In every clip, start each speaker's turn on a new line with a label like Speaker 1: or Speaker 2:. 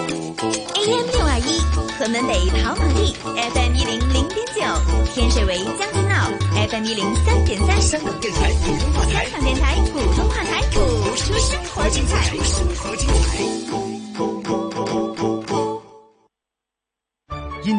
Speaker 1: AM 六二一，屯门北跑马地；FM 一零零点九，天水围将军澳；FM 一零三点三。
Speaker 2: 香港电台普通话台
Speaker 1: 香，港电台普通话台，谱出生活精彩。
Speaker 2: 生活精彩。
Speaker 3: 因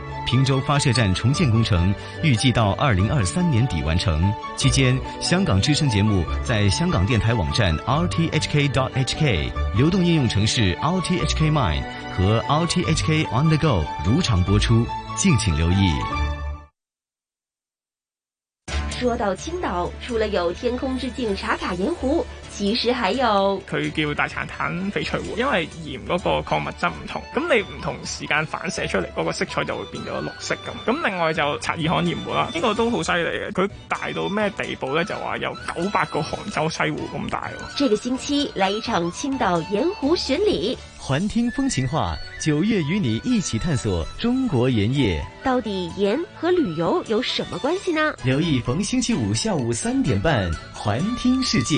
Speaker 3: 平洲发射站重建工程预计到二零二三年底完成，期间香港之声节目在香港电台网站 rthk.hk、流动应用程式 rthk mine 和 rthk on the go 如常播出，敬请留意。
Speaker 4: 说到青岛，除了有天空之镜茶卡盐湖，其实还有
Speaker 5: 佢叫大橙坦翡翠湖，因為鹽嗰個礦物質唔同，咁你唔同時間反射出嚟嗰個色彩就會變咗綠色咁。咁另外就察爾罕鹽湖啦，呢、個都好犀利嘅，佢大到咩地步咧？就話有九百個杭州西湖咁大喎。
Speaker 4: 这个星期来一场青岛盐湖巡礼，
Speaker 3: 环听风情话，九月与你一起探索中国盐业。
Speaker 4: 到底盐和旅游有什么关系呢？
Speaker 3: 留意逢星期五下午三点半，环听世界。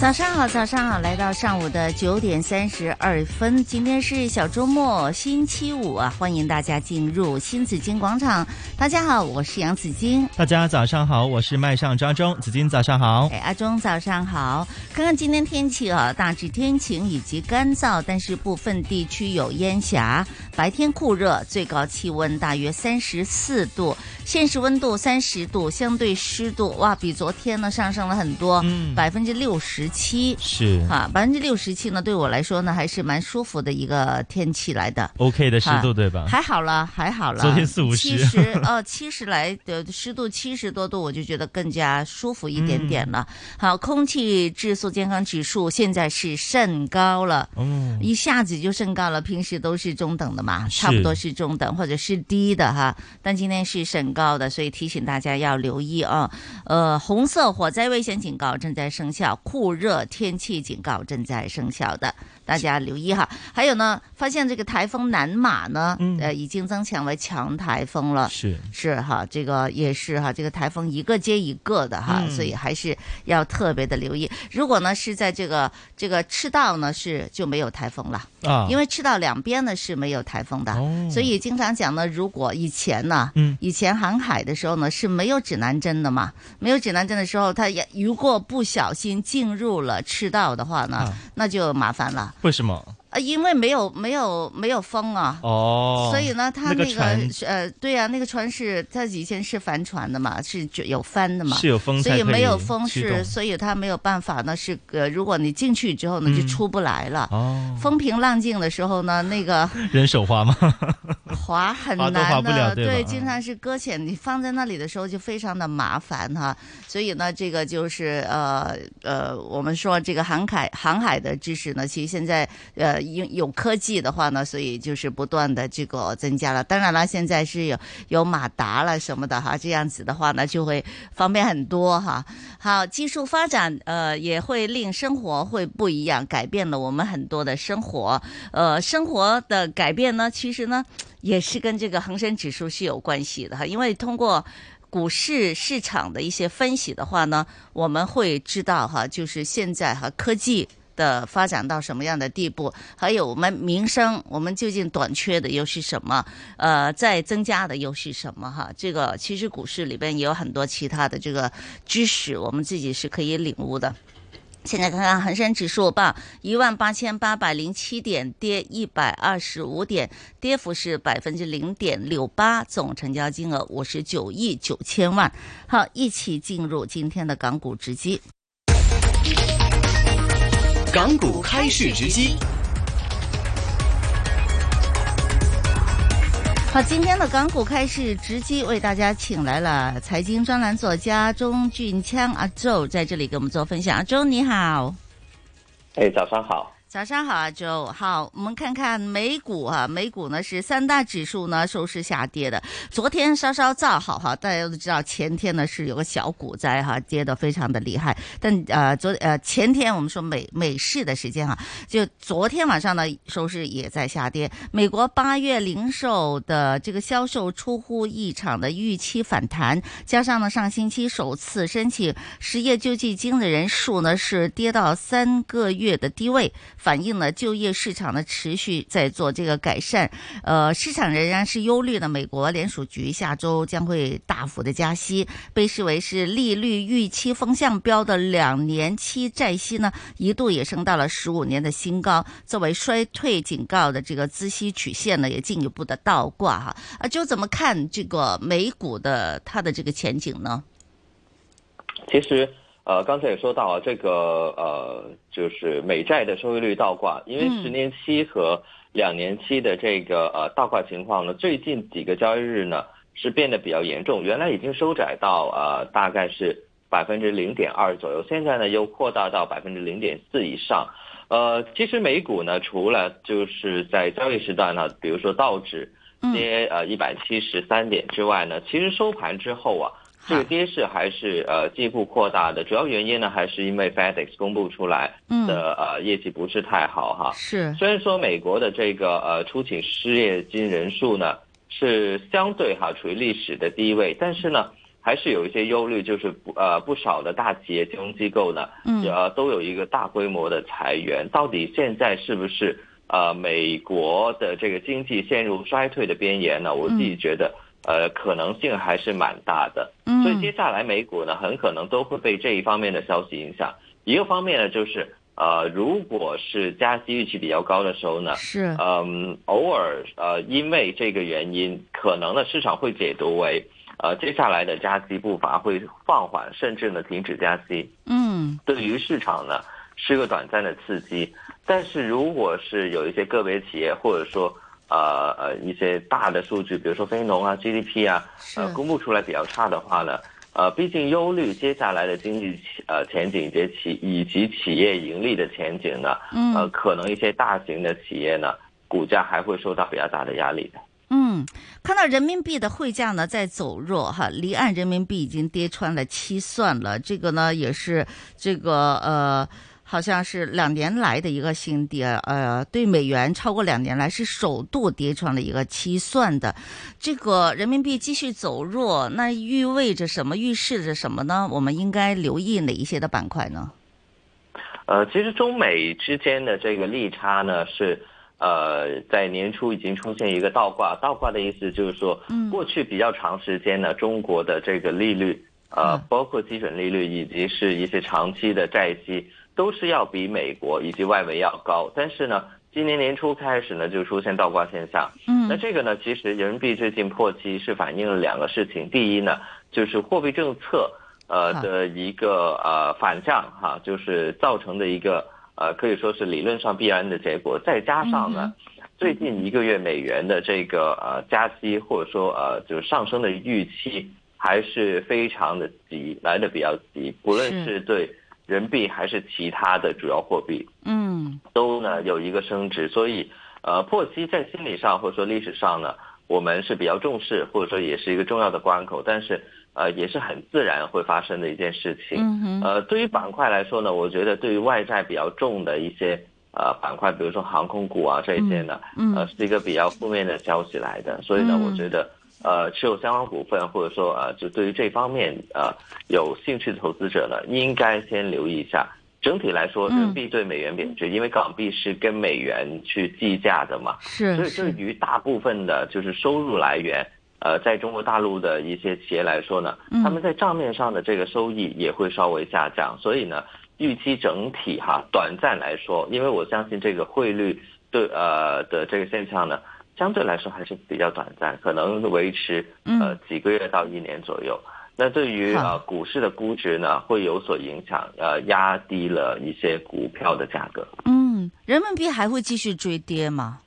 Speaker 6: 早上好，早上好，来到上午的九点三十二分，今天是小周末，星期五啊，欢迎大家进入新紫金广场。大家好，我是杨紫金。
Speaker 7: 大家早上好，我是麦上张中，紫金早上好
Speaker 6: 哎，。阿忠早上好。看看今天天气啊，大致天晴以及干燥，但是部分地区有烟霞。白天酷热，最高气温大约三十四度，现实温度三十度，相对湿度哇，比昨天呢上升了很多，
Speaker 7: 嗯
Speaker 6: 百分之六十七。
Speaker 7: 是
Speaker 6: 啊，百分之六十七呢，对我来说呢，还是蛮舒服的一个天气来的。
Speaker 7: OK 的湿度
Speaker 6: 啊
Speaker 7: 对吧？
Speaker 6: 还好了，还好了。
Speaker 7: 昨天四五
Speaker 6: 七
Speaker 7: 十
Speaker 6: 十，呃，七十来的湿度七十多度，我就觉得更加舒服一点点了。好，空气质素健康指数现在是甚高了。
Speaker 8: 嗯
Speaker 7: 哦，
Speaker 6: 一下子就升高了，平时都是中等的嘛，
Speaker 7: 是
Speaker 6: 差不多是中等或者是低的哈，但今天是升高的，所以提醒大家要留意啊。呃，红色火灾危险警告正在生效，酷热天气警告正在生效的，大家留意哈。还有呢，发现这个台风南马呢，
Speaker 7: 嗯
Speaker 6: 呃，已经增强为强台风了。
Speaker 7: 是
Speaker 6: 是哈，这个也是哈，这个台风一个接一个的哈，
Speaker 7: 嗯
Speaker 6: 所以还是要特别的留意。如果呢是在这个这个赤道呢，是就没有台风了，
Speaker 7: 啊，
Speaker 6: 因为赤道两边呢是没有台风的，
Speaker 7: 哦
Speaker 6: 所以经常讲呢，如果以前呢，
Speaker 7: 嗯
Speaker 6: 以前航海的时候呢是没有指南针的嘛，没有指南针的时候，它也如果不小心进入了赤道的话呢，
Speaker 7: 啊
Speaker 6: 那就麻烦了，
Speaker 7: 为什么？
Speaker 6: 呃，因为没有没有没有风啊，
Speaker 7: 哦，
Speaker 6: 所以呢，他
Speaker 7: 那个
Speaker 6: 那
Speaker 7: 船
Speaker 6: 个呃，对呀、那个船是他以前是帆船的嘛，是就有帆的嘛
Speaker 7: 是，有风
Speaker 6: 所
Speaker 7: 才
Speaker 6: 以
Speaker 7: 可
Speaker 6: 没有风
Speaker 7: 驱
Speaker 6: 是，
Speaker 7: 动
Speaker 6: 所以他没有办法呢，是呃，如果你进去之后呢，
Speaker 7: 嗯
Speaker 6: 就出不来了。
Speaker 7: 哦，
Speaker 6: 风平浪静的时候呢，那个
Speaker 7: 人手划吗？
Speaker 6: 划很
Speaker 7: 划都划
Speaker 6: 难
Speaker 7: 不了
Speaker 6: 的，
Speaker 7: 对吧嗯
Speaker 6: 经常是搁浅，你放在那里的时候就非常的麻烦哈。所以呢，这个就是呃呃，我们说这个航海航海的知识呢，其实现在呃有有科技的话呢，所以就是不断的这个增加了。当然了，现在是有有马达了什么的哈，这样子的话呢，就会方便很多哈。好，技术发展呃也会令生活会不一样，改变了我们很多的生活。呃，生活的改变呢，其实呢也是跟这个恒生指数是有关系的哈，因为通过。股市市场的一些分析的话呢，我们会知道哈，就是现在哈科技的发展到什么样的地步，还有我们民生，我们究竟短缺的又是什么？呃，在增加的又是什么？哈，这个其实股市里边也有很多其他的这个知识，我们自己是可以领悟的。现在看看恒生指数报一万八千八百零七点，跌一百二十五点，跌幅是百分之零点六八，总成交金额五十九亿九千万。好，一起进入今天的港股直击。
Speaker 2: 港股开市直击，
Speaker 6: 好，今天的港股开市直击为大家请来了财经专栏作家钟俊锵阿周在这里给我们做分享。阿周你好。
Speaker 9: 哎，早上好。
Speaker 6: 早上好，啊，周。好，我们看看美股啊，美股呢是三大指数呢收市下跌的。昨天稍稍造好哈，大家都知道前天呢是有个小股灾哈，跌得非常的厉害。但呃昨呃前天我们说美美市的时间哈，就昨天晚上呢收市也在下跌。美国八月零售的这个销售出乎异常的预期反弹，加上呢上星期首次申请失业救济金的人数呢是跌到三个月的低位。反映了就业市场的持续在做这个改善，呃，市场仍然是忧虑的。美国联储局下周将会大幅的加息，被视为是利率预期风向标的两年期债息呢，一度也升到了十五年的新高，作为衰退警告的这个孳息曲线呢，也进一步的倒挂哈。啊，就怎么看这个美股的它的这个前景呢？
Speaker 9: 其实呃，刚才也说到啊，这个呃，就是美债的收益率倒挂，因为
Speaker 6: 嗯
Speaker 9: 十年期和两年期的这个呃倒挂情况呢，最近几个交易日呢是变得比较严重，原来已经收窄到呃大概是百分之零点二左右，现在呢又扩大到百分之零点四以上。呃，其实美股呢，除了就是在交易时段呢，比如说道指
Speaker 6: 嗯
Speaker 9: 跌呃一百七十三点之外呢，其实收盘之后啊，这个跌势还是呃进一步扩大的，主要原因呢还是因为 FedEx 公布出来
Speaker 6: 嗯，
Speaker 9: 的呃业绩不是太好哈。
Speaker 6: 是，
Speaker 9: 虽然说美国的这个呃出请失业金人数呢是相对哈处于历史的低位，但是呢还是有一些忧虑，就是不呃不少的大企业金融机构呢
Speaker 6: 嗯
Speaker 9: 呃都有一个大规模的裁员，到底现在是不是呃美国的这个经济陷入衰退的边缘呢？我自己觉得呃可能性还是蛮大的。所以
Speaker 6: 嗯
Speaker 9: 接下来美股呢，很可能都会被这一方面的消息影响。一个方面呢，就是呃，如果是加息预期比较高的时候呢，
Speaker 6: 是，
Speaker 9: 嗯，偶尔呃，因为这个原因，可能呢市场会解读为，呃，接下来的加息步伐会放缓，甚至呢停止加息。
Speaker 6: 嗯
Speaker 9: 对于市场呢是个短暂的刺激。但是如果是有一些个别企业，或者说呃呃一些大的数据，比如说非农啊、GDP 啊，呃
Speaker 6: 是
Speaker 9: 公布出来比较差的话呢，呃，毕竟忧虑接下来的经济呃前景以及企以及企业盈利的前景呢，呃，
Speaker 6: 嗯。
Speaker 9: 可能一些大型的企业呢，股价还会受到比较大的压力的。
Speaker 6: 嗯，看到人民币的汇价呢在走弱哈，离岸人民币已经跌穿了七算了，这个呢也是这个呃。好像是两年来的一个新跌，呃，对美元超过两年来是首度跌穿了一个呃七算的，这个人民币继续走弱，那意味着什么？预示着什么呢？我们应该留意哪一些的板块呢？
Speaker 9: 呃，其实中美之间的这个利差呢是。呃，在年初已经出现一个倒挂，倒挂的意思就是说，
Speaker 6: 嗯
Speaker 9: 过去比较长时间呢，中国的这个利率，呃
Speaker 6: 嗯，
Speaker 9: 包括基准利率以及是一些长期的债息，都是要比美国以及外围要高。但是呢，今年年初开始呢，就出现倒挂现象，那
Speaker 6: 嗯
Speaker 9: 这个呢，其实人民币最近破七是反映了两个事情。第一呢，就是货币政策呃
Speaker 6: 好
Speaker 9: 的一个呃反向哈、就是造成的一个呃可以说是理论上必然的结果。再加上呢，嗯最近一个月美元的这个呃加息或者说呃就是上升的预期还是非常的急，来的比较急，不论
Speaker 6: 是
Speaker 9: 是对人民币还是其他的主要货币。
Speaker 6: 嗯
Speaker 9: 都呢有一个升值，所以呃破七在心理上或者说历史上呢，我们是比较重视，或者说也是一个重要的关口，但是呃也是很自然会发生的一件事情。
Speaker 6: 嗯哼
Speaker 9: 呃，对于板块来说呢，我觉得对于外债比较重的一些呃板块，比如说航空股啊这一些呢，呃
Speaker 6: 嗯
Speaker 9: 是一个比较负面的消息来的，所以呢，
Speaker 6: 嗯
Speaker 9: 我觉得。呃，持有相关股份，或者说呃，就对于这方面呃有兴趣的投资者呢，应该先留意一下。整体来说，
Speaker 6: 嗯
Speaker 9: 人民币对美元贬值，因为港币是跟美元去计价的嘛，所
Speaker 6: 是
Speaker 9: 以对
Speaker 6: 是
Speaker 9: 于大部分的就是收入来源，呃，在中国大陆的一些企业来说呢，
Speaker 6: 嗯
Speaker 9: 他们在账面上的这个收益也会稍微下降，所以呢，预期整体哈，短暂来说，因为我相信这个汇率对呃的这个现象呢，相对来说还是比较短暂，可能维持呃几个月到一年左右。那对于
Speaker 6: 好
Speaker 9: 呃股市的估值呢，会有所影响，呃，压低了一些股票的价格。
Speaker 6: 嗯，人民币还会继续追跌吗？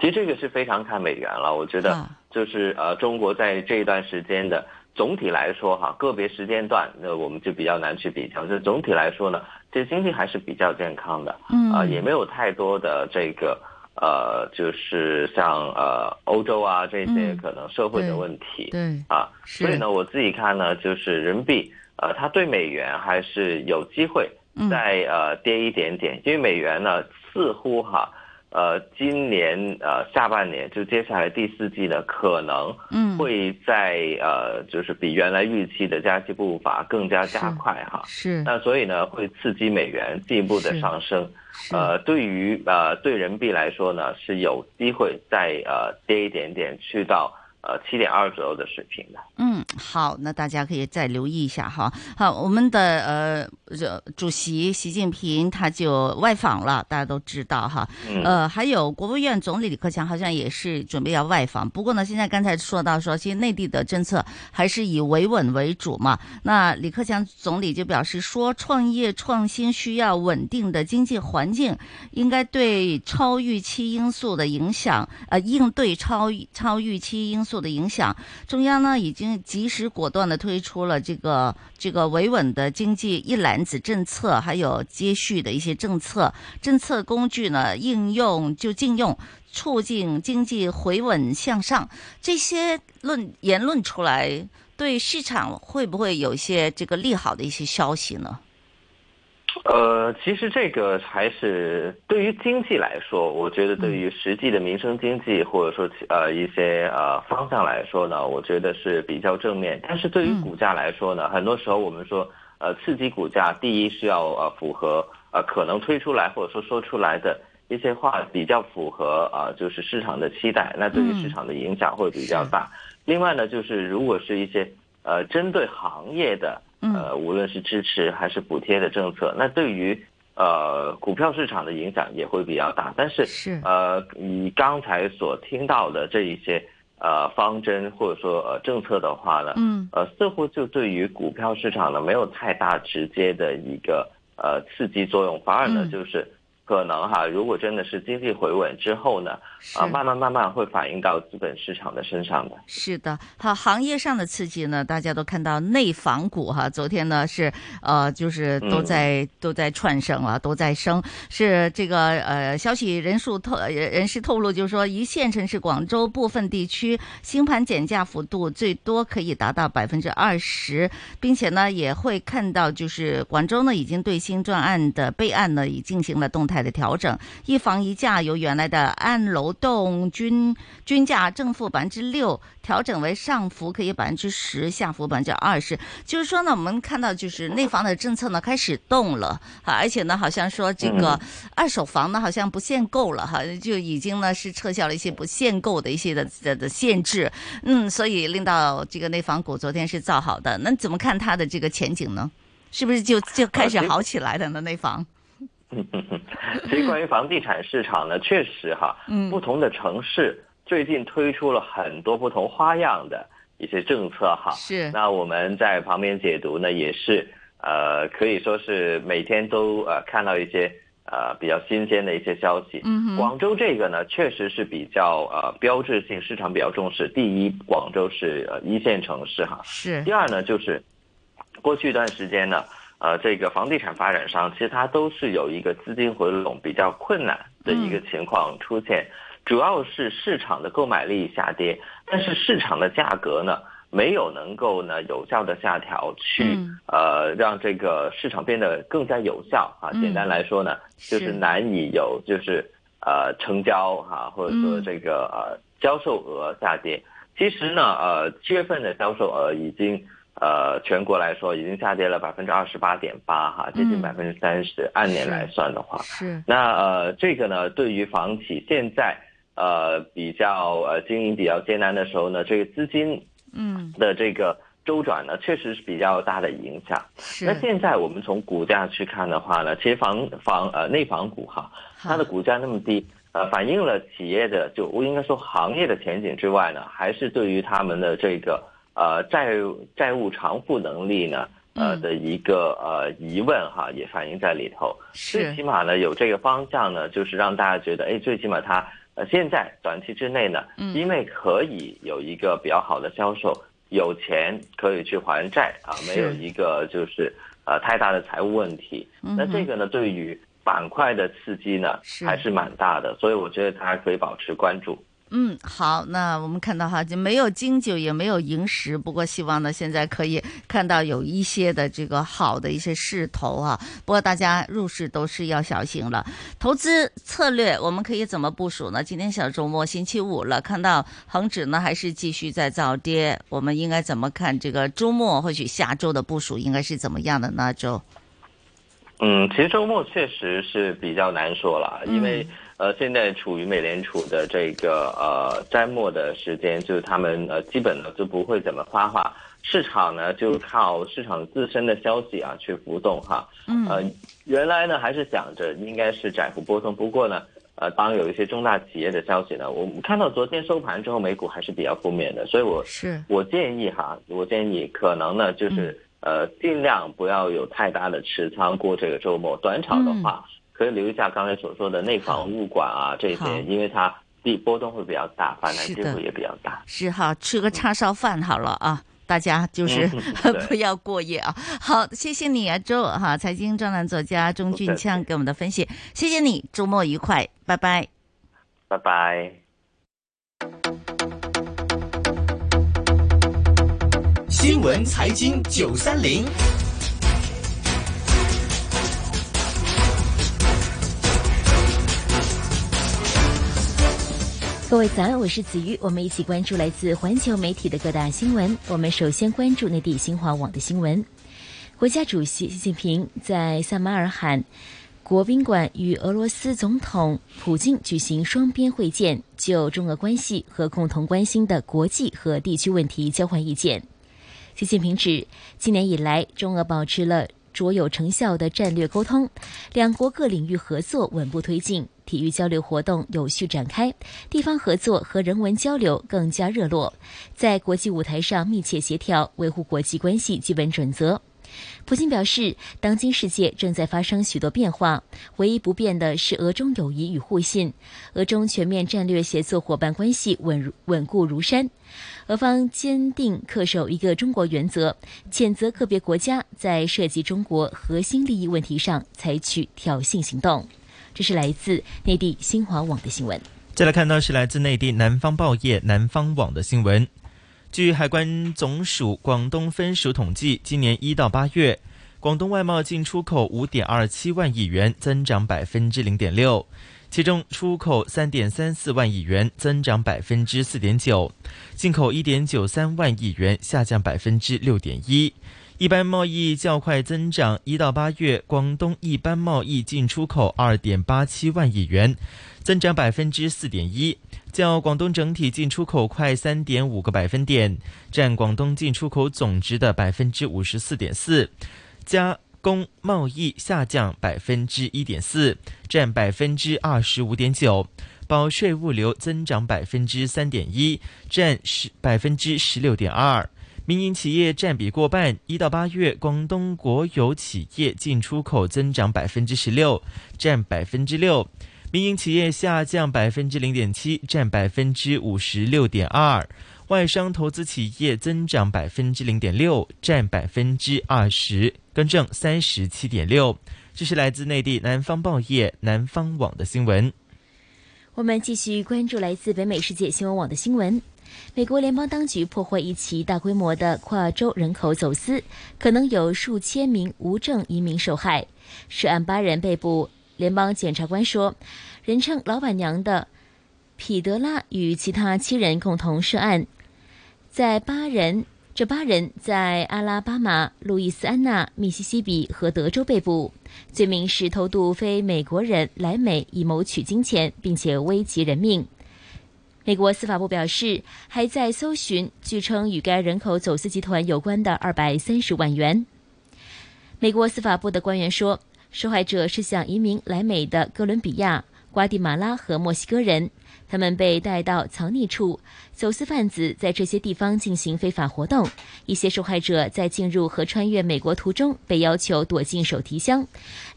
Speaker 9: 其实这个是非常看美元了，我觉得
Speaker 6: 啊
Speaker 9: 就是呃，中国在这一段时间的总体来说哈，个别时间段那我们就比较难去比较，就总体来说呢，这经济还是比较健康的，
Speaker 6: 嗯
Speaker 9: 啊、也没有太多的这个呃，就是像呃欧洲啊这些
Speaker 6: 嗯
Speaker 9: 可能社会
Speaker 6: 对
Speaker 9: 的问题、
Speaker 6: 对，
Speaker 9: 啊，
Speaker 6: 嗯是
Speaker 9: 所以呢，我自己看呢，就是人民币呃，它对美元还是有机会。
Speaker 6: 嗯
Speaker 9: 再呃跌一点点，因为美元呢似乎哈呃今年呃下半年就接下来第四季呢可能
Speaker 6: 嗯，
Speaker 9: 会在呃就是比原来预期的加息步伐更加加
Speaker 6: 是
Speaker 9: 快哈，
Speaker 6: 是
Speaker 9: 那所以呢会刺激美元进一步的
Speaker 6: 是
Speaker 9: 上升，
Speaker 6: 是，
Speaker 9: 呃对于呃对人民币来说呢是有机会再呃跌一点点去到呃七点二左右的水平的。
Speaker 6: 嗯，好，那大家可以再留意一下哈。好，我们的呃这主席习近平他就外访了，大家都知道哈。
Speaker 9: 嗯
Speaker 6: 呃，还有国务院总理李克强好像也是准备要外访，不过呢，现在刚才说到说，其实内地的政策还是以维稳为主嘛。那李克强总理就表示说，创业创新需要稳定的经济环境，应该对超预期因素的影响，呃，应对超超预期因素的影响，中央呢已经及时果断地推出了这个这个维稳的经济一揽子政策，还有接续的一些政策，政策工具呢应用就禁用，促进经济回稳向上。这些论言论出来，对市场会不会有一些这个利好的一些消息呢？
Speaker 9: 呃，其实这个还是对于经济来说，我觉得对
Speaker 6: 嗯
Speaker 9: 于实际的民生经济或者说其呃一些呃方向来说呢，我觉得是比较正面。但是对于
Speaker 6: 嗯
Speaker 9: 股价来说呢，很多时候我们说呃刺激股价，第一是要呃符合呃可能推出来或者说说出来的一些话比较符合啊、呃就是市场的期待，那对于
Speaker 6: 嗯
Speaker 9: 市场的影响会比较
Speaker 6: 是
Speaker 9: 大。另外呢，就是如果是一些呃针对行业的
Speaker 6: 嗯
Speaker 9: 呃，无论是支持还是补贴的政策，那对于呃股票市场的影响也会比较大。但是
Speaker 6: 是
Speaker 9: 呃，你刚才所听到的这一些呃方针或者说呃政策的话呢，
Speaker 6: 嗯
Speaker 9: 呃，似乎就对于股票市场呢没有太大直接的一个呃刺激作用，反而呢
Speaker 6: 嗯
Speaker 9: 就是可能哈，如果真的是经济回稳之后呢，
Speaker 6: 是
Speaker 9: 啊、慢慢慢慢会反映到资本市场的身上的。
Speaker 6: 是的，好，行业上的刺激呢，大家都看到内房股哈，昨天呢是呃，就是都在、都在窜升啊，都在升。是这个呃，消息人数透呃人士透露，就是说一线城市广州部分地区新盘减价幅度最多可以达到百分之二十，并且呢也会看到就是广州呢已经对新专案的备案呢已进行了动态的调整，一房一价由原来的按楼栋均均价正负百分之六调整为上浮可以百分之十，下浮百分之二十。就是说呢，我们看到就是内房的政策呢开始动了啊，而且呢好像说这个二手房呢好像不限购了哈，就已经呢是撤销了一些不限购的一些的的的限制，嗯，所以令到这个内房股昨天是造好的。那怎么看它的这个前景呢？是不是就就开始
Speaker 9: 啊其实
Speaker 6: 好起来了呢？内房，
Speaker 9: 其实关于房地产市场呢，确实哈，
Speaker 6: 嗯
Speaker 9: 不同的城市最近推出了很多不同花样的一些政策哈。
Speaker 6: 是
Speaker 9: 那我们在旁边解读呢，也是呃，可以说是每天都呃看到一些呃比较新鲜的一些消息。
Speaker 6: 嗯哼
Speaker 9: 广州这个呢，确实是比较呃标志性，市场比较重视。第一，广州是呃一线城市哈。
Speaker 6: 是
Speaker 9: 第二呢，就是过去一段时间呢，呃，这个房地产发展商其实它都是有一个资金回笼比较困难的一个情况出现，主要是市场的购买力下跌，但是市场的价格呢没有能够呢有效的下调去、
Speaker 6: 嗯
Speaker 9: 呃让这个市场变得更加有效啊。
Speaker 6: 嗯
Speaker 9: 简单来说呢，就是
Speaker 6: 是
Speaker 9: 难以有就是呃成交哈、或者说
Speaker 6: 嗯
Speaker 9: 这个呃销售额下跌。其实呢，呃，七月份的销售额已经呃全国来说已经下跌了百分之二十八点八哈，接近
Speaker 6: 嗯
Speaker 9: 百分之三十，按年
Speaker 6: 是
Speaker 9: 来算的话，
Speaker 6: 是
Speaker 9: 那呃这个呢，对于房企现在呃比较呃经营比较艰难的时候呢，这个资金
Speaker 6: 嗯
Speaker 9: 的这个周转呢，确实是比较大的影响。
Speaker 6: 是
Speaker 9: 那现在我们从股价去看的话呢，其实房房呃内房股哈，它的股价那么低，呃，反映了企业的就应该说行业的前景之外呢，还是对于他们的这个呃债务债务偿付能力呢。呃
Speaker 6: 嗯
Speaker 9: 的一个呃疑问哈，也反映在里头。最
Speaker 6: 是
Speaker 9: 起码呢有这个方向呢，就是让大家觉得，哎，最起码它呃现在短期之内呢，
Speaker 6: 嗯
Speaker 9: 因为可以有一个比较好的销售，有钱可以去还债啊，
Speaker 6: 是
Speaker 9: 没有一个就是呃太大的财务问题。
Speaker 6: 嗯哼
Speaker 9: 那这个呢，对于板块的刺激呢，
Speaker 6: 是
Speaker 9: 还是蛮大的，所以我觉得大家可以保持关注。
Speaker 6: 嗯，好，那我们看到哈，就没有金九，也没有银石，不过希望呢，现在可以看到有一些的这个好的一些势头哈、不过大家入市都是要小心了。投资策略我们可以怎么部署呢？今天小周末，星期五了，看到恒指呢还是继续在造跌，我们应该怎么看这个周末或许下周的部署应该是怎么样的呢？周，
Speaker 9: 嗯，其实周末确实是比较难说了，因为、呃，现在处于美联储的这个呃摘末的时间，就是他们呃基本呢就不会怎么发话，市场呢就靠市场自身的消息啊去浮动哈。
Speaker 6: 嗯
Speaker 9: 呃，原来呢还是想着应该是窄幅波动，不过呢。呃，当有一些中大企业的消息呢，我们看到昨天收盘之后，美股还是比较负面的，所以我
Speaker 6: 是嗯
Speaker 9: 我建议哈，我建议可能呢，就是呃，尽量不要有太大的持仓过这个周末。短炒的话，
Speaker 6: 嗯
Speaker 9: 可以留意一下刚才所说的内房、物管啊这
Speaker 6: 好
Speaker 9: 些，因为它地波动会比较大，反弹
Speaker 6: 是
Speaker 9: 机
Speaker 6: 的
Speaker 9: 会也比较大。
Speaker 6: 是哈，吃个叉烧饭好了啊。大家就是
Speaker 9: 嗯
Speaker 6: 不要过夜啊！好，谢谢你啊，周哈，财经专栏作家钟俊强给我们的分析，谢谢你，周末愉快，拜拜。
Speaker 9: 拜拜。
Speaker 2: 新闻财经九三零，
Speaker 10: 各位早安，我是子瑜，我们一起关注来自环球媒体的各大新闻。我们首先关注内地新华网的新闻。国家主席习近平在萨马尔罕国宾馆与俄罗斯总统普京举行双边会见，就中俄关系和共同关心的国际和地区问题交换意见。习近平指，今年以来，中俄保持了卓有成效的战略沟通，两国各领域合作稳步推进，体育交流活动有序展开，地方合作和人文交流更加热络，在国际舞台上密切协调，维护国际关系基本准则。普京表示，当今世界正在发生许多变化，唯一不变的是俄中友谊与互信，俄中全面战略协作伙伴关系稳如稳固如山。俄方坚定恪守一个中国原则，谴责个别国家在涉及中国核心利益问题上采取挑衅行动。这是来自内地新华网的新闻。
Speaker 7: 再来看呢，是来自内地南方报业南方网的新闻。据海关总署广东分署统计，今年一到八月，广东外贸进出口五点二七万亿元，增长百分之零点六，其中出口三点三四万亿元，增长百分之四点九，进口一点九三万亿元，下降百分之六点一。一般贸易较快增长，一到八月，广东一般贸易进出口二点八七万亿元，增长百分之四点一，较广东整体进出口快三点五个百分点，占广东进出口总值的百分之五十四点四。加工贸易下降百分之一点四，占百分之二十五点九。保税物流增长百分之三点一，占十百分之十六点二。民营企业占比过半。一到八月，广东国有企业进出口增长百分之十六，占百分之六；民营企业下降百分之零点七，占百分之五十六点二。外商投资企业增长百分之零点六，占百分之二十，更正三十七点六。这是来自内地南方报业南方网的新闻。
Speaker 10: 我们继续关注来自北美世界新闻网的新闻。美国联邦当局破获一起大规模的跨州人口走私，可能有数千名无证移民受害，涉案八人被捕。联邦检察官说，人称“老板娘”的彼得拉与其他七人共同涉案，在八人。这八人在阿拉巴马、路易斯安那、密西西比和德州被捕，罪名是偷渡非美国人来美以谋取金钱，并且危及人命。美国司法部表示，还在搜寻据称与该人口走私集团有关的二百三十万元。美国司法部的官员说，受害者是想移民来美的哥伦比亚、瓜地马拉和墨西哥人，他们被带到藏匿处，走私贩子在这些地方进行非法活动。一些受害者在进入和穿越美国途中被要求躲进手提箱，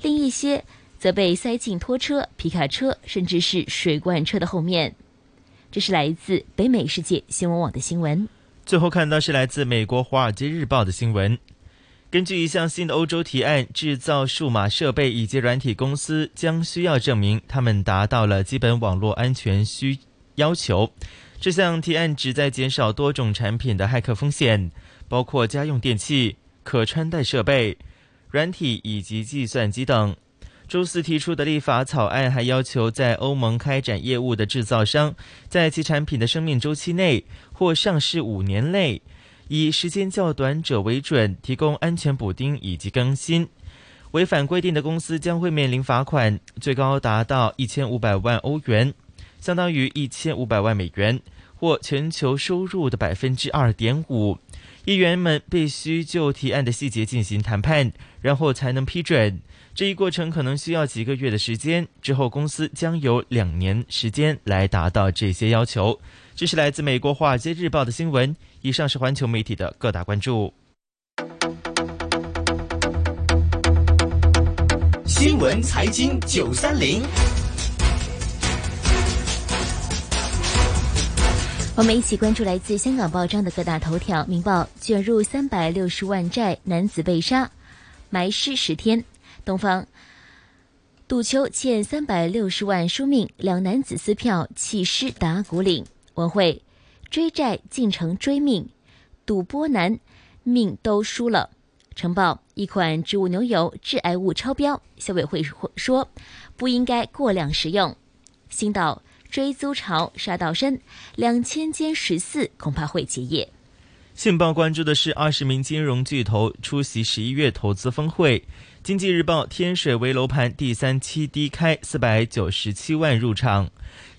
Speaker 10: 另一些则被塞进拖车、皮卡车，甚至是水罐车的后面。这是来自北美世界新闻网的新闻。
Speaker 7: 最后看到是来自美国《华尔街日报》的新闻。根据一项新的欧洲提案，制造数码设备以及软体公司将需要证明他们达到了基本网络安全需要求。这项提案旨在减少多种产品的骇客风险，包括家用电器、可穿戴设备、软体以及计算机等。周四提出的立法草案还要求，在欧盟开展业务的制造商，在其产品的生命周期内或上市五年内。以时间较短者为准，提供安全补丁以及更新。违反规定的公司将会面临罚款，最高达到一千五百万欧元，相当于一千五百万美元，或全球收入的百分之二点五。议员们必须就提案的细节进行谈判，然后才能批准。这一过程可能需要几个月的时间，之后公司将有两年时间来达到这些要求。这是来自美国《华尔街日报》的新闻。以上是环球媒体的各大关注。
Speaker 2: 新闻财经九三零，
Speaker 10: 我们一起关注来自香港报章的各大头条：《明报》卷入三百六十万债男子被杀，埋尸十天；《东方》杜秋欠三百六十万输命，两男子撕票弃尸打鼓岭；《文汇》追债进城追命，赌波难命都输了。《晨报》一款植物牛油致癌物超标，消委会说不应该过量食用。《星岛》追租潮杀到深，两千间十四恐怕会结业。
Speaker 7: 信报关注的是二十名金融巨头出席十一月投资峰会。经济日报天水围楼盘第三期低开四百九十七万入场。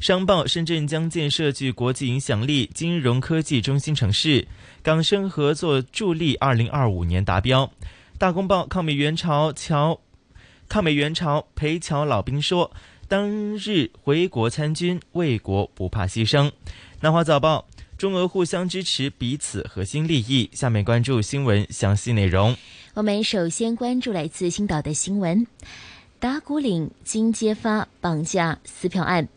Speaker 7: 商报深圳将建设具国际影响力金融科技中心城市，港深合作助力二零二五年达标。大公报抗美援朝侨抗美援朝裴侨老兵说，当日回国参军，为国不怕牺牲。南华早报。中俄互相支持彼此核心利益。下面关注新闻详细内容。
Speaker 10: 我们首先关注来自青岛的新闻：打鼓岭经揭发绑架撕票案，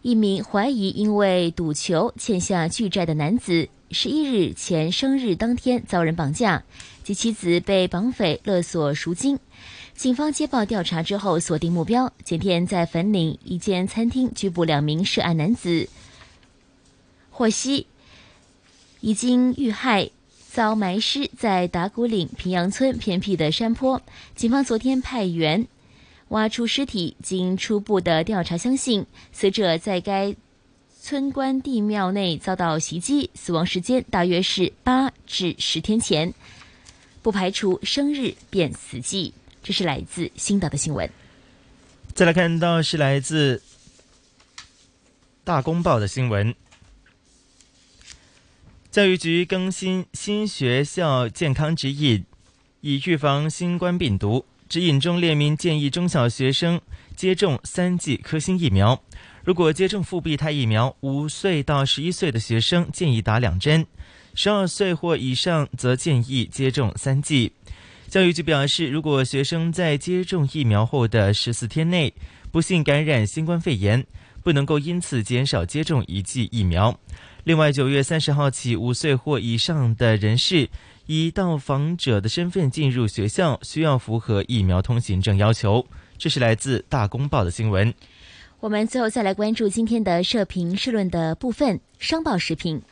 Speaker 10: 一名怀疑因为赌球欠下巨债的男子，十一日前生日当天遭人绑架，其妻子被绑匪勒索赎金。警方接报调查之后，锁定目标，前天在粉岭一间餐厅拘捕两名涉案男子，获悉。已经遇害，遭埋尸在打鼓岭平阳村偏僻的山坡。警方昨天派员挖出尸体，经初步的调查，相信死者在该村关帝庙内遭到袭击，死亡时间大约是八至十天前，不排除生日变死记。这是来自新岛的新闻。
Speaker 7: 再来看到是来自大公报的新闻。教育局更新新学校健康指引，以预防新冠病毒。指引中列明建议中小学生接种三剂科兴疫苗。如果接种复必泰疫苗，五岁到十一岁的学生建议打两针，十二岁或以上则建议接种三剂。教育局表示，如果学生在接种疫苗后的十四天内不幸感染新冠肺炎，不能够因此减少接种一剂疫苗。另外，九月三十号起，五岁或以上的人士以到访者的身份进入学校，需要符合疫苗通行证要求。这是来自《大公报》的新闻。
Speaker 10: 我们最后再来关注今天的社评社论的部分。商报时评：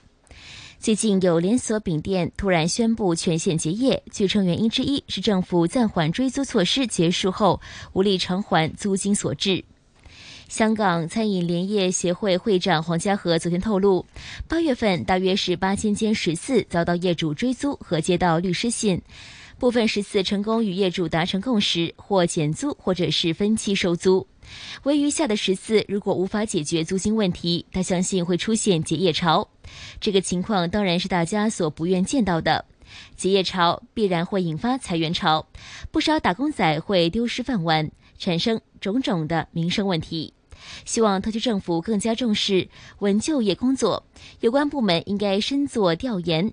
Speaker 10: 最近有连锁饼店突然宣布全线结业，据称原因之一是政府暂缓追租措施结束后无力偿还租金所致。香港餐饮联业协会会长黄家和昨天透露，八月份大约是八千间食肆遭到业主追租和接到律师信，部分十次成功与业主达成共识，或减租或者是分期收租。为余下的十次，如果无法解决租金问题，他相信会出现结业潮。这个情况当然是大家所不愿见到的。结业潮必然会引发裁员潮，不少打工仔会丢失饭碗，产生种种的民生问题。希望特区政府更加重视稳就业工作，有关部门应该深做调研，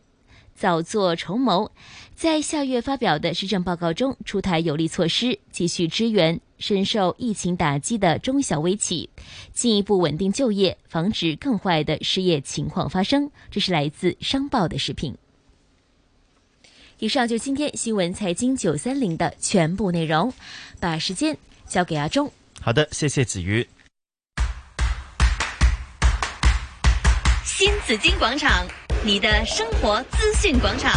Speaker 10: 早做筹谋，在下月发表的施政报告中出台有力措施，继续支援深受疫情打击的中小微企，进一步稳定就业，防止更坏的失业情况发生。这是来自《商报》的视频。以上就今天新闻财经九三零的全部内容，把时间交给阿忠。
Speaker 7: 好的，谢谢子瑜。
Speaker 1: 新紫金广场，你的生活资讯广场。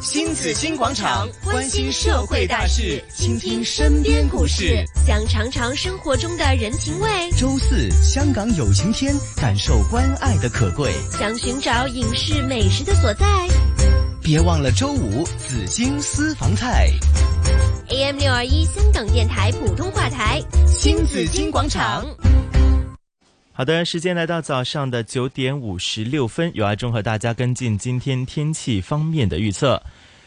Speaker 3: 新紫金广场关心社会大事，倾听身边故事。
Speaker 4: 想尝尝生活中的人情味，
Speaker 3: 周四香港有晴天，感受关爱的可贵。
Speaker 4: 想寻找影视美食的所在。
Speaker 3: 别忘了周五紫金私房菜。
Speaker 4: AM 六二一香港电台普通话台，
Speaker 3: 新紫金广场。
Speaker 7: 好的，时间来到早上的九点五十六分，有阿忠和大家跟进今天天气方面的预测。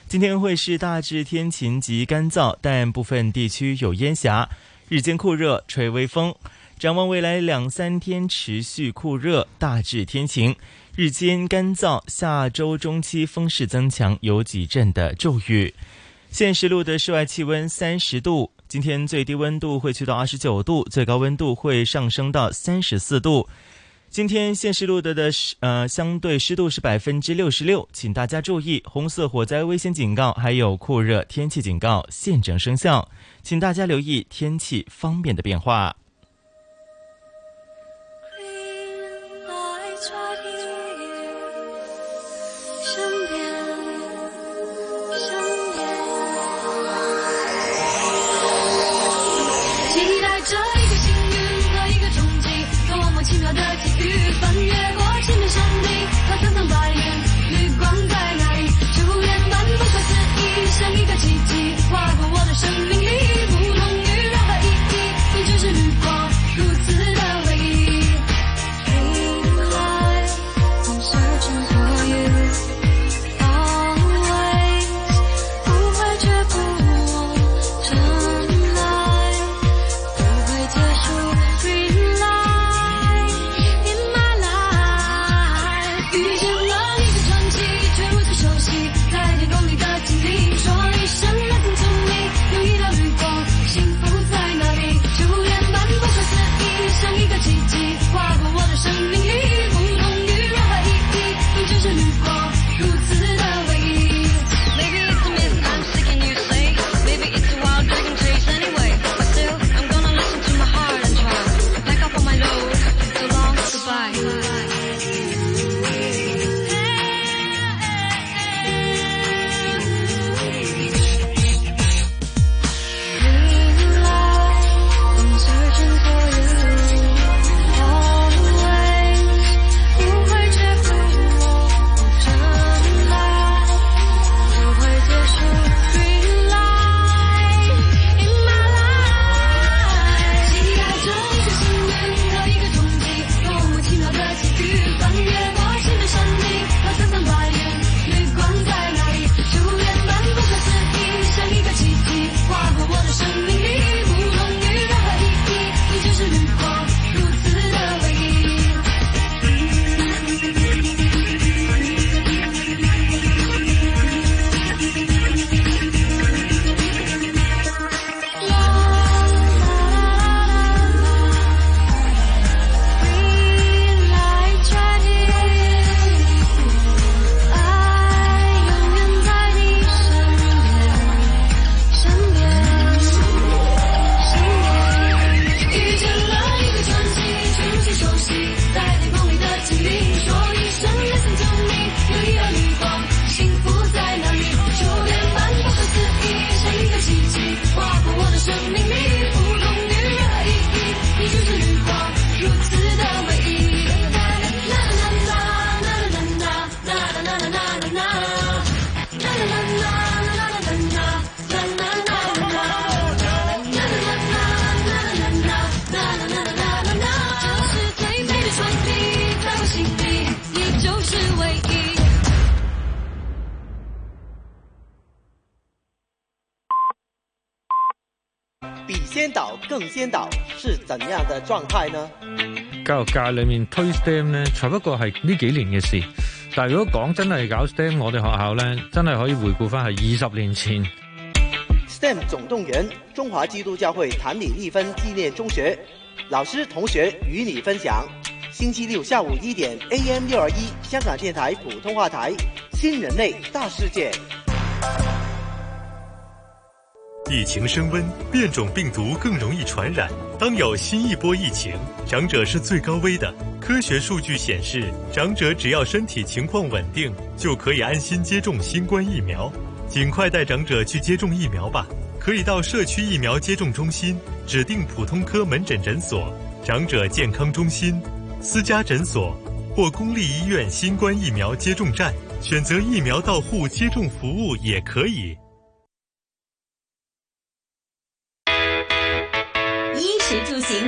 Speaker 7: 今天会是大致天晴及干燥，但部分地区有烟霞，日间酷热，吹微风。展望未来两三天持续酷热，大致天晴，日间干燥。下周中期风势增强，有几阵的骤雨。现实路的室外气温三十度，今天最低温度会去到二十九度，最高温度会上升到三十四度。今天现实录得的湿呃相对湿度是百分之六十六，请大家注意红色火灾危险警告还有酷热天气警告现正生效，请大家留意天气方面的变化。
Speaker 11: lights right here，身边，身边。期待着一个幸运和一个冲击，多么奇妙的际遇，翻越过千面山顶和层层白云，绿光在哪里？初恋般不可思议，像一个奇迹，划过我的生命里，不同于任何意义，你只是绿光。
Speaker 3: 比先导更先导是怎样的状态呢？
Speaker 12: 教育界裏面推 STEM 咧，只不過係呢幾年嘅事。但係如果講真係搞 STEM，我哋學校咧真係可以回顧翻係二十年前。
Speaker 3: STEM 总动员，中华基督教会坛米立芬纪念中学老师同学与你分享。星期六下午一点，AM 六二一，香港电台普通话台，《新人类大世界》。
Speaker 13: 疫情升温，变种病毒更容易传染。当有新一波疫情，长者是最高危的。科学数据显示，长者只要身体情况稳定，就可以安心接种新冠疫苗。尽快带长者去接种疫苗吧，可以到社区疫苗接种中心、指定普通科门诊诊所、长者健康中心、私家诊所或公立医院新冠疫苗接种站，选择疫苗到户接种服务也可以。
Speaker 1: 衣食住行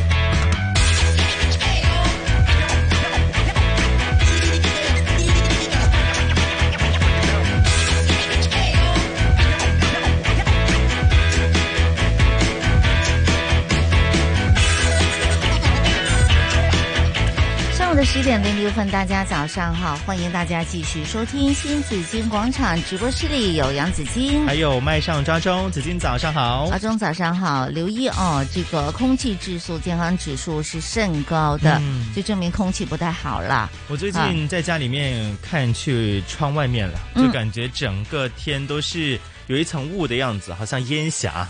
Speaker 6: 上午的十点零六分，大家早上好，欢迎大家继续收听新紫金广场直播室里有杨紫金。
Speaker 7: 还有麦上抓中，紫金早上好。
Speaker 6: 阿忠早上好，留意哦，这个空气质素健康指数是甚高的，
Speaker 7: 嗯
Speaker 6: 就证明空气不太好了。
Speaker 7: 我最
Speaker 6: 啊
Speaker 7: 近在家里面看去窗外面了，
Speaker 6: 嗯
Speaker 7: 就感觉整个天都是有一层雾的样子，好像烟霞。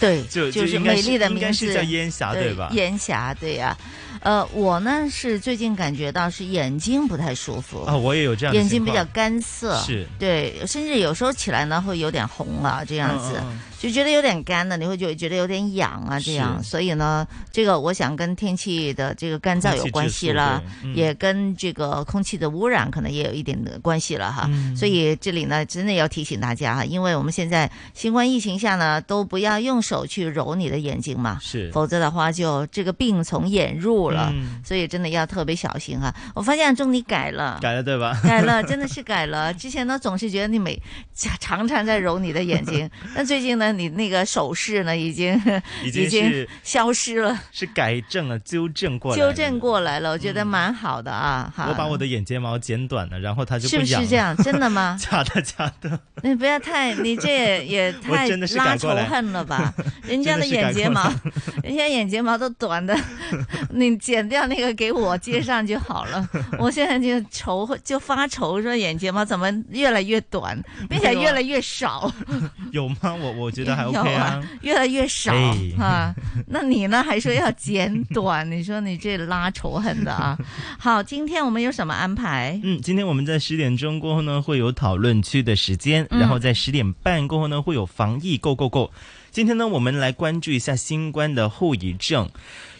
Speaker 6: 对，
Speaker 7: 就就
Speaker 6: 就是
Speaker 7: 应该
Speaker 6: 美
Speaker 7: 是
Speaker 6: 丽的
Speaker 7: 应该
Speaker 6: 名字
Speaker 7: 是叫烟霞对吧
Speaker 6: 烟霞，对呀、呃，我呢是最近感觉到是眼睛不太舒服
Speaker 7: 啊我也有这样的
Speaker 6: 眼
Speaker 7: 情
Speaker 6: 睛比较
Speaker 7: 况
Speaker 6: 干涩，
Speaker 7: 是
Speaker 6: 对，甚至有时候起来呢会有点红啊，这样子、
Speaker 7: 嗯嗯嗯
Speaker 6: 就觉得有点干了，你会觉觉得有点痒啊，这样，
Speaker 7: 是
Speaker 6: 所以呢，这个我想跟天气的这个干燥有关系啦
Speaker 7: 空气质素，对嗯
Speaker 6: 也跟这个空气的污染可能也有一点的关系了哈，
Speaker 7: 嗯
Speaker 6: 所以这里呢真的要提醒大家哈，因为我们现在新冠疫情下呢，都不要用手去揉你的眼睛嘛，
Speaker 7: 是
Speaker 6: 否则的话就这个病从眼入了，
Speaker 7: 嗯
Speaker 6: 所以真的要特别小心哈。我发现钟你改了。
Speaker 7: 改了对吧？
Speaker 6: 改了，真的是改了。之前呢，总是觉得你每常常在揉你的眼 睛，但最近呢，你那个手势呢，已经
Speaker 7: 已经是
Speaker 6: 消失了，
Speaker 7: 是改正了，纠正过来了。
Speaker 6: 纠正过来了，我觉得蛮好的啊。哈，
Speaker 7: 我把我的眼睫毛剪短了，然后它就是
Speaker 6: 不
Speaker 7: 痒
Speaker 6: 是
Speaker 7: 了
Speaker 6: 这样？真的 吗？
Speaker 7: 假的假的，
Speaker 6: 你不要太，你这也也
Speaker 7: 我
Speaker 6: 太
Speaker 7: 真的是
Speaker 6: 拉
Speaker 7: 改
Speaker 6: 仇
Speaker 7: 过来
Speaker 6: 恨了 吧？人家
Speaker 7: 真的是
Speaker 6: 眼
Speaker 7: 改
Speaker 6: 睫
Speaker 7: 过来
Speaker 6: 毛， 人家眼睫毛都短的， 你剪掉那个给我接上就好 了。我现在就愁，就发愁说眼睫毛怎么越来越短，并且
Speaker 7: 没有啊
Speaker 6: 越来越少。
Speaker 7: 有吗？我我觉得还
Speaker 6: 有
Speaker 7: OK
Speaker 6: 啊，越来越少、
Speaker 7: 哎
Speaker 6: 啊。那你呢？还说要剪短？你说你这拉仇恨的 啊！好，今天我们有什么安排？
Speaker 7: 嗯，今天我们在十点钟过后呢，会有讨论区的时间，
Speaker 6: 嗯
Speaker 7: 然后在十点半过后呢，会有防疫 Go Go Go。今天呢，我们来关注一下新冠的后遗症，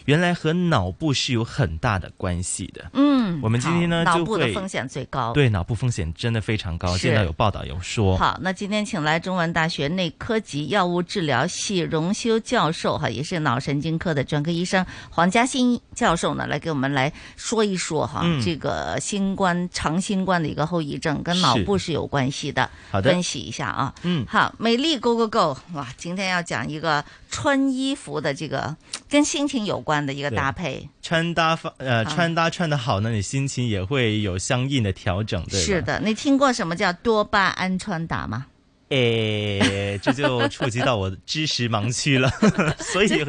Speaker 7: 原来和脑部是有很大的关系的。
Speaker 6: 嗯，
Speaker 7: 我们今天呢
Speaker 6: 好脑
Speaker 7: 就
Speaker 6: 部的
Speaker 7: 会
Speaker 6: 风险最高。
Speaker 7: 对，脑部风险真的非常高，
Speaker 6: 是
Speaker 7: 见到有报道有说，
Speaker 6: 好，那今天请来中文大学内科及药物治疗系荣休教授哈，也是脑神经科的专科医生黄嘉欣教授呢，来给我们来说一说哈，
Speaker 7: 嗯
Speaker 6: 这个新冠长新冠的一个后遗症跟脑部是有关系的，
Speaker 7: 好的
Speaker 6: 分析一下啊。
Speaker 7: 嗯
Speaker 6: 好，美丽 Go Go Go，哇，今天要讲一个穿衣服的这个跟心情有关的一个
Speaker 7: 对
Speaker 6: 搭配。
Speaker 7: 穿搭方呃
Speaker 6: 啊
Speaker 7: 穿搭穿得好呢，你心情也会有相应的调整，对吧？
Speaker 6: 是的，你听过什么叫多巴胺穿搭吗？
Speaker 7: 诶，这就触及到我的知识盲区了， 所以就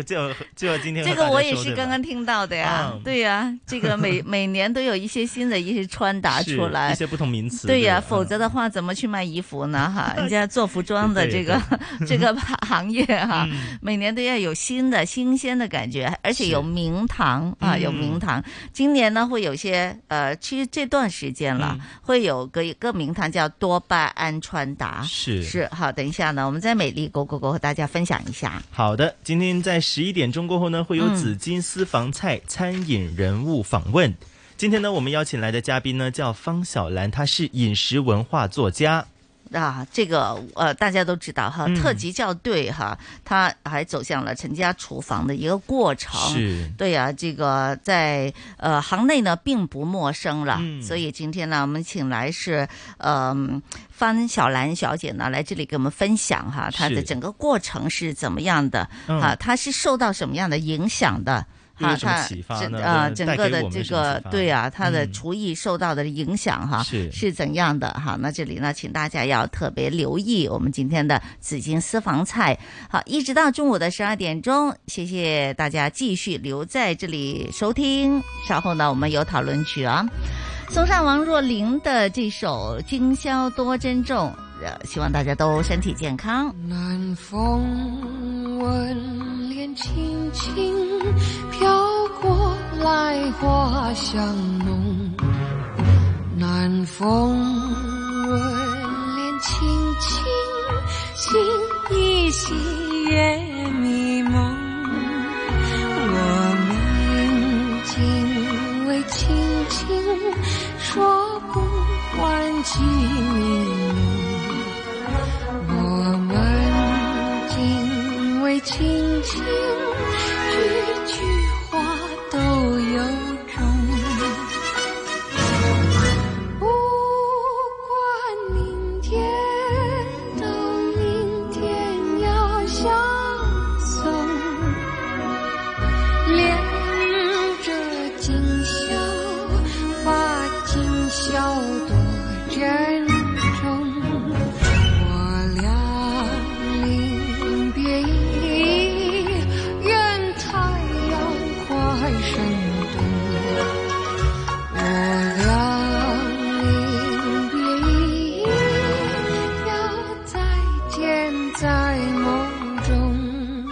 Speaker 7: 就今天和
Speaker 6: 这个我
Speaker 7: 大家
Speaker 6: 也
Speaker 7: 说
Speaker 6: 是
Speaker 7: 对
Speaker 6: 刚
Speaker 7: 吧
Speaker 6: 刚听到的呀，
Speaker 7: 嗯
Speaker 6: 对呀，这个 每每年都有一些新的一些穿搭
Speaker 7: 是
Speaker 6: 出来
Speaker 7: 一。 些不同名词，
Speaker 6: 对呀，
Speaker 7: 吧
Speaker 6: 否则的话怎么去卖衣服呢？哈，人家做服装的这
Speaker 7: 对嗯
Speaker 6: 个 这个行业哈， 每年都要有新的新鲜的感觉，而且有名堂啊，
Speaker 7: 嗯
Speaker 6: 有名堂。今年呢会有些呃，其实这段时间了
Speaker 7: 嗯
Speaker 6: 会有个一个名堂叫多巴胺穿搭，
Speaker 7: 是
Speaker 6: 是好。等一下呢，我们在美丽 Go Go Go 和大家分享一下。
Speaker 7: 好的，今天在十一点钟过后呢，会有
Speaker 6: 嗯
Speaker 7: 紫金私房菜餐饮人物访问。今天呢，我们邀请来的嘉宾呢叫方小兰，她是饮食文化作家。
Speaker 6: 啊，这个呃，大家都知道哈，
Speaker 4: 嗯
Speaker 6: 特级校队哈，它还走向了陈家厨房的一个过程。
Speaker 4: 是
Speaker 6: 对呀、这个在呃行内呢并不陌生了。
Speaker 4: 嗯
Speaker 6: 所以今天呢，我们请来是嗯、方小兰小姐呢来这里给我们分享哈，她的
Speaker 4: 是
Speaker 6: 整个过程是怎么样的、
Speaker 4: 嗯
Speaker 6: 啊，她是受到什么样的影响的。
Speaker 4: 又有
Speaker 6: 啊，
Speaker 4: 什么
Speaker 6: 它
Speaker 4: 启发
Speaker 6: 整
Speaker 4: 呢
Speaker 6: 啊、
Speaker 4: 对
Speaker 6: 整
Speaker 4: 带
Speaker 6: 个
Speaker 4: 给
Speaker 6: 的
Speaker 4: 我们
Speaker 6: 这
Speaker 4: 什么
Speaker 6: 个
Speaker 4: 启发
Speaker 6: 对啊，他的
Speaker 4: 嗯
Speaker 6: 厨艺受到的影响哈、
Speaker 4: 是
Speaker 6: 是怎样的哈？那这里呢，请大家要特别留意我们今天的紫金私房菜，好，一直到中午的十二点钟，谢谢大家继续留在这里收听。稍后呢，我们有讨论区啊，送上王若琳的这首《今宵多珍重》，呃，希望大家都身体健康。
Speaker 11: 南风吻脸，轻轻飘过来，花香浓。南风吻脸，轻轻心依稀，夜迷蒙。我们竟为轻轻说不完情意浓。我们敬畏青青，句句话都有种。不管明天，到明天要相送，恋着今宵，把今宵多珍重。我俩临别依依，愿太阳快升东。我俩临别依依，要再见在梦中。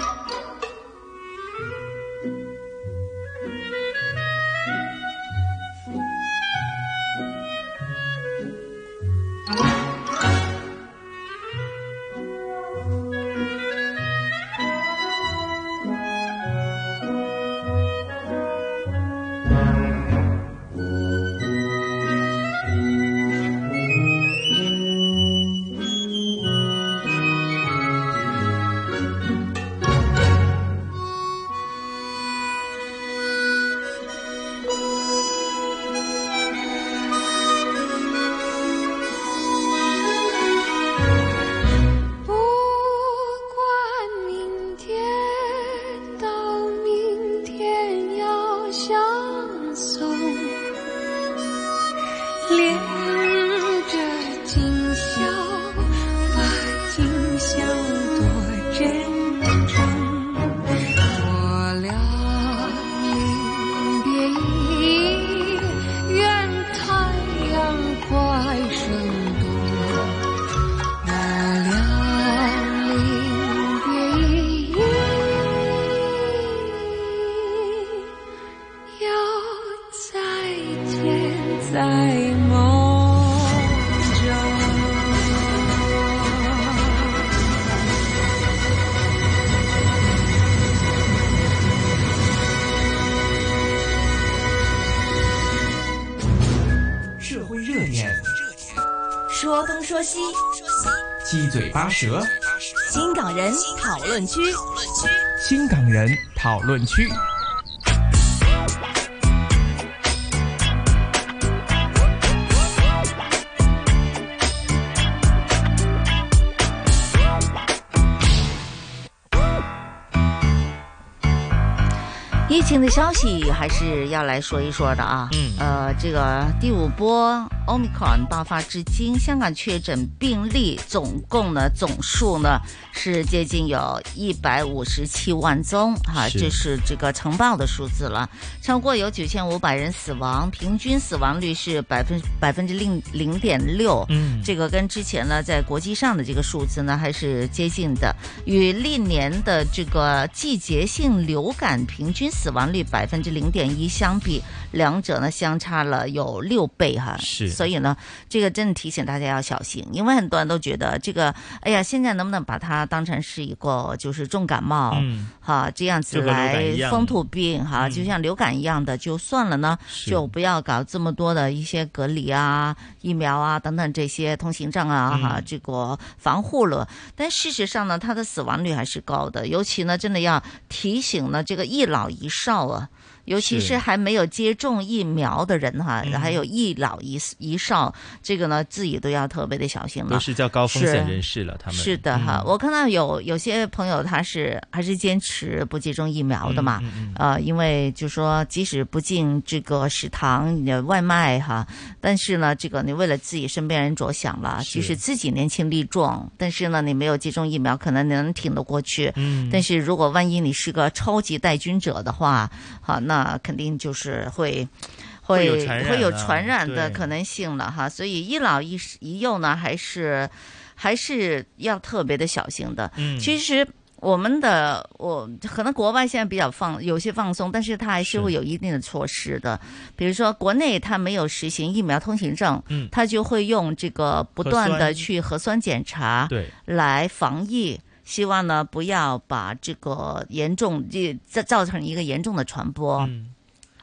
Speaker 11: 不管明天，到明天要相送。恋着今宵，把今宵多珍重。我俩临别依依，愿太阳快升东。我俩临别依依，要再见在梦中。
Speaker 14: 社会热点，
Speaker 15: 说东说西，
Speaker 14: 七嘴八舌，
Speaker 15: 新港人讨论区。
Speaker 14: 新港人讨论区。
Speaker 6: 疫情的消息还是要来说一说的啊。嗯。呃，这个第五波 Omicron 爆发至今，香港确诊病例总共呢总数呢是接近有一百五十七万宗哈、
Speaker 4: 是
Speaker 6: 这是这个呈报的数字了。超过有九千五百人死亡，平均死亡率是百分百分之零零点六。
Speaker 4: 嗯
Speaker 6: 这个跟之前呢在国际上的这个数字呢还是接近的，与历年的这个季节性流感平均死亡率百分之零点一相比，两者呢相差了有六倍哈。
Speaker 4: 是
Speaker 6: 所以呢，这个真的提醒大家要小心，因为很多人都觉得这个，哎呀，现在能不能把它当成是一个就是重感冒，
Speaker 11: 嗯
Speaker 6: 哈，这样子
Speaker 11: 就跟流
Speaker 6: 来
Speaker 11: 感一样
Speaker 6: 风土病哈，就像流感一样的就算了呢，就不要搞这么多的一些隔离啊、疫苗啊等等这些通行证啊
Speaker 11: 嗯
Speaker 6: 哈，这个防护了。但事实上呢，它的死亡率还是高的，尤其呢，真的要提醒呢这个一老一少啊。尤其
Speaker 11: 是
Speaker 6: 是还没有接种疫苗的人哈，还有一老一一少，这个呢自己都要特别的小心了。
Speaker 7: 都是叫高风险
Speaker 6: 是
Speaker 7: 人士了，他们
Speaker 6: 是的
Speaker 11: 嗯
Speaker 6: 哈，我看到有有些朋友他是还是坚持不接种疫苗的
Speaker 11: 嗯
Speaker 6: 嘛，呃，因为就说即使不进这个食堂、你的外卖哈，但是呢，这个你为了自己身边人着想了，即使自己年轻力壮，但是呢，你没有接种疫苗，可能能挺得过去。
Speaker 11: 嗯
Speaker 6: 但是如果万一你是个超级带菌者的话，好，那肯定就是会。
Speaker 11: 会
Speaker 6: 会
Speaker 11: 有传染
Speaker 6: 会有
Speaker 11: 啊
Speaker 6: 传染的
Speaker 11: 对
Speaker 6: 可能性了哈，所以一老一一幼呢，还是还是要特别的小心的。
Speaker 11: 嗯
Speaker 6: 其实我们的我可能国外现在比较放，有些放松，但是它还是会有一定的措施的。比如说国内它没有实行疫苗通行证，
Speaker 11: 嗯
Speaker 6: 它就会用这个不
Speaker 11: 核
Speaker 6: 断的
Speaker 11: 酸
Speaker 6: 去核酸检查，
Speaker 11: 对
Speaker 6: 来防疫。希望呢，不要把这个严重这造造成一个严重的传播。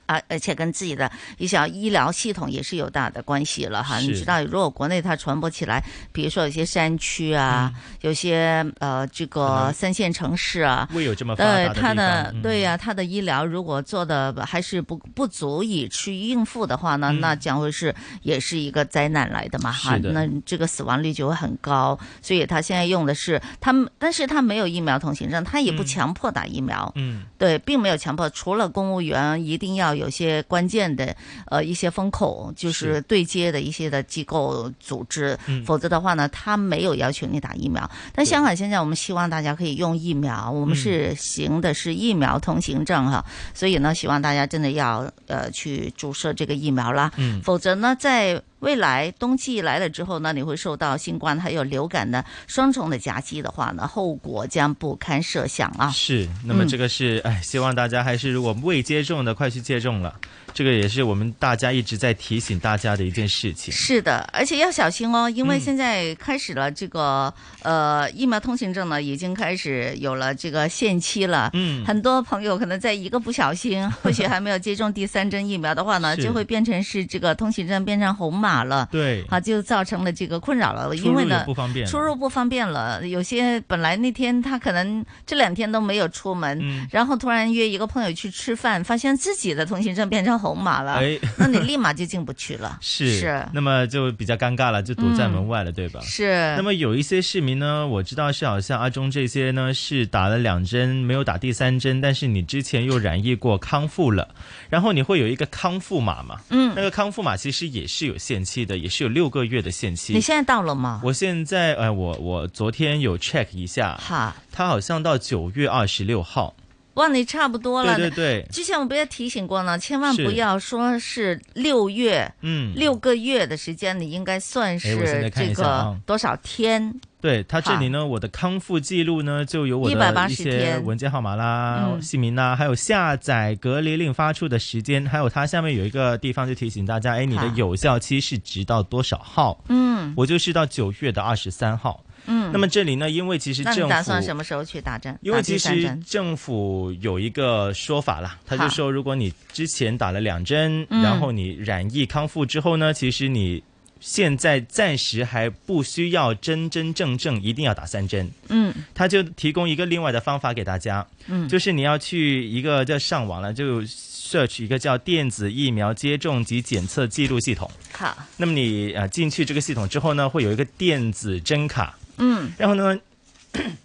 Speaker 6: 而而且跟自己的一些医疗系统也是有大的关系了哈。
Speaker 11: 是
Speaker 6: 你知道，如果国内它传播起来，比如说有些山区啊，有些呃这个三线城市啊，
Speaker 7: 未有这么发达
Speaker 6: 对
Speaker 7: 的地
Speaker 6: 它
Speaker 7: 方
Speaker 6: 的
Speaker 7: 嗯
Speaker 6: 对呀、它的医疗如果做的还是不不足以去应付的话呢，
Speaker 11: 嗯
Speaker 6: 那将会是也是一个灾难来的嘛哈。
Speaker 11: 是的
Speaker 6: 那这个死亡率就会很高，所以他现在用的是他们，但是他没有疫苗通行证，他也不
Speaker 11: 嗯
Speaker 6: 强迫打疫苗，
Speaker 7: 嗯
Speaker 6: 对，并没有强迫，除了公务员一定要有些关键的呃一些风口，就是
Speaker 11: 是
Speaker 6: 对接的一些的机构组织，
Speaker 11: 嗯
Speaker 6: 否则的话呢，他没有要求你打疫苗。但香港现在我们希望大家可以用疫苗，我们
Speaker 11: 嗯
Speaker 6: 是行的是疫苗通行证哈，所以呢，希望大家真的要呃去注射这个疫苗啦，
Speaker 11: 嗯
Speaker 6: 否则呢，在未来冬季来了之后呢，你会受到新冠还有流感的双重的夹击的话呢，后果将不堪设想啊。
Speaker 7: 是，那么
Speaker 6: 嗯
Speaker 7: 这个是，哎、希望大家还是如果未接种的，快去接种了。这个也是我们大家一直在提醒大家的一件事情。
Speaker 6: 是的，而且要小心哦，因为
Speaker 7: 嗯
Speaker 6: 现在开始了这个、呃疫苗通行证呢，已经开始有了这个限期了。
Speaker 11: 嗯
Speaker 6: 很多朋友可能在一个不小心，或许还没有接种第三针疫苗的话呢，
Speaker 11: 是
Speaker 6: 就会变成是这个通行证变成红码了。
Speaker 7: 对
Speaker 6: 啊，就造成了这个困扰了，
Speaker 11: 出入
Speaker 6: 因为呢
Speaker 11: 也不方便了
Speaker 6: 出入不方便了。有些本来那天他可能这两天都没有出门，
Speaker 11: 嗯
Speaker 6: 然后突然约一个朋友去吃饭，发现自己的通行证变成红码了，
Speaker 7: 哎
Speaker 6: 那你立马就进不去 了。
Speaker 7: 是，
Speaker 6: 是嗯
Speaker 7: 那么就比较尴尬了，就躲在门外了，对吧？
Speaker 6: 是
Speaker 7: 那么有一些市民呢，我知道是好像阿忠这些呢是打了两针，没有打第三针，但是你之前又染疫过，康复了，然后你会有一个康复码嘛？
Speaker 6: 嗯，
Speaker 7: 那个康复码其实也是有限期的，也是有六个月的限期。
Speaker 6: 你现在到了吗？
Speaker 7: 我现在，呃，我我昨天有 check 一下，
Speaker 6: 哈，
Speaker 7: 它好像到九月二十六号。
Speaker 6: 哇，你差不多了。
Speaker 7: 对对对
Speaker 6: 之前我不也提醒过呢，千万
Speaker 7: 是
Speaker 6: 不要说是六月，
Speaker 7: 嗯
Speaker 6: 六个月的时间，你应该算
Speaker 7: 哎我现在
Speaker 6: 是
Speaker 7: 看一
Speaker 6: 这
Speaker 7: 下啊
Speaker 6: 个多少天？
Speaker 7: 对它这里呢，我的康复记录呢，就有我的
Speaker 6: 180
Speaker 7: 一些
Speaker 6: 天
Speaker 7: 文件号码啦、
Speaker 6: 嗯
Speaker 7: 姓名啦，还有下载隔离令发出的时间，还有它下面有一个地方就提醒大家，哎，你的
Speaker 6: 好
Speaker 7: 有效期是直到多少号？
Speaker 6: 嗯
Speaker 7: 我就是到九月的二十三号。
Speaker 6: 嗯
Speaker 7: 那么这里呢，因为其实
Speaker 6: 那
Speaker 7: 政
Speaker 6: 你
Speaker 7: 府
Speaker 6: 打算什么时候去打针？
Speaker 7: 因为
Speaker 6: 打第
Speaker 7: 其
Speaker 6: 三
Speaker 7: 实
Speaker 6: 针
Speaker 7: 政府有一个说法啦，他就
Speaker 6: 好
Speaker 7: 说，如果你之前打了两针，
Speaker 6: 嗯
Speaker 7: 然后你染疫康复之后呢，其实你现在暂时还不需要真真正正一定要打三针。
Speaker 6: 嗯
Speaker 7: 他就提供一个另外的方法给大家，
Speaker 11: 嗯
Speaker 7: 就是你要去一个叫上网了，就 search 一个叫电子疫苗接种及检测记录系统。
Speaker 6: 好，
Speaker 7: 那么你呃进去这个系统之后呢，会有一个电子针卡，
Speaker 6: 嗯，
Speaker 7: 然后呢，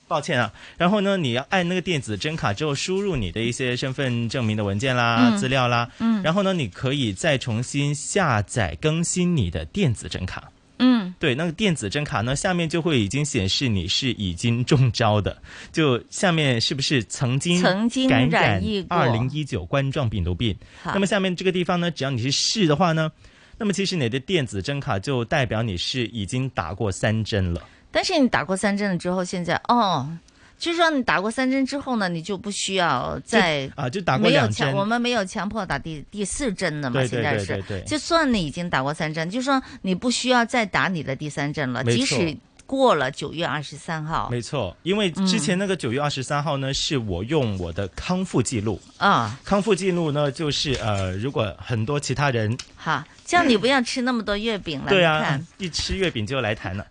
Speaker 7: 抱歉啊，然后呢，你要按那个电子针卡之后，输入你的一些身份证明的文件啦、
Speaker 11: 嗯
Speaker 7: 资料啦，
Speaker 11: 嗯
Speaker 7: 然后呢，你可以再重新下载更新你的电子针卡。
Speaker 6: 嗯
Speaker 7: 对，那个电子针卡呢，下面就会已经显示你是已经中招的，就下面是不是曾经
Speaker 6: 曾经
Speaker 7: 感染
Speaker 6: 染疫过
Speaker 7: 二零一九冠状病毒病？
Speaker 6: 好
Speaker 7: 那么下面这个地方呢，只要你是是的话呢，那么其实你的电子针卡就代表你是已经打过三针了。
Speaker 6: 但是你打过三针了之后，现在哦，就是说你打过三针之后呢，你就不需要再
Speaker 7: 就啊就打过
Speaker 6: 没有
Speaker 7: 两
Speaker 6: 强，
Speaker 7: 针
Speaker 6: 我们没有强迫打第第四针的嘛，
Speaker 7: 对对
Speaker 6: 现在
Speaker 7: 对
Speaker 6: 是
Speaker 7: 对对
Speaker 6: 就算你已经打过三针，就说你不需要再打你的第三针了，
Speaker 7: 没
Speaker 6: 即
Speaker 7: 错
Speaker 6: 使过了九月二十三 号，
Speaker 7: 没错，因为之前那个九月二十三号呢，是我用我的康复记录
Speaker 6: 啊，
Speaker 7: 康复记录呢，就是呃，如果很多其他人
Speaker 6: 哈，这样你不要吃那么多月饼了，
Speaker 7: 对
Speaker 6: 你
Speaker 7: 啊
Speaker 6: 看，
Speaker 7: 一吃月饼就来谈了。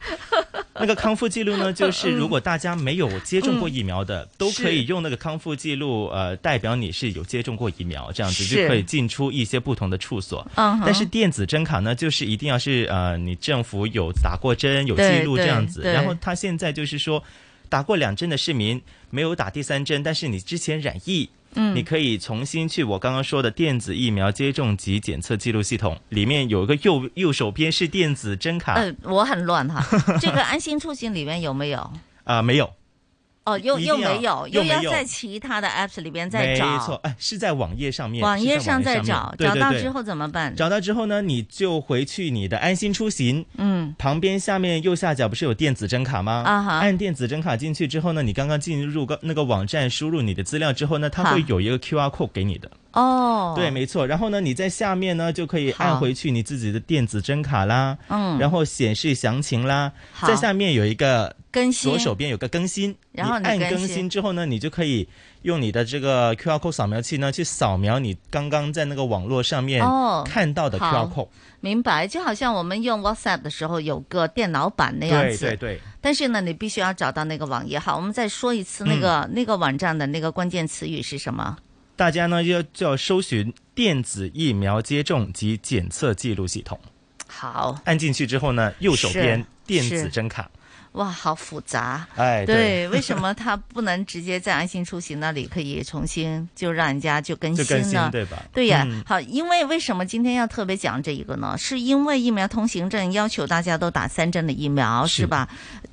Speaker 7: 那个康复记 录呢，
Speaker 6: 嗯
Speaker 7: 就是如果大家没有接种过疫苗的，都可以用那个康复记录，呃，代表你是有接种过疫苗，这样子
Speaker 6: 是
Speaker 7: 就可以进出一些不同的处所。
Speaker 6: 嗯哼
Speaker 7: 但是电子针卡呢，就是一定要是呃，你政府有打过针，有记录
Speaker 6: 对对
Speaker 7: 这样子。
Speaker 6: 对
Speaker 7: 然后他现在就是说，打过两针的市民没有打第三针，但是你之前染疫。
Speaker 6: 嗯
Speaker 7: 你可以重新去我刚刚说的电子疫苗接种及检测记录系统，里面有一个右右手边是电子针卡，
Speaker 6: 呃，我很乱哈， 这个安心出行里面有没有？
Speaker 7: 啊，没有，
Speaker 6: 哦，又
Speaker 7: 一
Speaker 6: 又
Speaker 7: 定要
Speaker 6: 没有，
Speaker 7: 又
Speaker 6: 又
Speaker 7: 没
Speaker 6: 要
Speaker 7: 有
Speaker 6: 在其他的 apps 里边再
Speaker 7: 没
Speaker 6: 找，
Speaker 7: 错，哎，是在网页上面，
Speaker 6: 网
Speaker 7: 是
Speaker 6: 页
Speaker 7: 在
Speaker 6: 上再
Speaker 7: 面
Speaker 6: 找，
Speaker 7: 对
Speaker 6: 找
Speaker 7: 对
Speaker 6: 到
Speaker 7: 对
Speaker 6: 之后怎么办？
Speaker 7: 找到之后呢，你就回去你的安心出行，
Speaker 6: 嗯，
Speaker 7: 旁边下面右下角不是有电子针卡吗？
Speaker 6: 啊哈
Speaker 7: 按电子针卡进去之后呢，你刚刚进入个那个网站，输入你的资料之后呢，它会
Speaker 6: 哈
Speaker 7: 有一个 QR code 给你的。
Speaker 6: 哦，
Speaker 7: 对，没错。然后呢，你在下面呢就可以按
Speaker 6: 好
Speaker 7: 回去你自己的电子针卡啦，
Speaker 6: 嗯
Speaker 7: 然后显示详情啦，
Speaker 6: 好
Speaker 7: 在下面有一个呃
Speaker 6: 更新
Speaker 7: 左手边有个更新，
Speaker 6: 然后你
Speaker 7: 按
Speaker 6: 更
Speaker 7: 更
Speaker 6: 新
Speaker 7: 新之后呢，你就可以用你的这个 QR code 扫描器呢去扫描你刚刚在那个网络上面
Speaker 6: 哦
Speaker 7: 看到的
Speaker 6: 好
Speaker 7: QR code，、
Speaker 6: 明白，就好像我们用 WhatsApp 的时候有个电脑版那样
Speaker 7: 对
Speaker 6: 子。
Speaker 7: 对对。
Speaker 6: 但是呢，你必须要找到那个网页。好，我们再说一次那
Speaker 7: 嗯
Speaker 6: 个、那个网站的那个关键词语是什么？
Speaker 7: 大家呢要就要搜寻电子疫苗接种及检测记录系统。
Speaker 6: 好，
Speaker 7: 按进去之后呢，右手
Speaker 6: 是
Speaker 7: 边电
Speaker 6: 是
Speaker 7: 子针卡。
Speaker 6: 哇，好复杂。
Speaker 7: 哎，
Speaker 6: 对，为什么它不能直接在安心出行那里可以重新就让人家就更
Speaker 7: 就
Speaker 6: 新
Speaker 7: 更
Speaker 6: 呢？
Speaker 7: 新对吧
Speaker 6: 对呀、
Speaker 7: 嗯
Speaker 6: 好，因为为什么今天要特别讲这一个呢？是因为疫苗通行证要求大家都打三针的疫苗，是吧？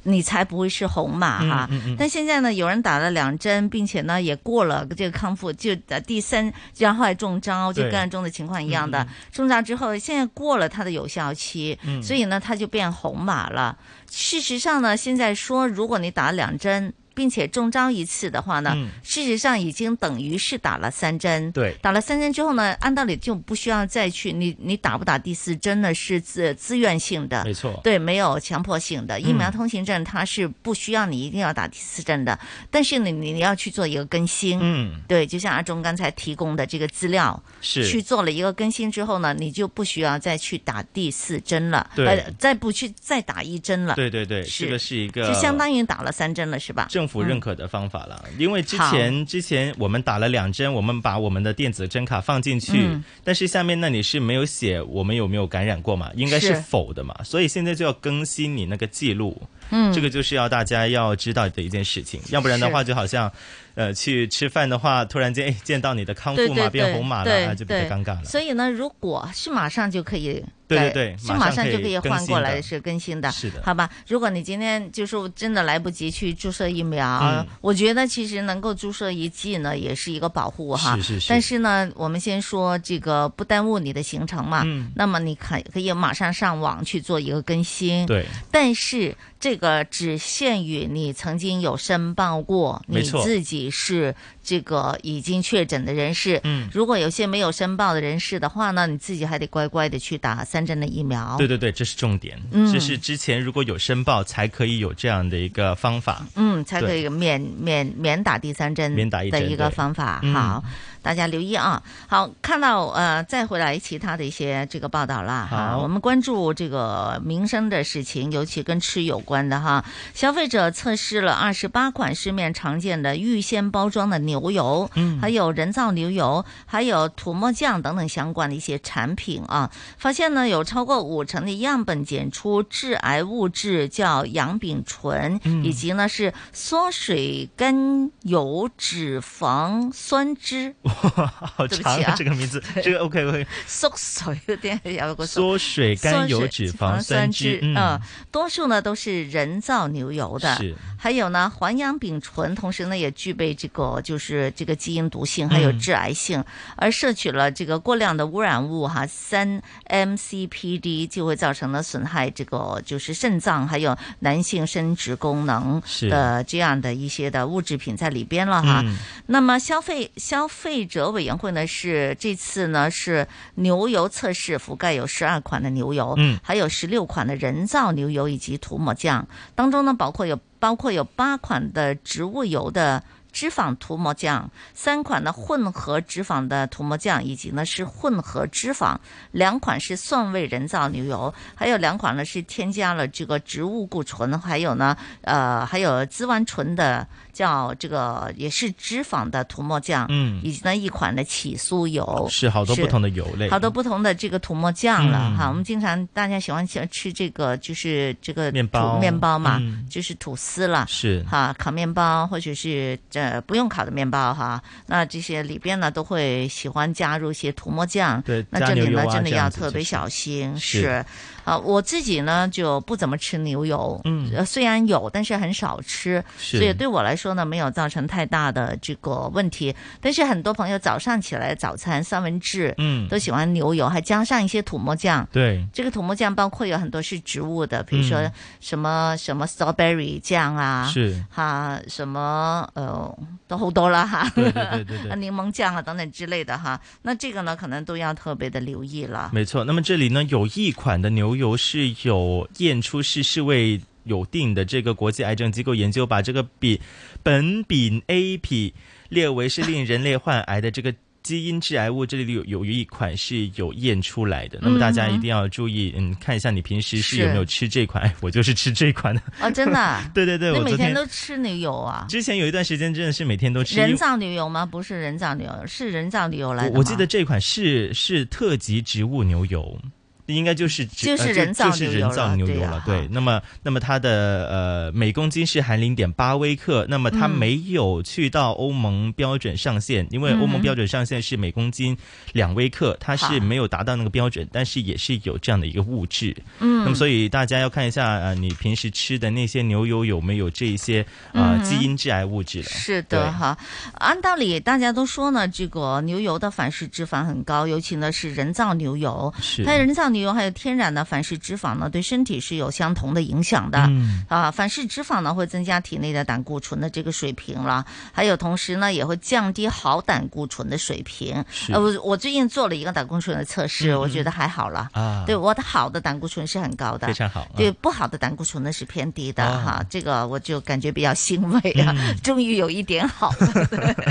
Speaker 6: 你才不会是红码哈。
Speaker 10: 嗯嗯嗯
Speaker 6: 但现在呢，有人打了两针，并且呢也过了这个康复，就呃第三，然后还中招，就
Speaker 10: 对
Speaker 6: 跟案中的情况一样
Speaker 10: 嗯
Speaker 6: 的
Speaker 10: 嗯。
Speaker 6: 中招之后，现在过了它的有效期，
Speaker 10: 嗯
Speaker 6: 所以呢，它就变红码了。事实上呢，现在说，如果你打了两针，并且中招一次的话呢，
Speaker 10: 嗯
Speaker 6: 事实上已经等于是打了三针。
Speaker 10: 对
Speaker 6: 打了三针之后呢，按道理就不需要再去你你打不打第四针呢？是自自愿性的，
Speaker 10: 没错
Speaker 6: 对，没有强迫性的。疫
Speaker 7: 嗯
Speaker 6: 苗通行证它是不需要你一定要打第四针的，但是呢，你你要去做一个更新。
Speaker 10: 嗯
Speaker 6: 对，就像阿忠刚才提供的这个资料，
Speaker 10: 是
Speaker 6: 去做了一个更新之后呢，你就不需要再去打第四针了，
Speaker 7: 对
Speaker 6: 呃，再不去再打一针了。
Speaker 7: 对对对，
Speaker 6: 是
Speaker 7: 这个是一个
Speaker 6: 就相当于打了三针了，是吧？嗯
Speaker 7: 政府认可的方法了。因为之前之前我们打了两针，我们把我们的电子针卡放进去，
Speaker 6: 嗯
Speaker 7: 但是下面那里是没有写我们有没有感染过嘛，应该
Speaker 6: 是
Speaker 7: 是否的嘛，所以现在就要更新你那个记录。
Speaker 6: 嗯
Speaker 7: 这个就是要大家要知道的一件事情，要不然的话就好像，呃，去吃饭的话，突然间哎见到你的康
Speaker 6: 对
Speaker 7: 复
Speaker 6: 对对，
Speaker 7: 码变红码了，
Speaker 6: 对
Speaker 7: 啊，就比较
Speaker 6: 对
Speaker 7: 尴尬了。
Speaker 6: 所以呢，如果是马上就可以
Speaker 7: 对
Speaker 6: 改。
Speaker 7: 对对
Speaker 6: 是
Speaker 7: 马
Speaker 6: 马
Speaker 7: 上
Speaker 6: 上
Speaker 7: 可以
Speaker 6: 就可以
Speaker 7: 更
Speaker 6: 换过
Speaker 7: 新
Speaker 6: 来
Speaker 7: 的
Speaker 6: 是更新的，
Speaker 7: 是的
Speaker 6: 好吧？如果你今天就是真的来不及去注射疫苗，
Speaker 10: 嗯
Speaker 6: 我觉得其实能够注射一剂呢，也是一个保护哈。
Speaker 10: 是是是
Speaker 6: 但是呢，我们先说这个不耽误你的行程嘛，
Speaker 10: 嗯
Speaker 6: 那么你可可以马上上网去做一个更新，
Speaker 10: 对。
Speaker 6: 但是这个只限于你曾经有申报过，
Speaker 10: 没
Speaker 6: 你
Speaker 10: 错
Speaker 6: 自己是这个已经确诊的人士。
Speaker 7: 嗯
Speaker 6: 如果有些没有申报的人士的话呢，你自己还得乖乖的去打三针的疫苗。
Speaker 7: 对对对，这是重点，
Speaker 6: 嗯
Speaker 7: 这是之前如果有申报才可以有这样的一个方法。
Speaker 6: 嗯，才可
Speaker 7: 对
Speaker 6: 以免免免打第三针
Speaker 7: 免打一
Speaker 6: 的
Speaker 7: 针
Speaker 6: 一个
Speaker 7: 对
Speaker 6: 方法。
Speaker 7: 嗯
Speaker 6: 好，大家留意啊。好，看到呃，再回来其他的一些这个报道啦。哈，
Speaker 10: 好
Speaker 6: 我们关注这个民生的事情，尤其跟吃有关的哈。消费者测试了二十八款市面常见的预先包装的牛油，
Speaker 10: 嗯
Speaker 6: 还有人造牛油，还有涂抹酱等等相关的一些产品啊，发现呢有超过五成的样本检出致癌物质叫氧丙醇，
Speaker 10: 嗯
Speaker 6: 以及呢是缩水甘油脂肪酸酯。
Speaker 7: 好
Speaker 6: 对不
Speaker 7: 哦长
Speaker 6: 起啊
Speaker 7: 这个名字
Speaker 6: 对，
Speaker 7: 这个 OK OK。
Speaker 6: 缩水有点有个
Speaker 7: 缩水甘油脂肪酸酯嗯
Speaker 6: 嗯，多数呢都是人造牛油的，
Speaker 7: 是
Speaker 6: 还有呢环氧丙醇，同时呢也具备这个就是就是这个基因毒
Speaker 7: 嗯
Speaker 6: 性，还有致癌性。而摄取了这个过量的污染物哈，三 MCPD 就会造成了损害，这个就是肾脏还有男性生殖功能
Speaker 4: 是
Speaker 6: 的这样的一些的物质品在里边了哈。
Speaker 4: 嗯
Speaker 6: 那么消费消费者委员会呢是这次呢是牛油测试覆盖有十二款的牛油，
Speaker 4: 嗯
Speaker 6: 还有十六款的人造牛油以及涂抹酱，当中呢包括有包括有八款的植物油的。脂肪涂抹酱，三款呢混合脂肪的涂抹酱，以及呢是混合脂肪，两款是蒜味人造牛油，还有两款呢是添加了这个植物固醇，还有呢呃还有孜烷醇的叫这个也是脂肪的涂抹酱，
Speaker 7: 嗯
Speaker 6: 以及呢一款的起酥油，
Speaker 7: 是好多不同的油类
Speaker 6: 好多不同的这个涂抹酱了
Speaker 7: 嗯
Speaker 6: 哈。我们经常大家喜欢喜欢吃这个就是这个
Speaker 7: 面包
Speaker 6: 吐面包嘛，
Speaker 7: 嗯
Speaker 6: 就是吐司了，
Speaker 7: 是
Speaker 6: 哈，烤面包或者是这不用烤的面包哈，那这些里边呢都会喜欢加入一些涂抹酱，
Speaker 7: 对
Speaker 6: 那
Speaker 7: 加
Speaker 6: 这里
Speaker 7: 牛油
Speaker 6: 呢
Speaker 7: 啊
Speaker 6: 真的
Speaker 7: 这
Speaker 6: 要
Speaker 7: 样子
Speaker 6: 特别
Speaker 7: 就是
Speaker 6: 小心，
Speaker 7: 是
Speaker 6: 啊，我自己呢就不怎么吃牛油，
Speaker 7: 嗯
Speaker 6: 呃虽然有，但是很少吃，
Speaker 7: 是
Speaker 6: 所以对我来说呢没有造成太大的这个问题。但是很多朋友早上起来早餐三文治，
Speaker 7: 嗯
Speaker 6: 都喜欢牛油，还加上一些涂抹酱，
Speaker 7: 对，
Speaker 6: 这个涂抹酱包括有很多是植物的，比如说
Speaker 7: 嗯
Speaker 6: 什么、什么 strawberry 酱啊，
Speaker 7: 是
Speaker 6: 哈什么呃都好多啦哈，
Speaker 7: 对对对对对
Speaker 6: 柠檬酱啊等等之类的哈。那这个呢，可能都要特别的留意了。
Speaker 7: 没错，那么这里呢有一款的牛油是有验出是世卫有定的这个国际癌症机构研究，把这个比苯丙 A 匹列为是令人类患癌的这个。基因致癌物这里有有一款是有验出来的，那么大家
Speaker 6: 嗯
Speaker 7: 一定要注意，嗯，看一下你平时是有
Speaker 6: 是
Speaker 7: 没有吃这款。哎，我就是吃这款的。
Speaker 6: 哦，真的啊、
Speaker 7: 对对对，
Speaker 6: 你
Speaker 7: 我
Speaker 6: 每
Speaker 7: 昨
Speaker 6: 天
Speaker 7: 天
Speaker 6: 都吃牛油啊？
Speaker 7: 之前有一段时间真的是每天都吃。因为
Speaker 6: 人造牛油吗？不是人造牛油，是人造牛油来的
Speaker 7: 我我记
Speaker 6: 吗
Speaker 7: 得这款是是特级植物牛油。应该就是植
Speaker 6: 就是
Speaker 7: 呃
Speaker 6: 人造
Speaker 7: 就是
Speaker 6: 牛油
Speaker 7: 人造
Speaker 6: 了
Speaker 7: 牛
Speaker 6: 对啊
Speaker 7: 油
Speaker 6: 呀
Speaker 7: 了，对。那么，那么它的呃每公斤是含零点八微克，那么它
Speaker 6: 嗯
Speaker 7: 没有去到欧盟标准上限，因为
Speaker 6: 嗯
Speaker 7: 欧盟
Speaker 6: 哼
Speaker 7: 标准上限是每公斤两微克，它
Speaker 6: 好
Speaker 7: 是没有达到那个标准，但是也是有这样的一个物质。
Speaker 6: 嗯
Speaker 7: 那么所以大家要看一下呃你平时吃的那些牛油有没有这一些呃
Speaker 6: 嗯哼
Speaker 7: 基因致癌物质了？
Speaker 6: 是
Speaker 7: 对
Speaker 6: 的哈，按道理大家都说呢，这个牛油的反式脂肪很高，尤其呢是人造牛油。
Speaker 4: 是
Speaker 6: 它人造牛油还有天然的反式脂肪呢，对身体是有相同的影响的。
Speaker 4: 嗯
Speaker 6: 啊，反式脂肪呢会增加体内的胆固醇的这个水平了，还有同时呢也会降低好胆固醇的水平。
Speaker 4: 是
Speaker 6: 呃，我我最近做了一个胆固醇的测试，
Speaker 4: 嗯
Speaker 6: 我觉
Speaker 4: 嗯
Speaker 6: 得还好了。
Speaker 4: 啊
Speaker 6: 对我的好的胆固醇是很高的，
Speaker 4: 非常好
Speaker 6: 对
Speaker 4: 嗯
Speaker 6: 不好的胆固醇呢是偏低的
Speaker 4: 哦
Speaker 6: 哈，这个我就感觉比较欣慰啊，
Speaker 4: 嗯
Speaker 6: 终于有一点好 了。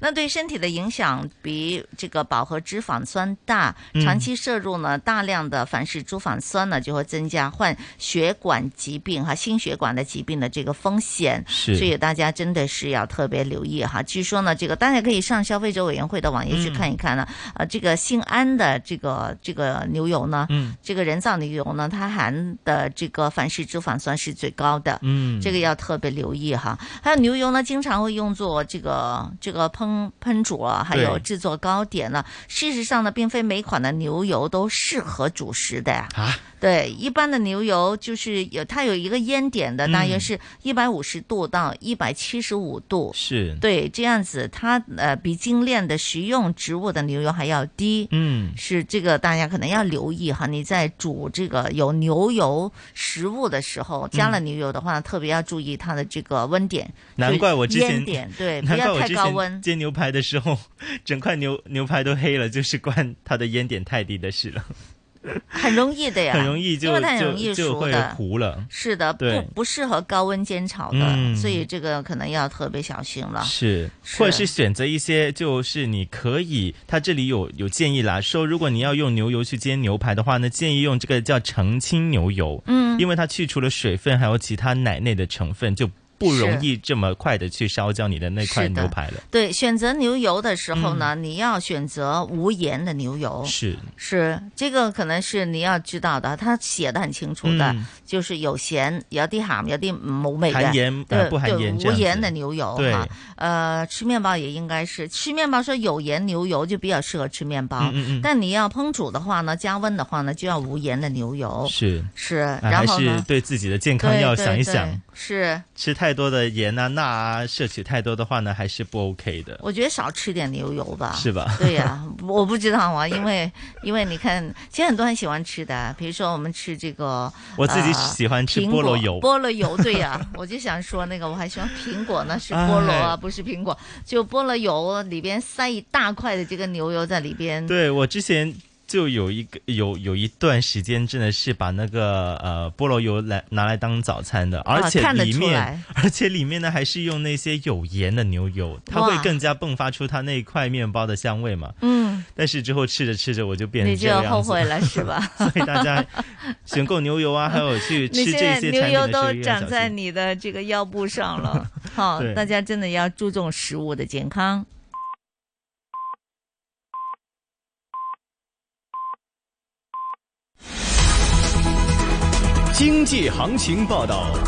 Speaker 6: 那对身体的影响比这个饱和脂肪酸大，
Speaker 4: 嗯
Speaker 6: 长期摄入呢大量的反式脂肪酸呢，就会增加患血管疾病哈、心血管的疾病的这个风险。
Speaker 4: 是
Speaker 6: 所以大家真的是要特别留意哈。据说呢，这个大家可以上消费者委员会的网页去
Speaker 4: 嗯
Speaker 6: 看一看呢。呃，这个姓安的这个这个牛油呢，
Speaker 4: 嗯
Speaker 6: 这个人造牛油呢，它含的这个反式脂肪酸是最高的。
Speaker 4: 嗯
Speaker 6: 这个要特别留意哈。还有牛油呢，经常会用作这个这个烹烹煮啊，还有
Speaker 4: 对
Speaker 6: 制作糕点呢。事实上呢，并非每款的牛油都适合主食的呀。
Speaker 7: 啊，
Speaker 6: 对，一般的牛油就是有它有一个烟点的，大约
Speaker 7: 嗯
Speaker 6: 是一百五十度到一百七十五度。
Speaker 7: 是，
Speaker 6: 对，这样子它呃比精炼的食用植物的牛油还要低。
Speaker 7: 嗯
Speaker 6: 是这个大家可能要留意哈。你在煮这个有牛油食物的时候，加了牛油的话，特别要注意它的这个温点。
Speaker 7: 难怪我之
Speaker 6: 就是
Speaker 7: 前
Speaker 6: 烟点 对，不
Speaker 7: 难怪
Speaker 6: 要
Speaker 7: 我
Speaker 6: 太
Speaker 7: 之
Speaker 6: 高
Speaker 7: 前
Speaker 6: 温。
Speaker 7: 煎牛排的时候，整块牛牛排都黑了，就是关它的烟点太低的事了，
Speaker 6: 很容易的呀，
Speaker 7: 很容易就
Speaker 6: 因为它很容易
Speaker 7: 就就
Speaker 6: 熟
Speaker 7: 会
Speaker 6: 的。
Speaker 7: 糊了。
Speaker 6: 是的，不
Speaker 7: 对
Speaker 6: 不适合高温煎炒的，
Speaker 7: 嗯
Speaker 6: 所以这个可能要特别小心了。
Speaker 7: 是，
Speaker 6: 是啊
Speaker 7: 或者是选择一些，就是你可以，它这里有有建议啦，说如果你要用牛油去煎牛排的话呢，建议用这个叫澄清牛油，
Speaker 4: 嗯
Speaker 7: 因为它去除了水分，还有其他奶类的成分，就不容
Speaker 6: 是
Speaker 7: 易这么快的去烧焦你的那块
Speaker 6: 是的
Speaker 7: 牛排了。嗯
Speaker 6: 对，选择牛油的时候呢，你要选择无盐的牛油。
Speaker 7: 是，
Speaker 6: 是，这个可能是你要知道的，它写的很清楚的，
Speaker 7: 嗯
Speaker 6: 就是有咸，有啲鹹，有嗯啲冇味嘅，
Speaker 7: 含鹽
Speaker 6: 對
Speaker 7: 呃不含
Speaker 6: 對
Speaker 7: 鹽這
Speaker 6: 無
Speaker 7: 樣
Speaker 6: 鹽
Speaker 7: 子
Speaker 6: 的牛油
Speaker 7: 對
Speaker 6: 哈。呃，吃面包也应该是吃面包，说有盐牛油就比较适合吃面包，
Speaker 7: 嗯嗯嗯
Speaker 6: 但你要烹煮的话呢，加温的话呢，就要无盐的牛油。
Speaker 7: 是
Speaker 6: 是，
Speaker 7: 啊还
Speaker 6: 哦然后
Speaker 7: 是
Speaker 6: 呢？
Speaker 7: 对自己的健康
Speaker 6: 对
Speaker 7: 要
Speaker 6: 对
Speaker 7: 想一
Speaker 6: 对
Speaker 7: 想。
Speaker 6: 是
Speaker 7: 吃太
Speaker 11: 太多的盐啊、钠啊，摄取太多的话呢，还是不 OK 的。
Speaker 6: 我觉得少吃点牛油吧，
Speaker 11: 是吧
Speaker 6: 啊对呀、我不知道啊，因为因为你看，其实很多人喜欢吃的，啊比如说我们吃这个，
Speaker 11: 我自己
Speaker 6: 呃
Speaker 11: 喜欢吃
Speaker 6: 苹果
Speaker 11: 菠萝油
Speaker 6: 菠萝油对 呀、我就想说那个，我还喜欢苹果呢，是菠萝啊，
Speaker 11: 哎
Speaker 6: 不是苹果，就菠萝油里边塞一大块的这个牛油在里边，
Speaker 11: 对我之前就有一个有有一段时间，真的是把那个呃菠萝油来拿来当早餐的，而且
Speaker 6: 啊看得
Speaker 11: 里
Speaker 6: 出
Speaker 11: 面、
Speaker 6: 来
Speaker 11: 而且里面呢还是用那些有盐的牛油，它
Speaker 6: 哇
Speaker 11: 会更加迸发出它那块面包的香味嘛。
Speaker 6: 嗯，
Speaker 11: 但是之后吃着吃着我就变
Speaker 6: 你
Speaker 11: 成这个
Speaker 6: 就
Speaker 11: 样子，
Speaker 6: 后悔了是吧？
Speaker 11: 所以 大家选购牛油啊，还有 去
Speaker 6: 你
Speaker 11: 吃
Speaker 6: 现
Speaker 11: 这
Speaker 6: 在
Speaker 11: 些
Speaker 6: 牛
Speaker 11: 产
Speaker 6: 油
Speaker 11: 品的
Speaker 6: 都
Speaker 11: 时候，
Speaker 6: 长在你的这个腰部上 了，好
Speaker 11: 对，
Speaker 6: 大家真的要注重食物的健康。
Speaker 16: 经济行情报道。
Speaker 17: 上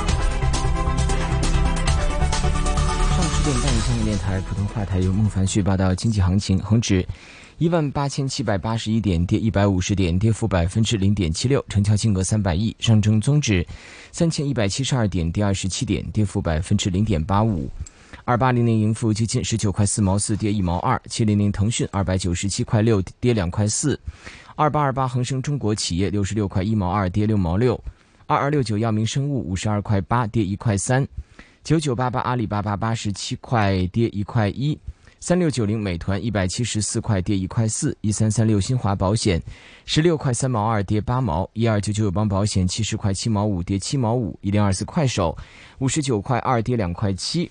Speaker 17: 午十点半，香港电台普通话台由孟凡旭报道经济行情。恒指一万八千七百八十一点，跌一百五十点，跌幅百分之零点七六，成交金额三百亿。上证综指三千一百七十二点，跌二十七点，跌幅百分之零点八五。二八零零盈富基金十九块四毛四跌一毛二，七零零腾讯二百九十七块六跌两块四，二八二八恒生中国企业六十六块一毛二跌六毛六，二二六九药明生物五十二块八跌一块三，九九八八阿里巴巴八十七块跌一块一。三六九零美团一百七十四块跌一块四，一三三六新华保险十六块三毛二跌八毛，一二九九友邦保险七十块七毛五跌七毛五，一零二四快手五十九块二跌两块七，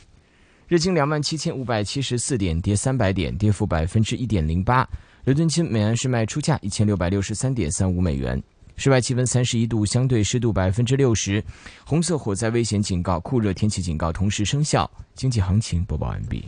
Speaker 17: 日经两万七千五百七十四点，跌三百点，跌幅百分之一点零八。伦敦金每安士卖出价一千六百六十三点三五美元。室外气温三十一度，相对湿度百分之六十，红色火灾危险警告、酷热天气警告同时生效。经济行情播报完毕。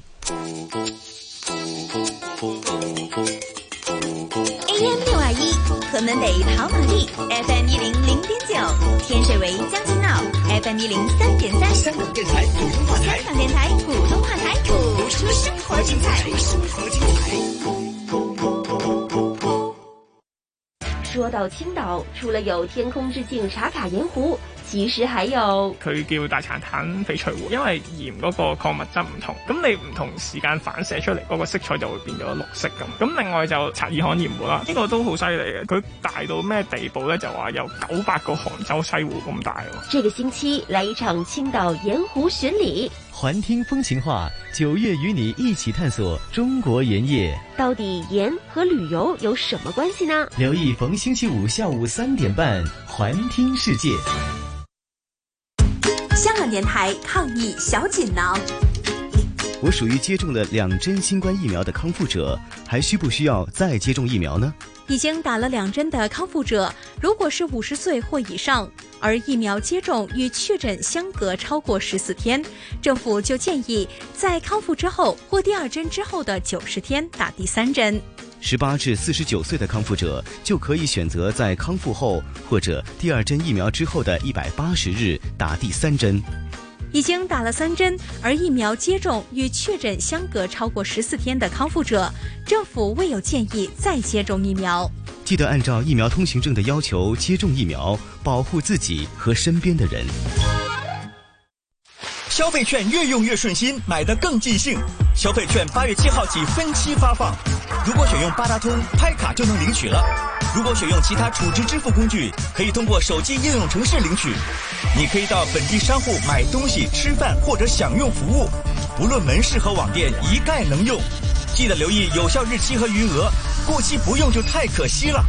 Speaker 1: AM 六二一，河门北跑马地，FM 一零零点九，天水围将军澳，FM 一零三点三。香港电台普通话台，香港电台普通话台，播出生活精彩，生活精彩。
Speaker 4: 说到青岛，除了有天空之镜茶卡盐湖，其实还有
Speaker 5: 佢叫大茶坦翡翠湖，因為鹽嗰個礦物質唔同，咁你唔同時間反射出嚟嗰個色彩就會變咗綠色咁。咁另外就察爾汗鹽湖啦，呢、個都好犀利嘅，佢大到咩地步咧？就話有九百個杭州西湖咁大喎。
Speaker 4: 这个星期来一场青岛盐湖巡礼，
Speaker 16: 环听风情话，九月与你一起探索中国盐业。
Speaker 4: 到底盐和旅游有什么关系呢？
Speaker 16: 留意逢星期五下午三点半，环听世界。
Speaker 1: 香港电台抗疫小锦囊，
Speaker 3: 我属于接种了两针新冠疫苗的康复者，还需不需要再接种疫苗呢？
Speaker 15: 已经打了两针的康复者，如果是五十岁或以上，而疫苗接种与确诊相隔超过十四天，政府就建议在康复之后或第二针之后的九十天打第三针。
Speaker 3: 十八至四十九岁的康复者就可以选择在康复后或者第二针疫苗之后的一百八十日打第三针。
Speaker 15: 已经打了三针，而疫苗接种与确诊相隔超过十四天的康复者，政府未有建议再接种疫苗。
Speaker 3: 记得按照疫苗通行证的要求接种疫苗，保护自己和身边的人。
Speaker 14: 消费券越用越顺心，买得更尽兴。消费券八月七号起分期发放，如果选用八达通拍卡就能领取了；如果选用其他储值支付工具，可以通过手机应用程式领取。你可以到本地商户买东西、吃饭或者享用服务，无论门市和网店一概能用。记得留意有效日期和余额，过期不用就太可惜了。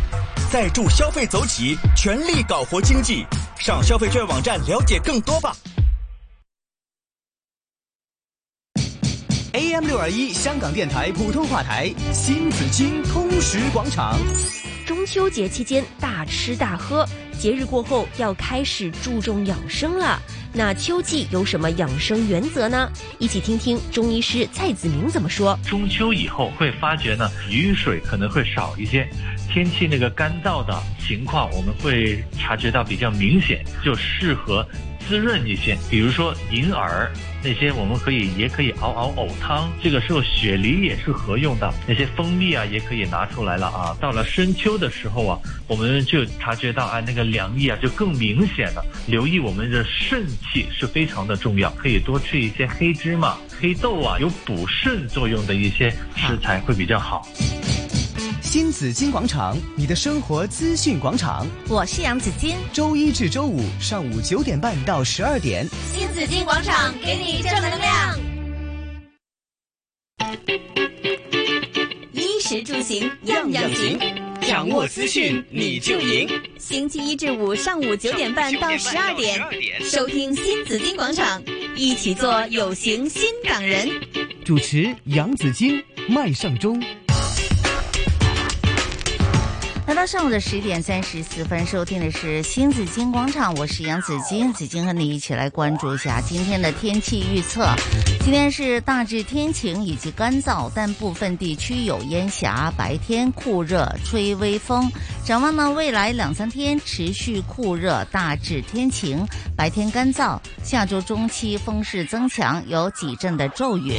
Speaker 14: 再助消费走起，全力搞活经济。上消费券网站了解更多吧。
Speaker 16: AM 六二一香港电台普通话台新紫金通识广场。
Speaker 4: 中秋节期间大吃大喝，节日过后要开始注重养生了。那秋季有什么养生原则呢？一起听听中医师蔡子明怎么说。
Speaker 18: 中秋以后会发觉呢，雨水可能会少一些，天气那个干燥的情况，我们会察觉到比较明显，就适合滋润一些，比如说银耳那些，我们可以也可以熬熬藕汤。这个时候雪梨也是合用的，那些蜂蜜啊也可以拿出来了啊。到了深秋的时候啊，我们就察觉到啊那个凉意啊就更明显了。留意我们的肾气是非常的重要，可以多吃一些黑芝麻、黑豆啊，有补肾作用的一些食材会比较好。
Speaker 16: 新紫金广场，你的生活资讯广场，
Speaker 19: 我是杨紫金。
Speaker 16: 周一至周五上午九点半到十二点，
Speaker 19: 新紫金广场给你正能量，
Speaker 1: 衣食住行样样行，
Speaker 20: 掌握资讯你就赢。
Speaker 1: 星期一至五上午九点半到十二点，收听新紫金广场，一起做有型新港人。
Speaker 16: 主持杨紫金，麦上中。
Speaker 6: 来到上午的十点三十四分，收听的是新紫金广场，我是杨紫金，紫金和你一起来关注一下今天的天气预测。今天是大致天晴以及干燥，但部分地区有烟霞，白天酷热，吹微风。展望呢，未来两三天持续酷热，大致天晴，白天干燥。下周中期风势增强，有几阵的骤雨。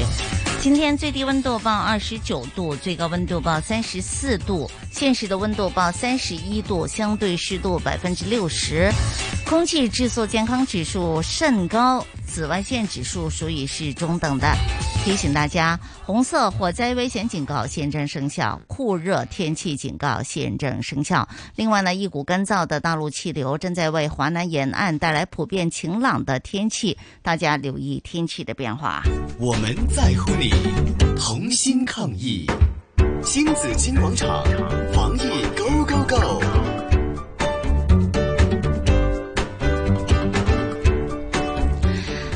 Speaker 6: 今天最低温度报二十九度，最高温度报三十四度，现实的温度报三十一度，相对湿度百分之六十，空气质素健康指数甚高，紫外线指数属于是中等的。提醒大家，红色火灾危险警告现正生效，酷热天气警告现正生效。另外呢，一股干燥的大陆气流正在为华南沿岸带来普遍晴朗的天气，大家留意天气的变化。
Speaker 16: 我们在乎你，同心抗疫。新紫金广场，防疫 Go Go Go。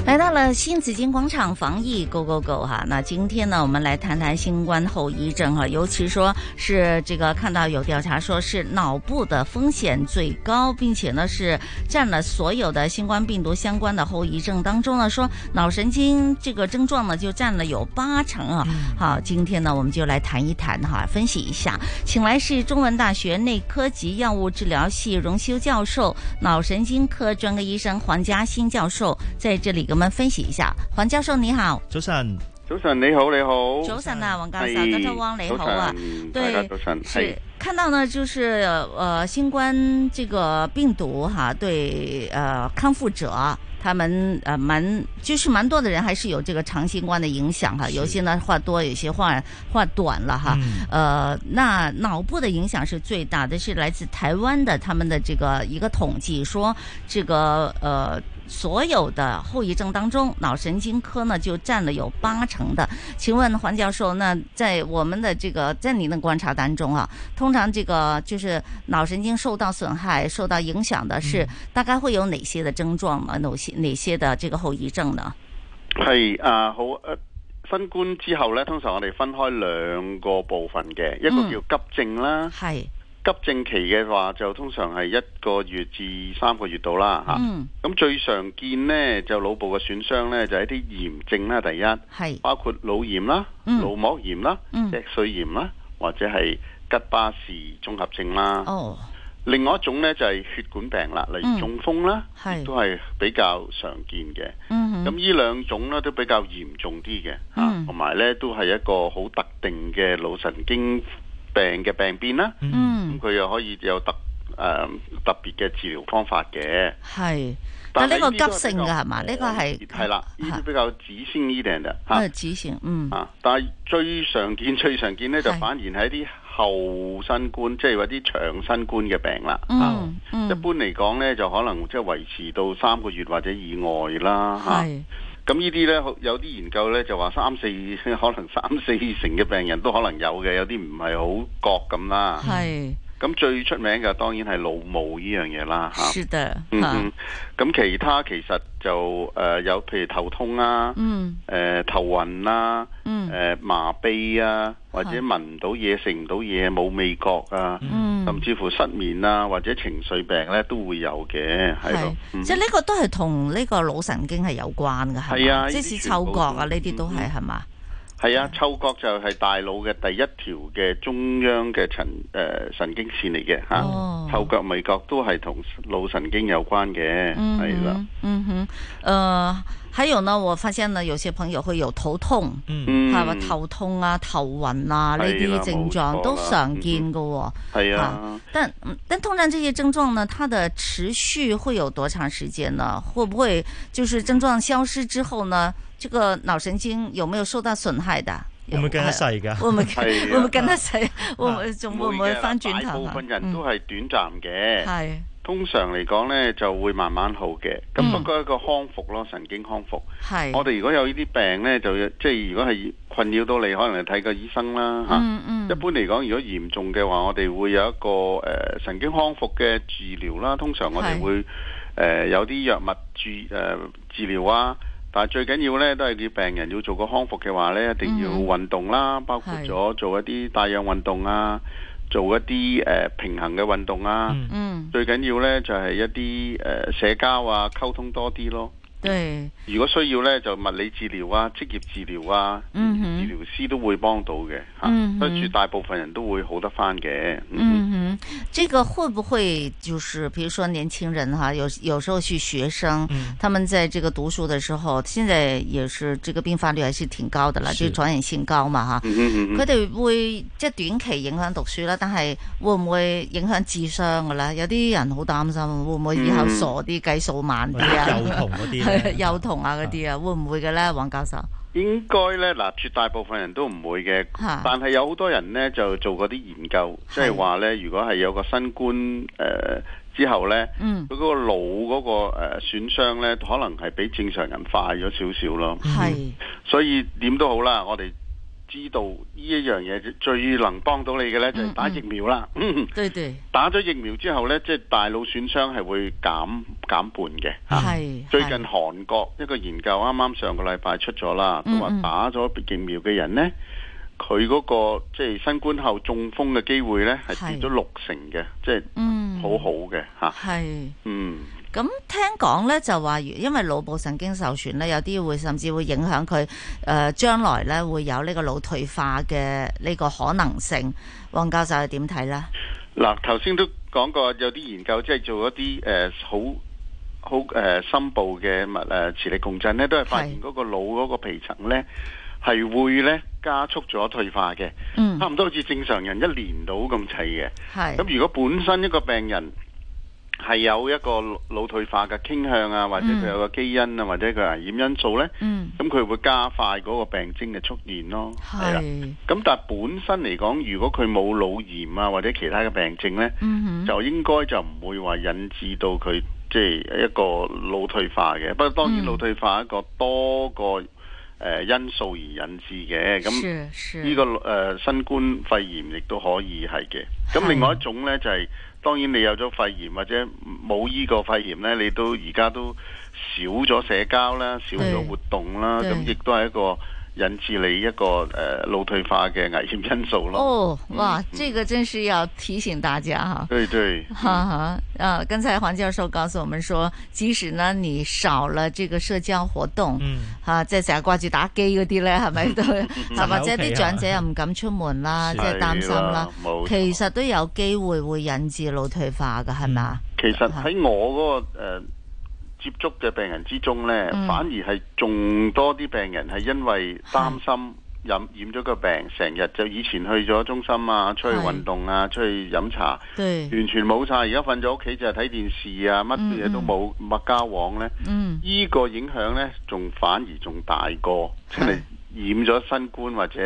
Speaker 6: 来到了新紫金广场防疫 Go Go Go 哈，那今天呢，我们来谈谈新冠后遗症哈，尤其说是这个看到有调查说是脑部的风险最高，并且呢是占了所有的新冠病毒相关的后遗症当中呢，说脑神经这个症状呢就占了有八成啊。好，今天呢我们就来谈一谈哈，分析一下，请来是中文大学内科及药物治疗系荣休教授、脑神经科专科医生黄嘉欣教授在这里跟。我们分析一下，黄教授你好，
Speaker 7: 早晨，
Speaker 21: 早晨你好，你好，
Speaker 6: 早晨啊，黃教授
Speaker 21: 係
Speaker 6: ，Dr. Wang 你好啊
Speaker 21: 早晨，大家
Speaker 6: 对
Speaker 21: 早晨，
Speaker 6: 是
Speaker 21: 係
Speaker 6: 看到呢，就是呃新冠这个病毒哈，对呃康复者。他们呃蛮就是蛮多的人还是有这个长新冠的影响哈，有些呢话多，有些话话短了哈。
Speaker 8: 嗯
Speaker 6: 呃，那脑部的影响是最大的，是来自台湾的他们的这个一个统计说，这个呃所有的后遗症当中，脑神经科呢就占了有八成的。请问黄教授，那在我们的这个在您的观察当中啊，通常这个就是脑神经受到损害、受到影响的是、大概会有哪些的症状呢？哪些哪些的这个后遗症呢？
Speaker 21: 係啊，好呃新冠之後呢，通常我哋分開兩個部分嘅，一
Speaker 6: 嗯
Speaker 21: 個叫急症啦，
Speaker 6: 係
Speaker 21: 急症期嘅話就通常係一個月至三個月度啦 嚇。
Speaker 6: 嗯
Speaker 21: 咁最常見呢，就腦部嘅損傷呢，就係一啲炎症啦，第一，
Speaker 6: 係
Speaker 21: 包括腦炎啦、
Speaker 6: 嗯
Speaker 21: 腦膜炎啦、
Speaker 6: 嗯
Speaker 21: 脊髓炎啦，或者係吉巴氏綜合症啦。
Speaker 6: 哦，
Speaker 21: 另外一種呢，就係、血管病啦，例
Speaker 6: 嗯
Speaker 21: 如中風啦，
Speaker 6: 係
Speaker 21: 都係比較常見嘅。
Speaker 6: 嗯
Speaker 21: 咁
Speaker 6: 哼
Speaker 21: 呢兩種咧都比較嚴重啲嘅，
Speaker 6: 嗯
Speaker 21: 同埋呢都係一個好特定嘅腦神經病嘅病變啦。
Speaker 6: 嗯
Speaker 21: 咁佢又可以有特誒、特別嘅治療方法嘅。
Speaker 6: 係，但呢
Speaker 21: 但
Speaker 6: 個
Speaker 21: 係呢啲都係
Speaker 6: 急性㗎係嘛？呢個係
Speaker 21: 係啦，呢啲比較指先呢啲嘅嚇。
Speaker 6: 係急性，嗯
Speaker 21: 啊，但係最常見、最常見呢，就
Speaker 6: 係
Speaker 21: 反而係一啲後新冠，即係話啲長新冠嘅病啦。
Speaker 6: 嗯嗯
Speaker 21: 一般嚟講呢，就可能即係維持到三個月或者以外啦嚇。
Speaker 6: 係
Speaker 21: 咁呢啲呢，好有啲研究呢就話三四 可能三四成嘅病人都可能有嘅，有啲唔係好覺咁啦。
Speaker 6: 係
Speaker 21: 咁最出名嘅當然係腦霧呢樣嘢啦嚇。
Speaker 6: 是的，
Speaker 21: 嗯
Speaker 6: 啊
Speaker 21: 嗯，咁其他其實就誒、呃有譬如頭痛啊，誒、
Speaker 6: 嗯
Speaker 21: 頭暈啊啦、
Speaker 6: 嗯
Speaker 21: 誒、呃麻痹啊，或者
Speaker 6: 係
Speaker 21: 聞唔到嘢、食唔到嘢、冇味覺啊，
Speaker 6: 嗯
Speaker 21: 甚至乎失眠啊，或者情緒病咧都會有嘅，係咯。嗯
Speaker 6: 即係呢個都係同呢個腦神經係有關嘅，係嘛
Speaker 21: 係啊
Speaker 6: 即
Speaker 21: 呢啲
Speaker 6: 使
Speaker 21: 全
Speaker 6: 嗅
Speaker 21: 部都嗯
Speaker 6: 覺啊，呢啲都係係嘛？
Speaker 21: 係啊，嗅覺就係大腦嘅第一條嘅中央嘅神誒神經線嚟嘅嚇，
Speaker 6: 哦
Speaker 21: 嗅覺、味覺都係同腦神經有關嘅，
Speaker 6: 嗯
Speaker 21: 係啦。
Speaker 6: 嗯哼，呃，还有呢，我发现呢，有些朋友会有头痛，
Speaker 21: 嗯
Speaker 6: 系咪头痛啊、头晕啊呢
Speaker 21: 係啦嗯
Speaker 6: 啲症
Speaker 21: 冇錯啦
Speaker 6: 状都常见噶、喎。
Speaker 21: 係啊
Speaker 11: ờ,
Speaker 6: 啊，但嗯但通常这些症状呢，它的持续会有多长时间呢？会不会就是症状消失之后呢，这个脑神经有没有受到损害的？
Speaker 11: 會唔會跟得細㗎？
Speaker 6: 會唔會
Speaker 21: 係啊
Speaker 6: 會唔會跟得細？會唔會仲會唔會
Speaker 21: 嘅
Speaker 6: 翻轉
Speaker 21: 大
Speaker 6: 頭
Speaker 21: 部
Speaker 6: 啊？
Speaker 21: 分人都係短暫嘅。
Speaker 6: 係
Speaker 21: 通常嚟講呢，就會慢慢好嘅。咁不過一個康復咯，神經康復。
Speaker 6: 係
Speaker 21: 我哋如果有呢啲病呢，就要即係如果係困擾到你，可能你睇個醫生啦嚇。
Speaker 6: 嗯嗯
Speaker 21: 一般嚟講，如果嚴重嘅話，我哋會有一個誒、呃神經康復嘅治療啦。通常我哋
Speaker 9: 係
Speaker 21: 會誒、呃有啲藥物治誒、呃治療啊。但係最緊要呢，都係叫病人要做個康復嘅話呢，一定要
Speaker 9: 嗯
Speaker 21: 運動啦，包括
Speaker 9: 係
Speaker 21: 咗做一啲帶氧運動啊，做一啲誒、呃平衡嘅運動啊。
Speaker 6: 嗯，
Speaker 21: 最緊要呢，就係、一啲誒、呃社交啊，溝通多啲咯。
Speaker 6: 對，
Speaker 21: 如果需要呢，就物理治療啊、職業治療啊、
Speaker 6: 嗯
Speaker 21: 治
Speaker 6: 哼。
Speaker 21: 療師都會幫到嘅嚇。
Speaker 6: 嗯
Speaker 21: 所以絕大部分人都會好得翻嘅。
Speaker 6: 嗯哼，这个会不会就是，比如说年轻人哈，有有时候去学生，他们在这个读书的时候，现在也是这个病发率还是挺高的啦，
Speaker 10: 是
Speaker 6: 就传染性高嘛哈。
Speaker 10: 嗯嗯嗯
Speaker 6: 佢哋會即係短期影響讀書啦，但係會唔會影響智商㗎啦？有啲人好擔心，會唔會以後
Speaker 10: 嗯
Speaker 6: 傻啲、計數慢啲啊？
Speaker 10: 幼童嗰啲
Speaker 6: 係幼童啊嗰啲啊，會唔會嘅咧，黃教授？
Speaker 21: 應該呢，嗱，絕大部分人都唔會嘅
Speaker 6: 嚇，
Speaker 21: 但係有好多人呢，就做過啲研究，即係話呢，如果係有個新冠誒、呃之後呢，佢嗰、
Speaker 6: 嗯
Speaker 21: 個腦嗰、個誒、呃、損傷呢，可能係比正常人快咗少少咯。嗯
Speaker 6: 係
Speaker 21: 所以點都好啦，我哋知道呢一樣嘢最能幫到你嘅呢，就係打疫苗啦。嗯
Speaker 6: 對對，
Speaker 21: 打咗疫苗之後呢，即係大腦損傷係會減減半嘅。啊
Speaker 6: 係
Speaker 21: 最近韓國一個研究啱啱上個禮拜出咗啦，都
Speaker 6: 嗯
Speaker 21: 話
Speaker 6: 嗯
Speaker 21: 打咗疫苗嘅人呢，佢嗰、個即係新冠後中風嘅機會呢，係跌咗六成嘅，即係
Speaker 6: 嗯
Speaker 21: 好好嘅嚇。
Speaker 6: 係。
Speaker 21: 嗯，
Speaker 6: 咁聽講咧就話，因為腦部神經受損咧，有啲會甚至會影響佢誒、呃、將來咧會有呢個腦退化嘅呢個可能性。黃教授係點睇咧？
Speaker 21: 嗱頭先都講過有啲研究即係做一啲誒、呃好好誒、呃深部嘅物誒、呃磁力共振呢，都係發現嗰個腦嗰個皮層呢，係會呢加速咗退化嘅，
Speaker 6: 嗯
Speaker 21: 差唔多好似正常人一年到咁滯嘅。
Speaker 6: 係
Speaker 21: 咁如果本身一個病人係有一個腦腦退化嘅傾向啊，或者佢有個基因啊，或者佢危險因素呢，
Speaker 6: 嗯
Speaker 21: 咁佢會加快嗰個病徵嘅出現咯。係啦，
Speaker 11: 嗯
Speaker 6: 係
Speaker 21: 咁但係本身嚟講，如果佢冇腦炎啊或者其他嘅病症呢，
Speaker 6: 嗯哼
Speaker 21: 就應該就唔會話引致到佢即係一個腦退化嘅。不過當
Speaker 6: 嗯
Speaker 21: 然腦退化一個多個誒、呃因素而引致嘅。咁
Speaker 6: 是是
Speaker 21: 呢、個誒、呃新冠肺炎亦都可以係嘅。咁
Speaker 6: 係
Speaker 21: 另外一種呢，就係、當然你有咗肺炎或者冇呢個肺炎呢，你都而家都少咗社交啦，少咗活動啦，
Speaker 6: 對
Speaker 21: 咁亦都係一個引致你一個誒、呃、腦退化嘅危險因素咯。
Speaker 6: 哦，哇，
Speaker 10: 嗯
Speaker 6: 這個真是要提醒大家哈。
Speaker 21: 對對。
Speaker 6: 哈哈，啊，刚才黄教授告诉我们说，即使呢你少了这个社交活动，
Speaker 10: 嗯
Speaker 6: 啊，即係成日掛住打機嗰啲咧，係 咪都
Speaker 10: 宅
Speaker 6: 啊？或者
Speaker 10: 喺屋企
Speaker 6: 啲
Speaker 10: 啊
Speaker 6: 長者又唔敢出門啦，即係擔心啦
Speaker 21: 係啦冇錯，
Speaker 6: 其實都有機會會引致腦退化㗎，係咪啊？
Speaker 21: 其實喺我嗰、個、呃、接觸嘅病人之中呢，
Speaker 6: 嗯
Speaker 21: 反而係仲多啲病人係因為擔心染染咗個病，成日就以前去咗中心啊，出去
Speaker 9: 係
Speaker 21: 運動啊，出去飲茶，
Speaker 6: 對
Speaker 21: 完全冇晒。而家瞓咗屋企就係睇電視啊，乜嘢都冇，乜交往呢。
Speaker 6: 嗯
Speaker 21: 呢個影響呢，仲反而仲大過真係染咗新冠或者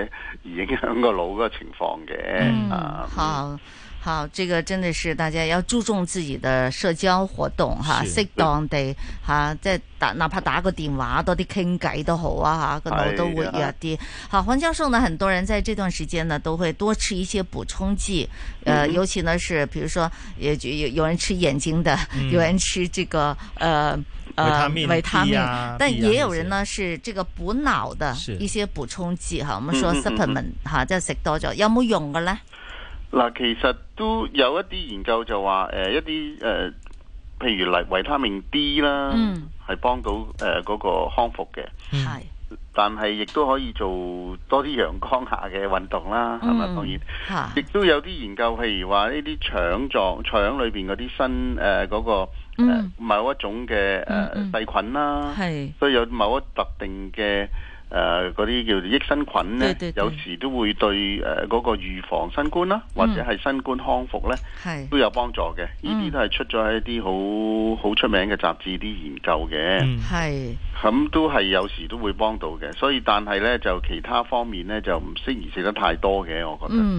Speaker 21: 而影響個腦嗰個情況嘅、
Speaker 6: 嗯
Speaker 21: 啊。
Speaker 10: 嗯
Speaker 6: 好。好，這個真的是大家要注重自己的社交活動哈，
Speaker 10: 是
Speaker 6: 適當地哈，即係打哪怕打個電話多啲傾偈都好啊哈，個腦都活
Speaker 10: 係
Speaker 6: 躍
Speaker 10: 啊
Speaker 6: 啲。好，黃教授呢，很多人在這段時間呢都會多吃一些補充劑，呃，
Speaker 10: 嗯
Speaker 6: 尤其呢是，比如說，也就有有人吃眼睛的，
Speaker 10: 嗯
Speaker 6: 有人吃這個呃。
Speaker 10: 維
Speaker 6: 呃
Speaker 10: 他，命
Speaker 6: 維他
Speaker 10: B
Speaker 6: 命
Speaker 10: 啊，
Speaker 6: 但
Speaker 10: B 啊那
Speaker 6: 也有人呢是這個補腦的
Speaker 21: 是
Speaker 6: 一些補充劑哈，我們說
Speaker 21: 嗯嗯嗯嗯
Speaker 6: supplement 哈，即係食多咗，有冇用嘅呢？
Speaker 21: 嗱，其實都有一啲研究就話，誒、一啲誒、呃
Speaker 11: Ờ,
Speaker 21: 譬如嚟維他命 D 啦，係、呃
Speaker 6: 嗯
Speaker 21: 幫到誒嗰、個康復嘅。
Speaker 6: 係
Speaker 21: 但係亦都可以做多啲陽光下嘅運動啦，係咪、
Speaker 6: 嗯
Speaker 21: 當然。
Speaker 6: 吓
Speaker 21: 亦都有啲研究，譬如話呢啲腸狀腸裏邊嗰啲新誒呃嗰、個、
Speaker 11: ờ,
Speaker 6: 嗯
Speaker 21: 某一種嘅誒、呃
Speaker 6: 嗯
Speaker 21: 細菌啦，
Speaker 6: 係
Speaker 21: 所以有某一特定嘅誒嗰啲叫做益生菌咧，
Speaker 6: 對對對嗯
Speaker 21: 有時都會對誒嗰、個預防新冠啦，或者係新冠康復咧。
Speaker 6: 係
Speaker 21: 都有幫助嘅，呢
Speaker 6: 嗯
Speaker 21: 啲都係出咗喺一啲好好出名嘅雜誌啲研究嘅，
Speaker 6: 係
Speaker 21: 咁、都係有時都會幫到嘅。所以但係呢，就其他方面呢，就唔適宜食得太多嘅，我覺得。
Speaker 6: 嗯，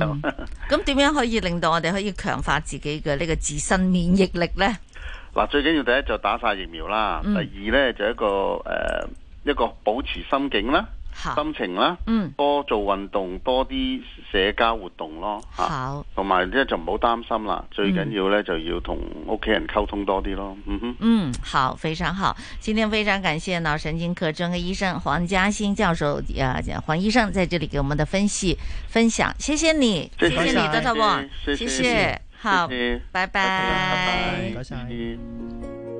Speaker 6: 咁點樣可以令到我哋可以強化自己嘅呢個自身免疫力咧？
Speaker 21: 嗱，最緊要第一就打晒疫苗啦，
Speaker 6: 嗯
Speaker 21: 第二呢，就一個誒、呃一個保持心境啦、心情啦，
Speaker 6: 嗯
Speaker 21: 多做運動，多啲社交活動咯，
Speaker 6: 嗯
Speaker 21: 嚇、
Speaker 6: 好，
Speaker 21: 同埋呢，就唔好擔心啦，最緊要呢，就要同屋企人溝通多啲咯，嗯哼。
Speaker 6: 嗯，好，非常好。今天非常感谢脑神经科专科医生黄嘉欣教授，呃，黄医生在这里给我们的分析分享，谢谢你，
Speaker 21: 谢
Speaker 6: 谢
Speaker 21: 谢
Speaker 6: 你，德特旺，
Speaker 21: 谢谢
Speaker 6: 谢
Speaker 21: 谢谢
Speaker 6: 好
Speaker 21: 谢谢，
Speaker 6: 拜拜，
Speaker 21: 拜拜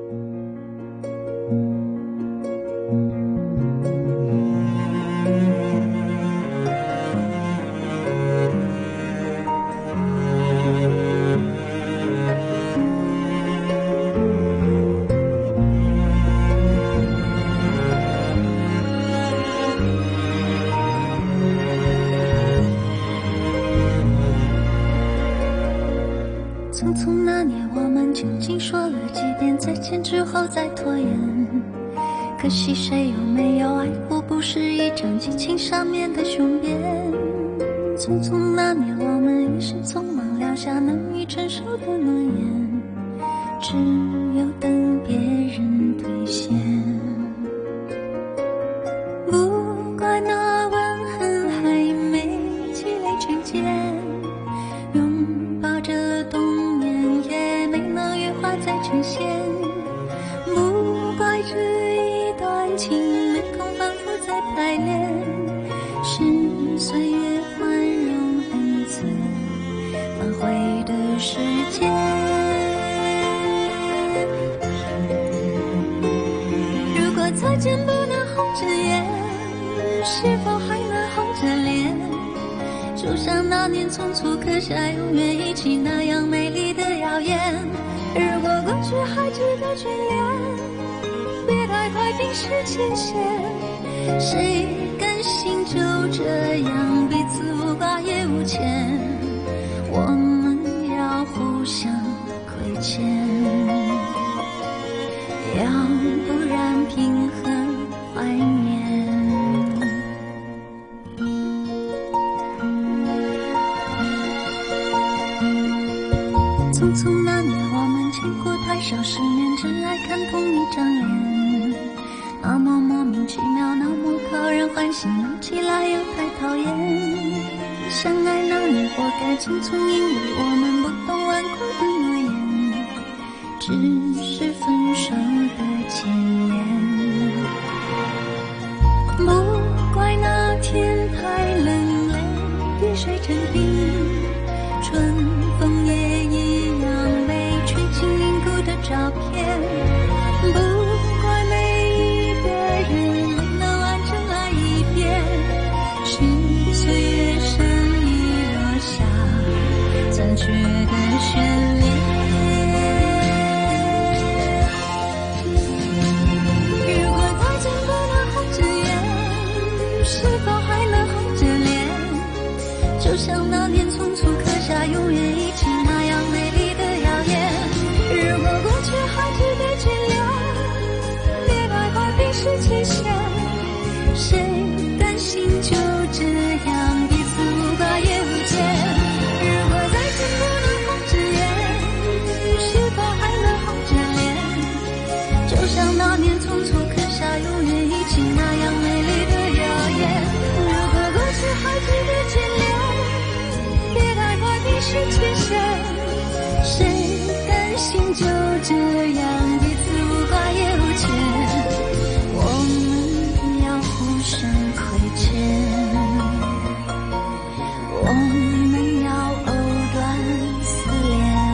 Speaker 22: 匆匆那年，我们究竟说了几遍再见之后再拖延？可惜谁又没有爱过，不是一张激情上面的雄辩。匆匆那年，我们一时匆忙撂下难以承受的诺言，只有等别人兑现。不怪那吻痕还没积累成茧。拥抱着冬眠，也没能羽化再成仙。不怪这一段情没空反复再排练，是岁月宽容恩赐，反悔的时间。如果再见不能红着眼，是否还能红着脸？就像那年匆促刻下永远一起那样美丽的谣言。如果过去还值得眷恋，别太快冰释前嫌。谁甘心就这样彼此无挂也无牵？我们要互相亏欠，要不然平衡怀念。匆匆那年，我们见过太少世面，只爱看同一张脸。那么莫名其妙，那么讨人欢喜，闹起来又太讨厌。相爱那年，活该匆匆，因为我们不懂顽固的诺言，只是分手的前言。不怪那天太冷，泪滴水成冰。春风也一样被吹进凝固的照片。不怪每一个人没能完整爱一遍，是岁月声音落下残缺的悬念。如果再见不能红着眼，是否还能红着脸？就像那年匆促刻下永远一起那样美丽的谣言。如果过去还值得眷恋，别太快冰释前嫌。谁甘心就这样彼此无挂也无牵？如果再见不能红着眼，是否还能红着脸？就像那年匆促刻下永远一起那样美丽的谣言。如果过去还值得眷恋，别太快冰释前嫌。谁甘心就这样彼此无挂也无牵？我们要互相亏欠，我们要藕断丝连。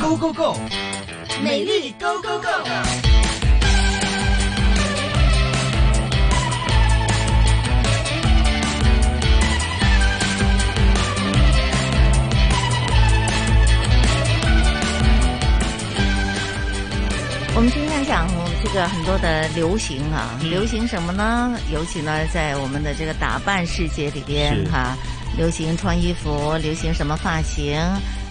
Speaker 10: Go Go Go，
Speaker 1: 美丽 Go Go Go。
Speaker 6: 我们今天讲这个很多的流行啊，流行什么呢？尤其呢，在我们的这个打扮世界里边
Speaker 12: 是
Speaker 6: 哈、流行穿衣服，流行什么发型，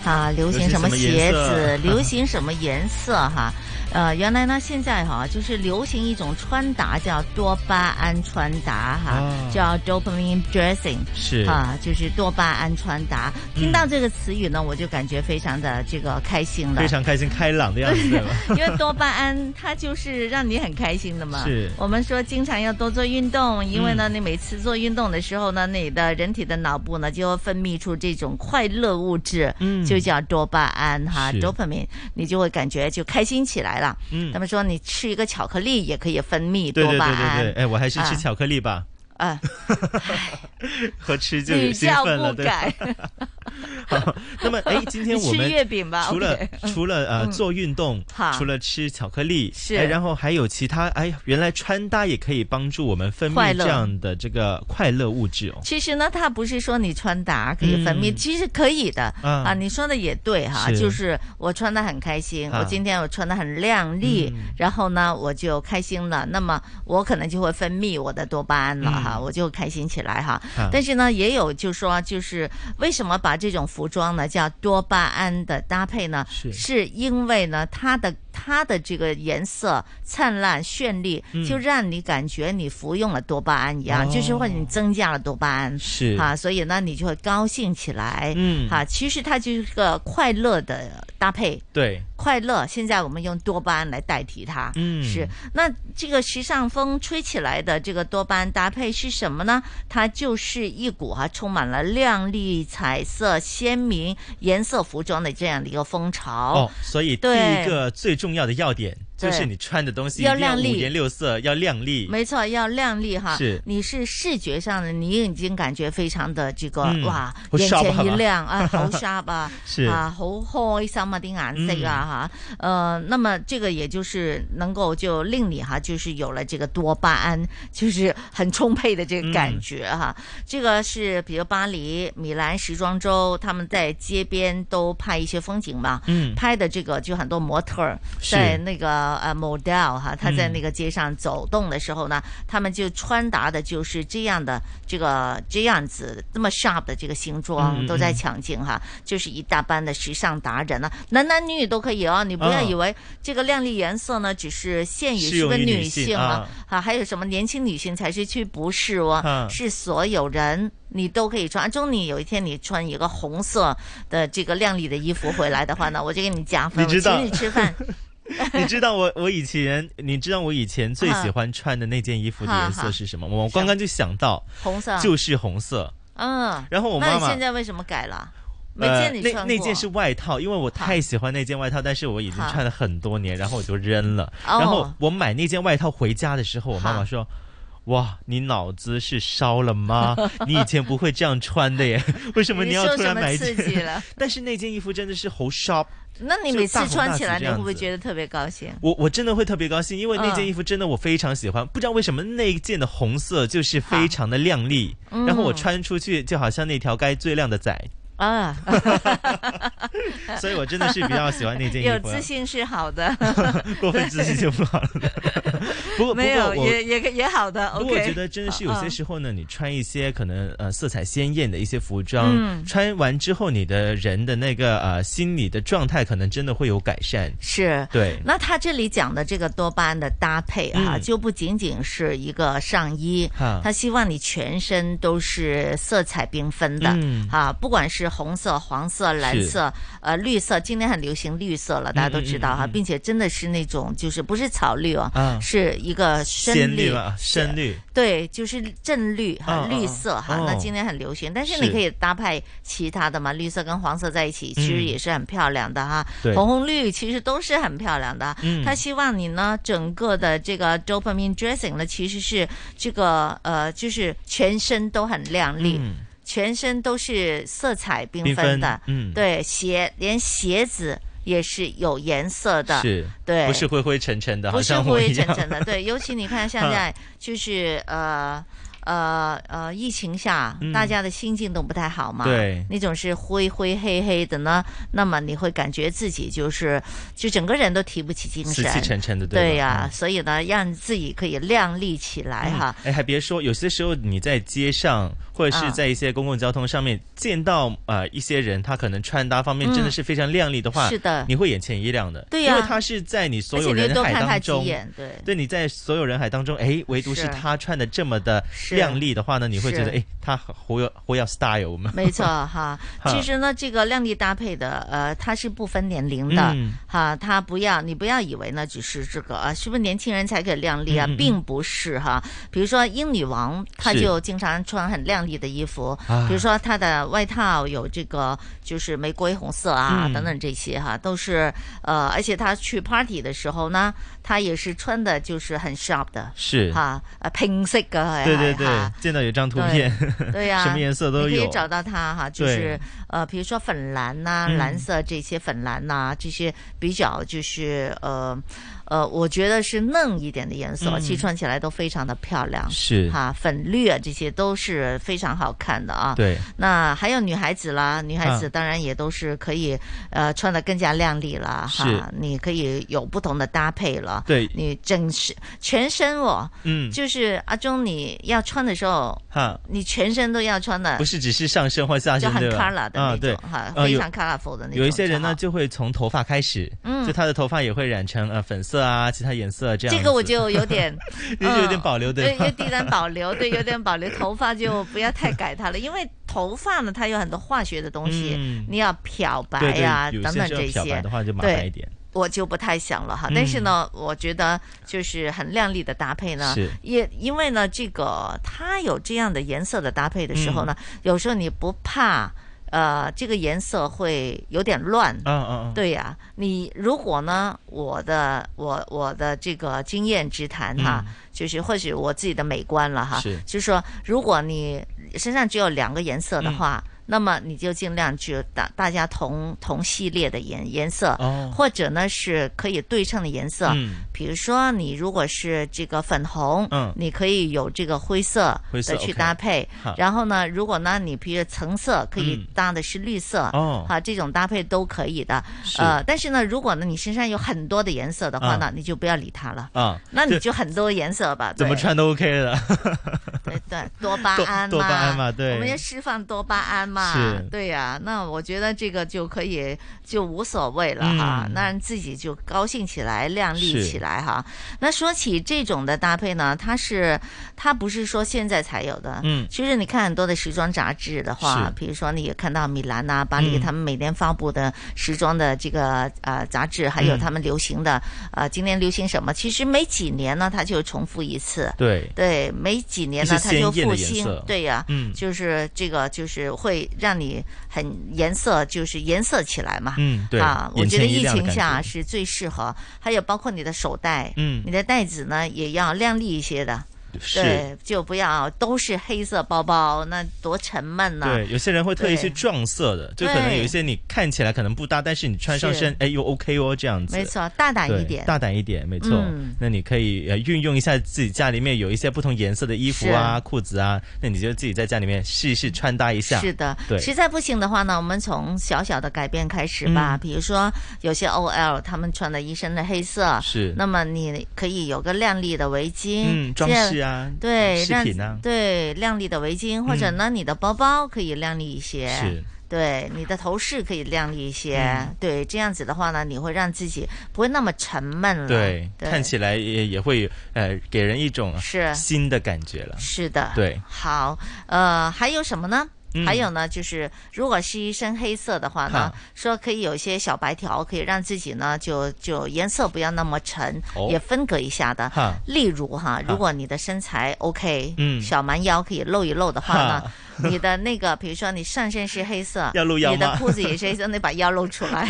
Speaker 6: 啊，流行什么鞋子，流
Speaker 12: 流
Speaker 6: 行什么颜色哈、呃，原来呢，现在哈、就是流行一种穿搭叫多巴胺穿搭哈、
Speaker 12: 哦
Speaker 6: 叫 dopamine dressing
Speaker 12: 是
Speaker 6: 啊，就是多巴胺穿搭。听
Speaker 12: 嗯
Speaker 6: 到这个词语呢，我就感觉非常的这个开心了，
Speaker 7: 非常开心开朗的样子。
Speaker 6: 因为多巴胺它就是让你很开心的嘛。
Speaker 7: 是嗯
Speaker 6: 我们说经常要多做运动，因为呢，你每次做运动的时候呢，你的人体的脑部呢就会分泌出这种快乐物质，
Speaker 8: 嗯
Speaker 6: 就叫多巴胺哈
Speaker 8: 是
Speaker 6: ，dopamine，你就会感觉就开心起来了。
Speaker 8: 嗯
Speaker 6: 他们说你吃一个巧克力也可以分泌
Speaker 7: 对
Speaker 6: 多
Speaker 7: 对对
Speaker 6: 巴
Speaker 7: 对
Speaker 6: 胺，
Speaker 7: 对，哎，我还是吃巧
Speaker 6: 啊。
Speaker 7: 克力吧，
Speaker 6: 啊，嗯
Speaker 7: 和吃 就有
Speaker 6: 屡
Speaker 7: 兴
Speaker 6: 教
Speaker 7: 奋了，
Speaker 6: 不
Speaker 7: 对吧。
Speaker 6: 改。
Speaker 7: 那么，哎，今天我
Speaker 6: 你
Speaker 7: 们
Speaker 6: 吃月饼吧
Speaker 7: 除了
Speaker 6: OK
Speaker 7: 除了呃
Speaker 6: 嗯
Speaker 7: 做运动
Speaker 6: 好，
Speaker 7: 除了吃巧克力，
Speaker 6: 是
Speaker 7: 哎然后还有其他，哎，原来穿搭也可以帮助我们分
Speaker 6: 快
Speaker 7: 泌
Speaker 6: 乐
Speaker 7: 这样的这个快乐物质哦。
Speaker 6: 其实呢，它不是说你穿搭可以分泌，
Speaker 7: 嗯
Speaker 6: 其实可以的
Speaker 7: 嗯
Speaker 6: 啊。你说的也对哈，
Speaker 7: 是
Speaker 6: 就是我穿的很开心，
Speaker 12: 啊嗯
Speaker 6: 我今天我穿的很靓丽，然后呢我就开心了，那么我可能就会分泌我的多巴胺了哈，
Speaker 12: 嗯
Speaker 6: 我就开心起来哈。
Speaker 12: 啊
Speaker 6: 但是呢，也有就说就是为什么把这种服装呢叫多巴胺的搭配呢？
Speaker 12: 是
Speaker 6: 是因为呢它的它的这个颜色灿烂绚丽，
Speaker 12: 嗯
Speaker 6: 就让你感觉你服用了多巴胺一样，
Speaker 12: 哦
Speaker 6: 就是会你增加了多巴胺，
Speaker 12: 是
Speaker 6: 啊，所以呢，你就会高兴起来，
Speaker 12: 嗯
Speaker 6: 啊，其实它就是个快乐的搭配，
Speaker 7: 对，
Speaker 6: 快乐。现在我们用多巴胺来代替它，
Speaker 12: 嗯
Speaker 6: 是。那这个时尚风吹起来的这个多巴胺搭配是什么呢？它就是一股哈、充满了亮丽、彩色、鲜明颜色服装的这样的一个风潮。
Speaker 7: 哦，所以第
Speaker 6: 对
Speaker 7: 一个最重要的要点
Speaker 6: 对
Speaker 7: 就是你穿的东西一
Speaker 6: 要
Speaker 7: 定要五
Speaker 6: 亮丽
Speaker 7: 颜六色，要亮丽。
Speaker 6: 没错，要亮丽哈。
Speaker 7: 是
Speaker 6: 你是视觉上的，你已经感觉非常的这个、
Speaker 7: 嗯
Speaker 6: 哇，
Speaker 12: 好
Speaker 6: 眼
Speaker 12: sharp 啊
Speaker 6: 前一亮 啊，好 sharp 啊，
Speaker 12: 是嗯
Speaker 6: 啊，好开心啊，啲颜色啊哈，呃，那么这个也就是能够就令你哈，就是有了这个多巴胺，就是很充沛的这个
Speaker 12: 嗯
Speaker 6: 感觉哈。这个是比如巴黎、米兰时装周，他们在街边都拍一些风景嘛，
Speaker 12: 嗯
Speaker 6: 拍的这个就很多模特儿
Speaker 12: 是
Speaker 6: 在那个呃 model 哈，他在
Speaker 12: 嗯
Speaker 6: 那个街上走动的时候呢，他们就穿搭的就是这样的这个这样子这么 sharp 的这个行装、
Speaker 12: 嗯
Speaker 6: 都在
Speaker 12: 嗯
Speaker 6: 抢镜哈，就是一大班的时尚达人呢、男男女女都可以哦，你不要
Speaker 7: 嗯
Speaker 12: 啊
Speaker 6: 以为这个靓丽颜色呢只是限于
Speaker 12: 适
Speaker 6: 是
Speaker 12: 用
Speaker 6: 个
Speaker 12: 于
Speaker 6: 女
Speaker 12: 女性
Speaker 6: 性
Speaker 12: 啊
Speaker 6: 啊，还有什么年轻女性才是去不是哦，
Speaker 7: 嗯
Speaker 12: 啊
Speaker 6: 是所有人你都可以穿。啊终于有一天你穿一个红色的这个靓丽的衣服回来的话呢，我就给你加分，
Speaker 7: 你知道
Speaker 6: 我请你吃 饭。
Speaker 7: 你知道我我以前，你知道我以前最喜欢穿的那件衣服的颜色是什么吗？我刚刚就想到，
Speaker 6: 红色
Speaker 7: 就是红色。
Speaker 6: 嗯，
Speaker 7: 然后我
Speaker 6: 那
Speaker 7: 妈
Speaker 6: 你
Speaker 7: 妈
Speaker 6: 现在为什么改了？没
Speaker 7: 呃，
Speaker 6: 见你
Speaker 7: 那
Speaker 6: 穿过。
Speaker 7: 那件是外套，因为我太喜欢那件外套，但是我已经
Speaker 6: 好
Speaker 7: 穿了很多年，然后我就扔了。
Speaker 6: 哦
Speaker 7: 然后我买那件外套回家的时候，我妈妈说。哇，你脑子是烧 了吗？你以前不会这样穿的耶， 为什么
Speaker 6: 你
Speaker 7: 要
Speaker 6: 受
Speaker 7: 突
Speaker 6: 什
Speaker 7: 然
Speaker 6: 么
Speaker 7: 买一
Speaker 6: 刺
Speaker 7: 件？
Speaker 6: 激了
Speaker 7: 但是那件衣服真的是好 sharp。
Speaker 6: 那你
Speaker 7: 就
Speaker 6: 每次
Speaker 7: 大红
Speaker 6: 穿
Speaker 7: 大
Speaker 6: 起
Speaker 7: 紫
Speaker 6: 来，
Speaker 7: 这
Speaker 6: 你会
Speaker 7: 样
Speaker 6: 不会
Speaker 7: 子
Speaker 6: 觉得特别高兴？
Speaker 7: 我我真的会特别高兴，因为那件
Speaker 6: 嗯
Speaker 7: 衣服真的我非常喜欢，不知道为什么那一件的红色就是非常的亮丽，
Speaker 6: 嗯
Speaker 7: 然后我穿出去就好像那条街最靓的仔，
Speaker 6: 啊，
Speaker 7: 所以我真的是比较喜欢那件衣 服，
Speaker 6: 有自信是好的
Speaker 7: 过分自信就不好了。不过不
Speaker 6: 没有
Speaker 7: 过我
Speaker 6: 也也也好的 OK。
Speaker 7: 不
Speaker 6: 啊嗯
Speaker 7: 过我觉得真的是有些时候呢，你穿一些可能呃色彩鲜艳的一些服装，
Speaker 6: 嗯
Speaker 7: 穿完之后你的人的那个呃心理的状态可能真的会有改善。
Speaker 6: 是
Speaker 7: 对，
Speaker 6: 那他这里讲的这个多巴胺的搭配啊，
Speaker 7: 嗯
Speaker 6: 就不仅仅是一个上衣
Speaker 7: 哈，
Speaker 6: 他希望你全身都是色彩缤纷的、
Speaker 12: 嗯
Speaker 6: 啊，不管是红色、黄色、蓝
Speaker 12: 是
Speaker 6: 色、呃绿色，今天很流行绿色了，大家都知道
Speaker 7: 嗯
Speaker 6: 哈，并且真的是那种就是不是草绿哦，
Speaker 12: 啊
Speaker 6: 是一个深
Speaker 7: 鲜
Speaker 6: 绿
Speaker 7: 绿啊，深绿。
Speaker 6: 对，就是正绿哈、
Speaker 12: 啊
Speaker 6: 绿
Speaker 12: 啊
Speaker 6: 色哈、
Speaker 12: 哦
Speaker 6: 那今天很流行。但是
Speaker 12: 是
Speaker 6: 你可以搭配其他的嘛，绿色跟黄色在一起，其实
Speaker 12: 嗯
Speaker 6: 也是很漂亮的哈。
Speaker 12: 对
Speaker 6: 红红绿其实都是很漂亮的。
Speaker 12: 嗯
Speaker 6: 他希望你呢，整个的这个 dopamine dressing 呢，其实是这个呃，就是全身都很亮丽。
Speaker 12: 嗯
Speaker 6: 全身都是色彩缤纷
Speaker 12: 缤纷
Speaker 6: 的，
Speaker 12: 嗯
Speaker 6: 对，鞋连鞋子也是有颜色的，
Speaker 7: 是，
Speaker 6: 对，
Speaker 7: 不是灰灰沉沉的，
Speaker 6: 不
Speaker 7: 好
Speaker 6: 是
Speaker 7: 像我
Speaker 6: 灰
Speaker 7: 一
Speaker 6: 沉
Speaker 7: 样
Speaker 6: 沉的，对，尤其你 看现在就是呃呃呃疫情下，
Speaker 7: 嗯
Speaker 6: 大家的心境都不太好嘛，
Speaker 7: 对
Speaker 6: 那种是灰灰黑黑的呢，那么你会感觉自己就是就整个人都提不起精
Speaker 7: 死
Speaker 6: 神，
Speaker 7: 气沉沉的对吧嗯
Speaker 6: 对呀、所以呢，让自己可以亮丽起来哈。
Speaker 7: 哎，还别说，有些时候你在街上或者是
Speaker 6: 啊
Speaker 7: 在一些公共交通上面见到呃一些人，他可能穿搭方面真的
Speaker 6: 嗯
Speaker 7: 是非常靓丽的话，
Speaker 6: 是的
Speaker 7: 你会眼前一亮的，
Speaker 6: 对呀
Speaker 7: 因为他是在你所有
Speaker 6: 而且你
Speaker 7: 人
Speaker 6: 会多
Speaker 7: 海
Speaker 6: 看他
Speaker 7: 当
Speaker 6: 几
Speaker 7: 中，
Speaker 6: 眼对
Speaker 7: 你在所有人海当中，哎，唯独是
Speaker 6: 是
Speaker 7: 他穿的这么的
Speaker 6: 是
Speaker 7: 靓丽的话呢，你会觉得
Speaker 6: 是
Speaker 7: 哎，他好有好有 style，我们，
Speaker 6: 没错哈 其实呢，这个靓丽搭配的，呃，它是不分年龄的、
Speaker 7: 嗯
Speaker 6: 哈，它不要你不要以为呢只是这个啊，是不是年轻人才可以靓丽啊？
Speaker 7: 嗯嗯嗯
Speaker 6: 并不是哈，比如说英女王，她
Speaker 10: 是
Speaker 6: 就经常穿很靓丽的衣服
Speaker 10: 啊，
Speaker 6: 比如说她的外套有这个就是玫瑰红色啊、
Speaker 10: 嗯
Speaker 6: 等等这些哈，都是呃，而且她去 party 的时候呢，她也是穿的就是很 sharp 的，
Speaker 7: 是
Speaker 6: 哈，啊拼色噶，
Speaker 7: 对对
Speaker 6: 係
Speaker 7: 对
Speaker 6: 哎哈，
Speaker 7: 见到有张图片，
Speaker 6: 对呀、
Speaker 7: 什么颜色都
Speaker 6: 你可
Speaker 7: 有
Speaker 6: 以，找到它哈，就
Speaker 7: 对
Speaker 6: 是呃，比如说粉蓝呐、
Speaker 7: 嗯
Speaker 6: 蓝色这些粉蓝呐、这些比较就是呃呃，我觉得是嫩一点的颜色，
Speaker 10: 嗯
Speaker 6: 其实穿起来都非常的漂亮，
Speaker 10: 是
Speaker 6: 哈，粉绿啊这些都是非常好看的啊。
Speaker 10: 对
Speaker 6: 那还有女孩子啦，女孩子
Speaker 10: 啊
Speaker 6: 当然也都是可以、呃穿的更加靓丽了
Speaker 10: 是
Speaker 6: 哈，你可以有不同的搭配了，
Speaker 10: 对
Speaker 6: 你整身全身哦，
Speaker 7: 嗯
Speaker 6: 就是阿忠你要穿的时候。
Speaker 7: 哈。
Speaker 6: 你全身都要穿的，
Speaker 7: 不是只是上身或下
Speaker 6: 嗯就
Speaker 7: 身，
Speaker 6: 很
Speaker 7: 对吧
Speaker 6: color 的
Speaker 7: 啊
Speaker 6: 那
Speaker 7: 对
Speaker 6: 种哈
Speaker 7: 呃
Speaker 6: 非
Speaker 7: 有
Speaker 6: 常 colorful 的那
Speaker 7: 有一
Speaker 6: 种
Speaker 7: 些人呢，就会从头发开始，
Speaker 6: 嗯
Speaker 7: 就他的头发也会染成呃粉色啊，其他颜色这样
Speaker 6: 这
Speaker 7: 子。，
Speaker 6: 个我就有点
Speaker 7: 你是 有点保留
Speaker 6: 嗯
Speaker 7: 对
Speaker 6: 对，
Speaker 7: 吧
Speaker 6: 有点保留，对，有点保留。头发就不要太改它了，因为头发呢，它有很多化学的东西，
Speaker 7: 嗯
Speaker 6: 你要漂白
Speaker 7: 对对
Speaker 6: 呀、
Speaker 7: 有
Speaker 6: 等
Speaker 7: 些
Speaker 6: 等
Speaker 7: 时候
Speaker 6: 这
Speaker 7: 漂白
Speaker 6: 些
Speaker 7: 的话就麻烦一点。
Speaker 6: 对我就不太想了哈，
Speaker 7: 嗯
Speaker 6: 但是呢，我觉得就是很靓丽的搭配呢
Speaker 7: 是，
Speaker 6: 也因为呢，这个它有这样的颜色的搭配的时候呢，
Speaker 7: 嗯
Speaker 6: 有时候你不怕呃这个颜色会有点乱，
Speaker 7: 嗯嗯嗯
Speaker 6: 对呀、你如果呢，我的我我的这个经验之谈哈，
Speaker 10: 嗯
Speaker 6: 就是或许我自己的美观了哈，
Speaker 10: 是
Speaker 6: 就是说，如果你身上只有两个颜色的
Speaker 10: 嗯
Speaker 6: 话，那么你就尽量只有大大家同同系列的颜颜色，
Speaker 10: 哦
Speaker 6: 或者呢是可以对称的颜色。
Speaker 10: 嗯
Speaker 6: 比如说你如果是这个粉红，
Speaker 10: 嗯
Speaker 6: 你可以有这个灰色
Speaker 10: 灰色
Speaker 6: 的去
Speaker 10: OK
Speaker 6: 搭配。
Speaker 10: 好
Speaker 6: 然后呢，如果呢你比如橙色可以
Speaker 10: 嗯
Speaker 6: 搭的是绿色，
Speaker 10: 哦
Speaker 6: 啊这种搭配都可以的。
Speaker 10: 是
Speaker 6: 呃，但是呢，如果呢你身上有很多的颜色的话呢，
Speaker 7: 啊
Speaker 6: 你就不要理它了。
Speaker 7: 啊，
Speaker 6: 那你
Speaker 7: 这
Speaker 6: 就很多颜色吧，
Speaker 7: 怎么
Speaker 6: 对
Speaker 7: 穿都 OK 的。
Speaker 6: 对，多巴
Speaker 7: 多
Speaker 6: 胺嘛，
Speaker 7: 多巴胺嘛对
Speaker 6: 我们要释放多巴胺嘛
Speaker 7: 是，
Speaker 6: 对呀、那我觉得这个就可以就无所谓了哈，
Speaker 10: 嗯
Speaker 6: 那让自己就高兴起来、靓丽
Speaker 10: 是
Speaker 6: 起来哈。那说起这种的搭配呢，它是它不是说现在才有的，
Speaker 10: 嗯
Speaker 6: 其实你看很多的时装杂志的话
Speaker 10: 是，
Speaker 6: 比如说你也看到米兰呐、巴黎，
Speaker 10: 嗯
Speaker 6: 他们每年发布的时装的这个呃杂志，还有
Speaker 10: 嗯
Speaker 6: 他们流行的呃今年流行什么，其实每几年呢，它就重复一次，
Speaker 7: 对
Speaker 6: 对，每几年
Speaker 10: 一
Speaker 6: 呢，
Speaker 10: 些
Speaker 6: 它就
Speaker 10: 鲜艳的
Speaker 6: 复
Speaker 10: 颜
Speaker 6: 兴
Speaker 10: 色，
Speaker 6: 对呀、
Speaker 10: 嗯
Speaker 6: 就是这个就是会让你很颜色就是颜色起来嘛，
Speaker 10: 嗯对
Speaker 6: 啊，我
Speaker 10: 眼
Speaker 6: 觉得
Speaker 10: 前一
Speaker 6: 疫
Speaker 10: 亮的
Speaker 6: 情
Speaker 10: 感
Speaker 6: 下
Speaker 10: 觉
Speaker 6: 是最适合，还有包括你的手袋，
Speaker 10: 嗯
Speaker 6: 你的袋子呢也要亮丽一些的。
Speaker 7: 是
Speaker 6: 对，就不要都是黑色包包，那多沉闷呐、
Speaker 7: 对，有些人会特意去
Speaker 6: 对
Speaker 7: 撞色的，就可能
Speaker 6: 对
Speaker 7: 有一些你看起来可能不搭，但是你穿上
Speaker 6: 是
Speaker 7: 身，哎，又 OK 哦，这样子。
Speaker 6: 没错大胆一
Speaker 7: 对
Speaker 6: 点
Speaker 7: 大胆一点，没错。
Speaker 6: 嗯
Speaker 7: 那你可以呃运用一下自己家里面有一些不同颜色的衣服啊、
Speaker 6: 是
Speaker 7: 裤子啊，那你就自己在家里面试一试穿搭一下。
Speaker 6: 是的，
Speaker 7: 对，
Speaker 6: 实在不行的话呢，我们从小小的改变开始吧。
Speaker 7: 嗯
Speaker 6: 比如说，有些 OL 他们穿的一身的黑色，
Speaker 7: 是
Speaker 6: 那么你可以有个亮丽的围巾，
Speaker 7: 嗯装饰啊
Speaker 6: 这样对，
Speaker 7: 饰品啊嗯
Speaker 6: 让对亮丽的围巾，或者呢，你的包包可以亮丽一些，
Speaker 10: 是
Speaker 6: 对，你的头饰可以亮丽一些，
Speaker 10: 嗯
Speaker 6: 对，这样子的话呢，你会让自己不会那么沉闷了，
Speaker 7: 对，
Speaker 6: 对
Speaker 7: 看起来也也会呃给人一种
Speaker 6: 是
Speaker 7: 新的感觉了。
Speaker 6: 是的，
Speaker 7: 对
Speaker 6: 好，呃，还有什么呢？
Speaker 7: 嗯
Speaker 6: 还有呢，就是如果是一身黑色的话呢
Speaker 10: 哈，
Speaker 6: 说可以有一些小白条，可以让自己呢就就颜色不要那么沉，
Speaker 10: 哦
Speaker 6: 也分隔一下的
Speaker 10: 哈。
Speaker 6: 例如哈，如果你的身材 OK，
Speaker 10: 嗯
Speaker 6: 小蛮腰可以露一露的话呢
Speaker 10: 哈，
Speaker 6: 你的那个比如说你上身是黑色，
Speaker 7: 要露腰
Speaker 6: 你的
Speaker 7: 吗
Speaker 6: 裤子也是黑色，你把腰露出来。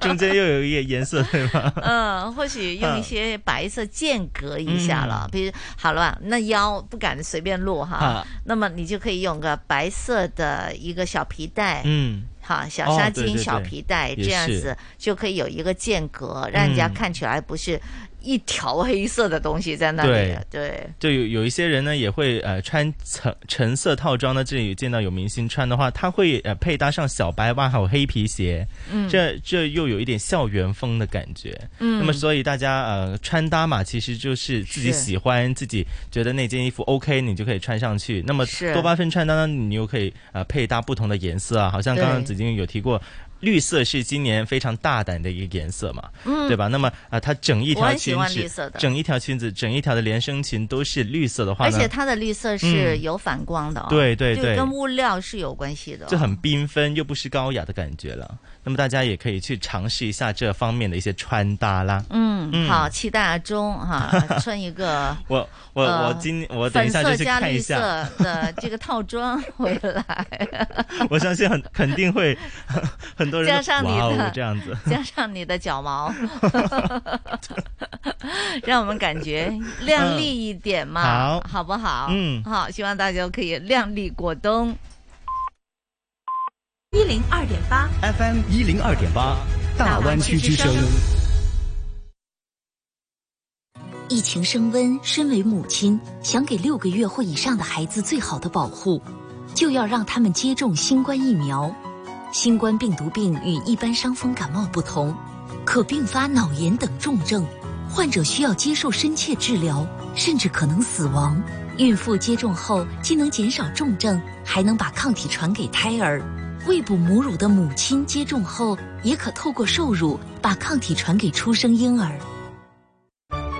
Speaker 7: 中间又有一点颜色，对吧？
Speaker 6: 嗯，或许用一些白色间隔一下了，比如好了吧，那腰不敢随便露哈，
Speaker 7: 啊
Speaker 6: 那么你就可以用个白色的一个小皮带，
Speaker 7: 嗯，
Speaker 6: 哈，小
Speaker 10: 哦
Speaker 6: 纱
Speaker 10: 对对
Speaker 6: 巾、
Speaker 10: 对
Speaker 6: 小皮带
Speaker 10: 也
Speaker 6: 这样
Speaker 10: 是
Speaker 6: 子就可以有一个间隔，让人家
Speaker 7: 嗯
Speaker 6: 看起来不是一条黑色的东西在那里。对
Speaker 7: 就有有一些人呢也会呃穿橙橙色套装呢，这里见到有明星穿的话，他会呃配搭上小白袜还有黑皮鞋，
Speaker 12: 嗯
Speaker 7: 这这又有一点校园风的感觉。
Speaker 12: 嗯
Speaker 7: 那么所以大家呃穿搭嘛，其实就是自己
Speaker 12: 是
Speaker 7: 喜欢，自己觉得那件衣服 OK，你就可以穿上去。那么
Speaker 12: 是
Speaker 7: 多巴胺穿搭呢，你又可以呃配搭不同的颜色啊，好像刚刚
Speaker 12: 对
Speaker 7: 子金有提过。绿色是今年非常大胆的一个颜色嘛，
Speaker 12: 嗯
Speaker 7: 对吧？那么啊、呃它整一
Speaker 6: 我
Speaker 7: 条
Speaker 6: 很喜
Speaker 7: 裙
Speaker 6: 欢
Speaker 7: 子，
Speaker 6: 绿色的
Speaker 7: 整一条裙子，整一条的连身裙都是绿色的话
Speaker 6: 而
Speaker 7: 呢，
Speaker 6: 且它的绿色是
Speaker 7: 嗯
Speaker 6: 有反光的、哦
Speaker 7: 对对对
Speaker 6: 就跟物料是有关系的、哦
Speaker 7: 就很缤纷又不失高雅的感觉了。那么大家也可以去尝试一下这方面的一些穿搭啦。
Speaker 6: 嗯，
Speaker 7: 嗯
Speaker 6: 好，期待阿忠 哈穿一个
Speaker 7: 我我、
Speaker 6: 呃
Speaker 7: 我今我等一下就
Speaker 6: 粉
Speaker 7: 去
Speaker 6: 色加
Speaker 7: 看一
Speaker 6: 绿色
Speaker 7: 下，
Speaker 6: 的这个套装回来，
Speaker 7: 我相信很肯定会很多人
Speaker 6: 加
Speaker 7: 都
Speaker 6: 上你
Speaker 7: 哇
Speaker 6: 的
Speaker 7: 哦这样子，
Speaker 6: 加上你的脚毛，让我们感觉靓丽一点嘛，
Speaker 7: 嗯嗯好
Speaker 6: 好不好？
Speaker 7: 嗯
Speaker 6: 好，希望大家可以靓丽过冬。
Speaker 15: 一零二点八
Speaker 14: FM 一零二点八，大湾区之声。
Speaker 8: 疫情升温，身为母亲，想给六个月或以上的孩子最好的保护，就要让他们接种新冠疫苗。新冠病毒病与一般伤风感冒不同，可并发脑炎等重症，患者需要接受深切治疗，甚至可能死亡。孕妇接种后，既能减少重症，还能把抗体传给胎儿。喂哺母乳的母亲接种后，也可透过受乳把抗体传给出生婴儿。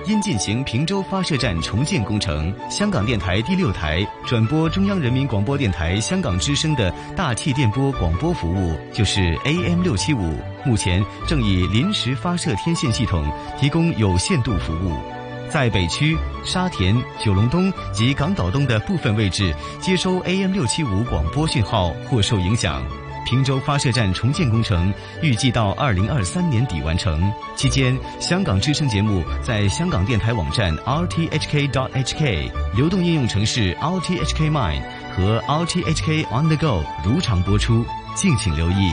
Speaker 3: 因进行平洲发射站重建工程，香港电台第六台转播中央人民广播电台香港之声的大气电波广播服务，就是 AM 六七五，目前正以临时发射天线系统提供有限度服务。在北区、沙田、九龙东及港岛东的部分位置接收 AM 六七五广播讯号或受影响。平洲发射站重建工程预计到二零二三年底完成。期间，香港之声节目在香港电台网站 rthk.hk、流动应用程式 rthk Mine 和 rthk On the Go 如常播出，敬请留意。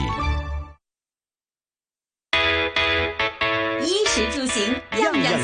Speaker 1: 衣食住行样样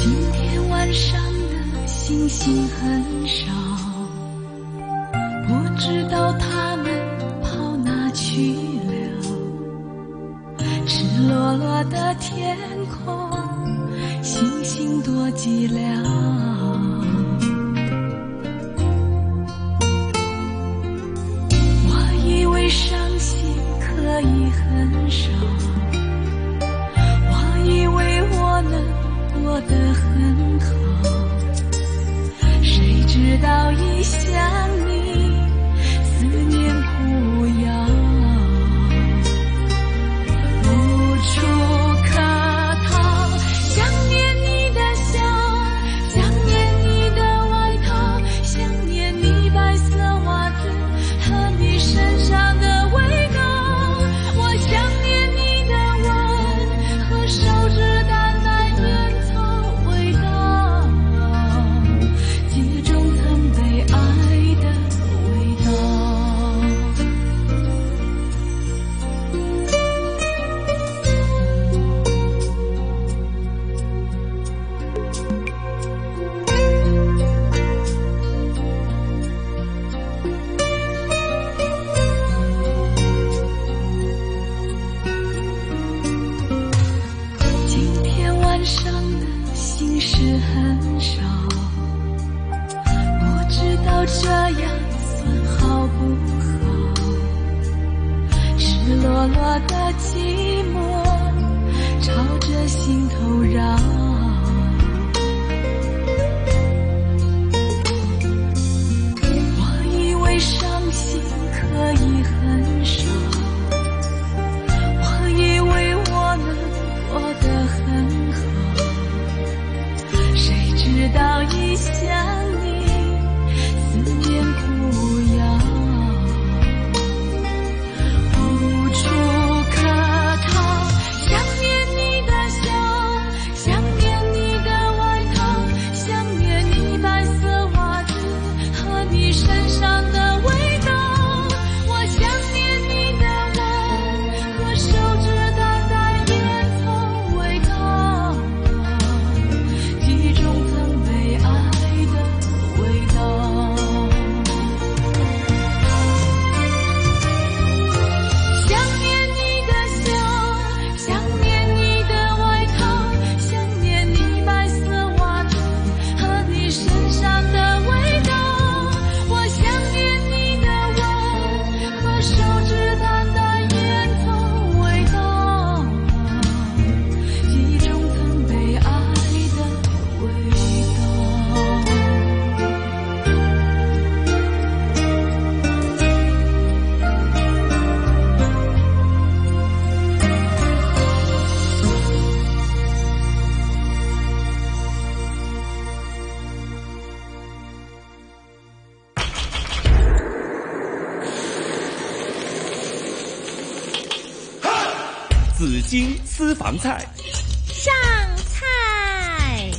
Speaker 23: 今天晚上的星星很少，不知道它们跑哪去了。赤裸裸的天空，星星多寂寥。我以为伤心可以很少，我以为我能。过得很好，谁知道一想你，思念扑遥，无处可逃。想念你的笑，想念你的外套，想念你白色袜子和你身上的味道。我想念你。是很少。我知道这样算好不好？赤裸裸的寂寞，朝着心头绕。我以为伤心可以很少，我以为我能过得很好。谁知道一想你，思念不要，无处可逃。想念你的笑，想念你的外套，想念你白色袜子和你身上的味道。我想念你的吻和手指的淡烟从未逃。记中曾被爱的味道，想念你的笑，想念你的外套，想念你白色袜子和你身上的味道。我想念你的吻和手指淡淡烟囱味道。记忆中曾被爱的味道。
Speaker 2: 紫金私房菜，
Speaker 10: 上菜。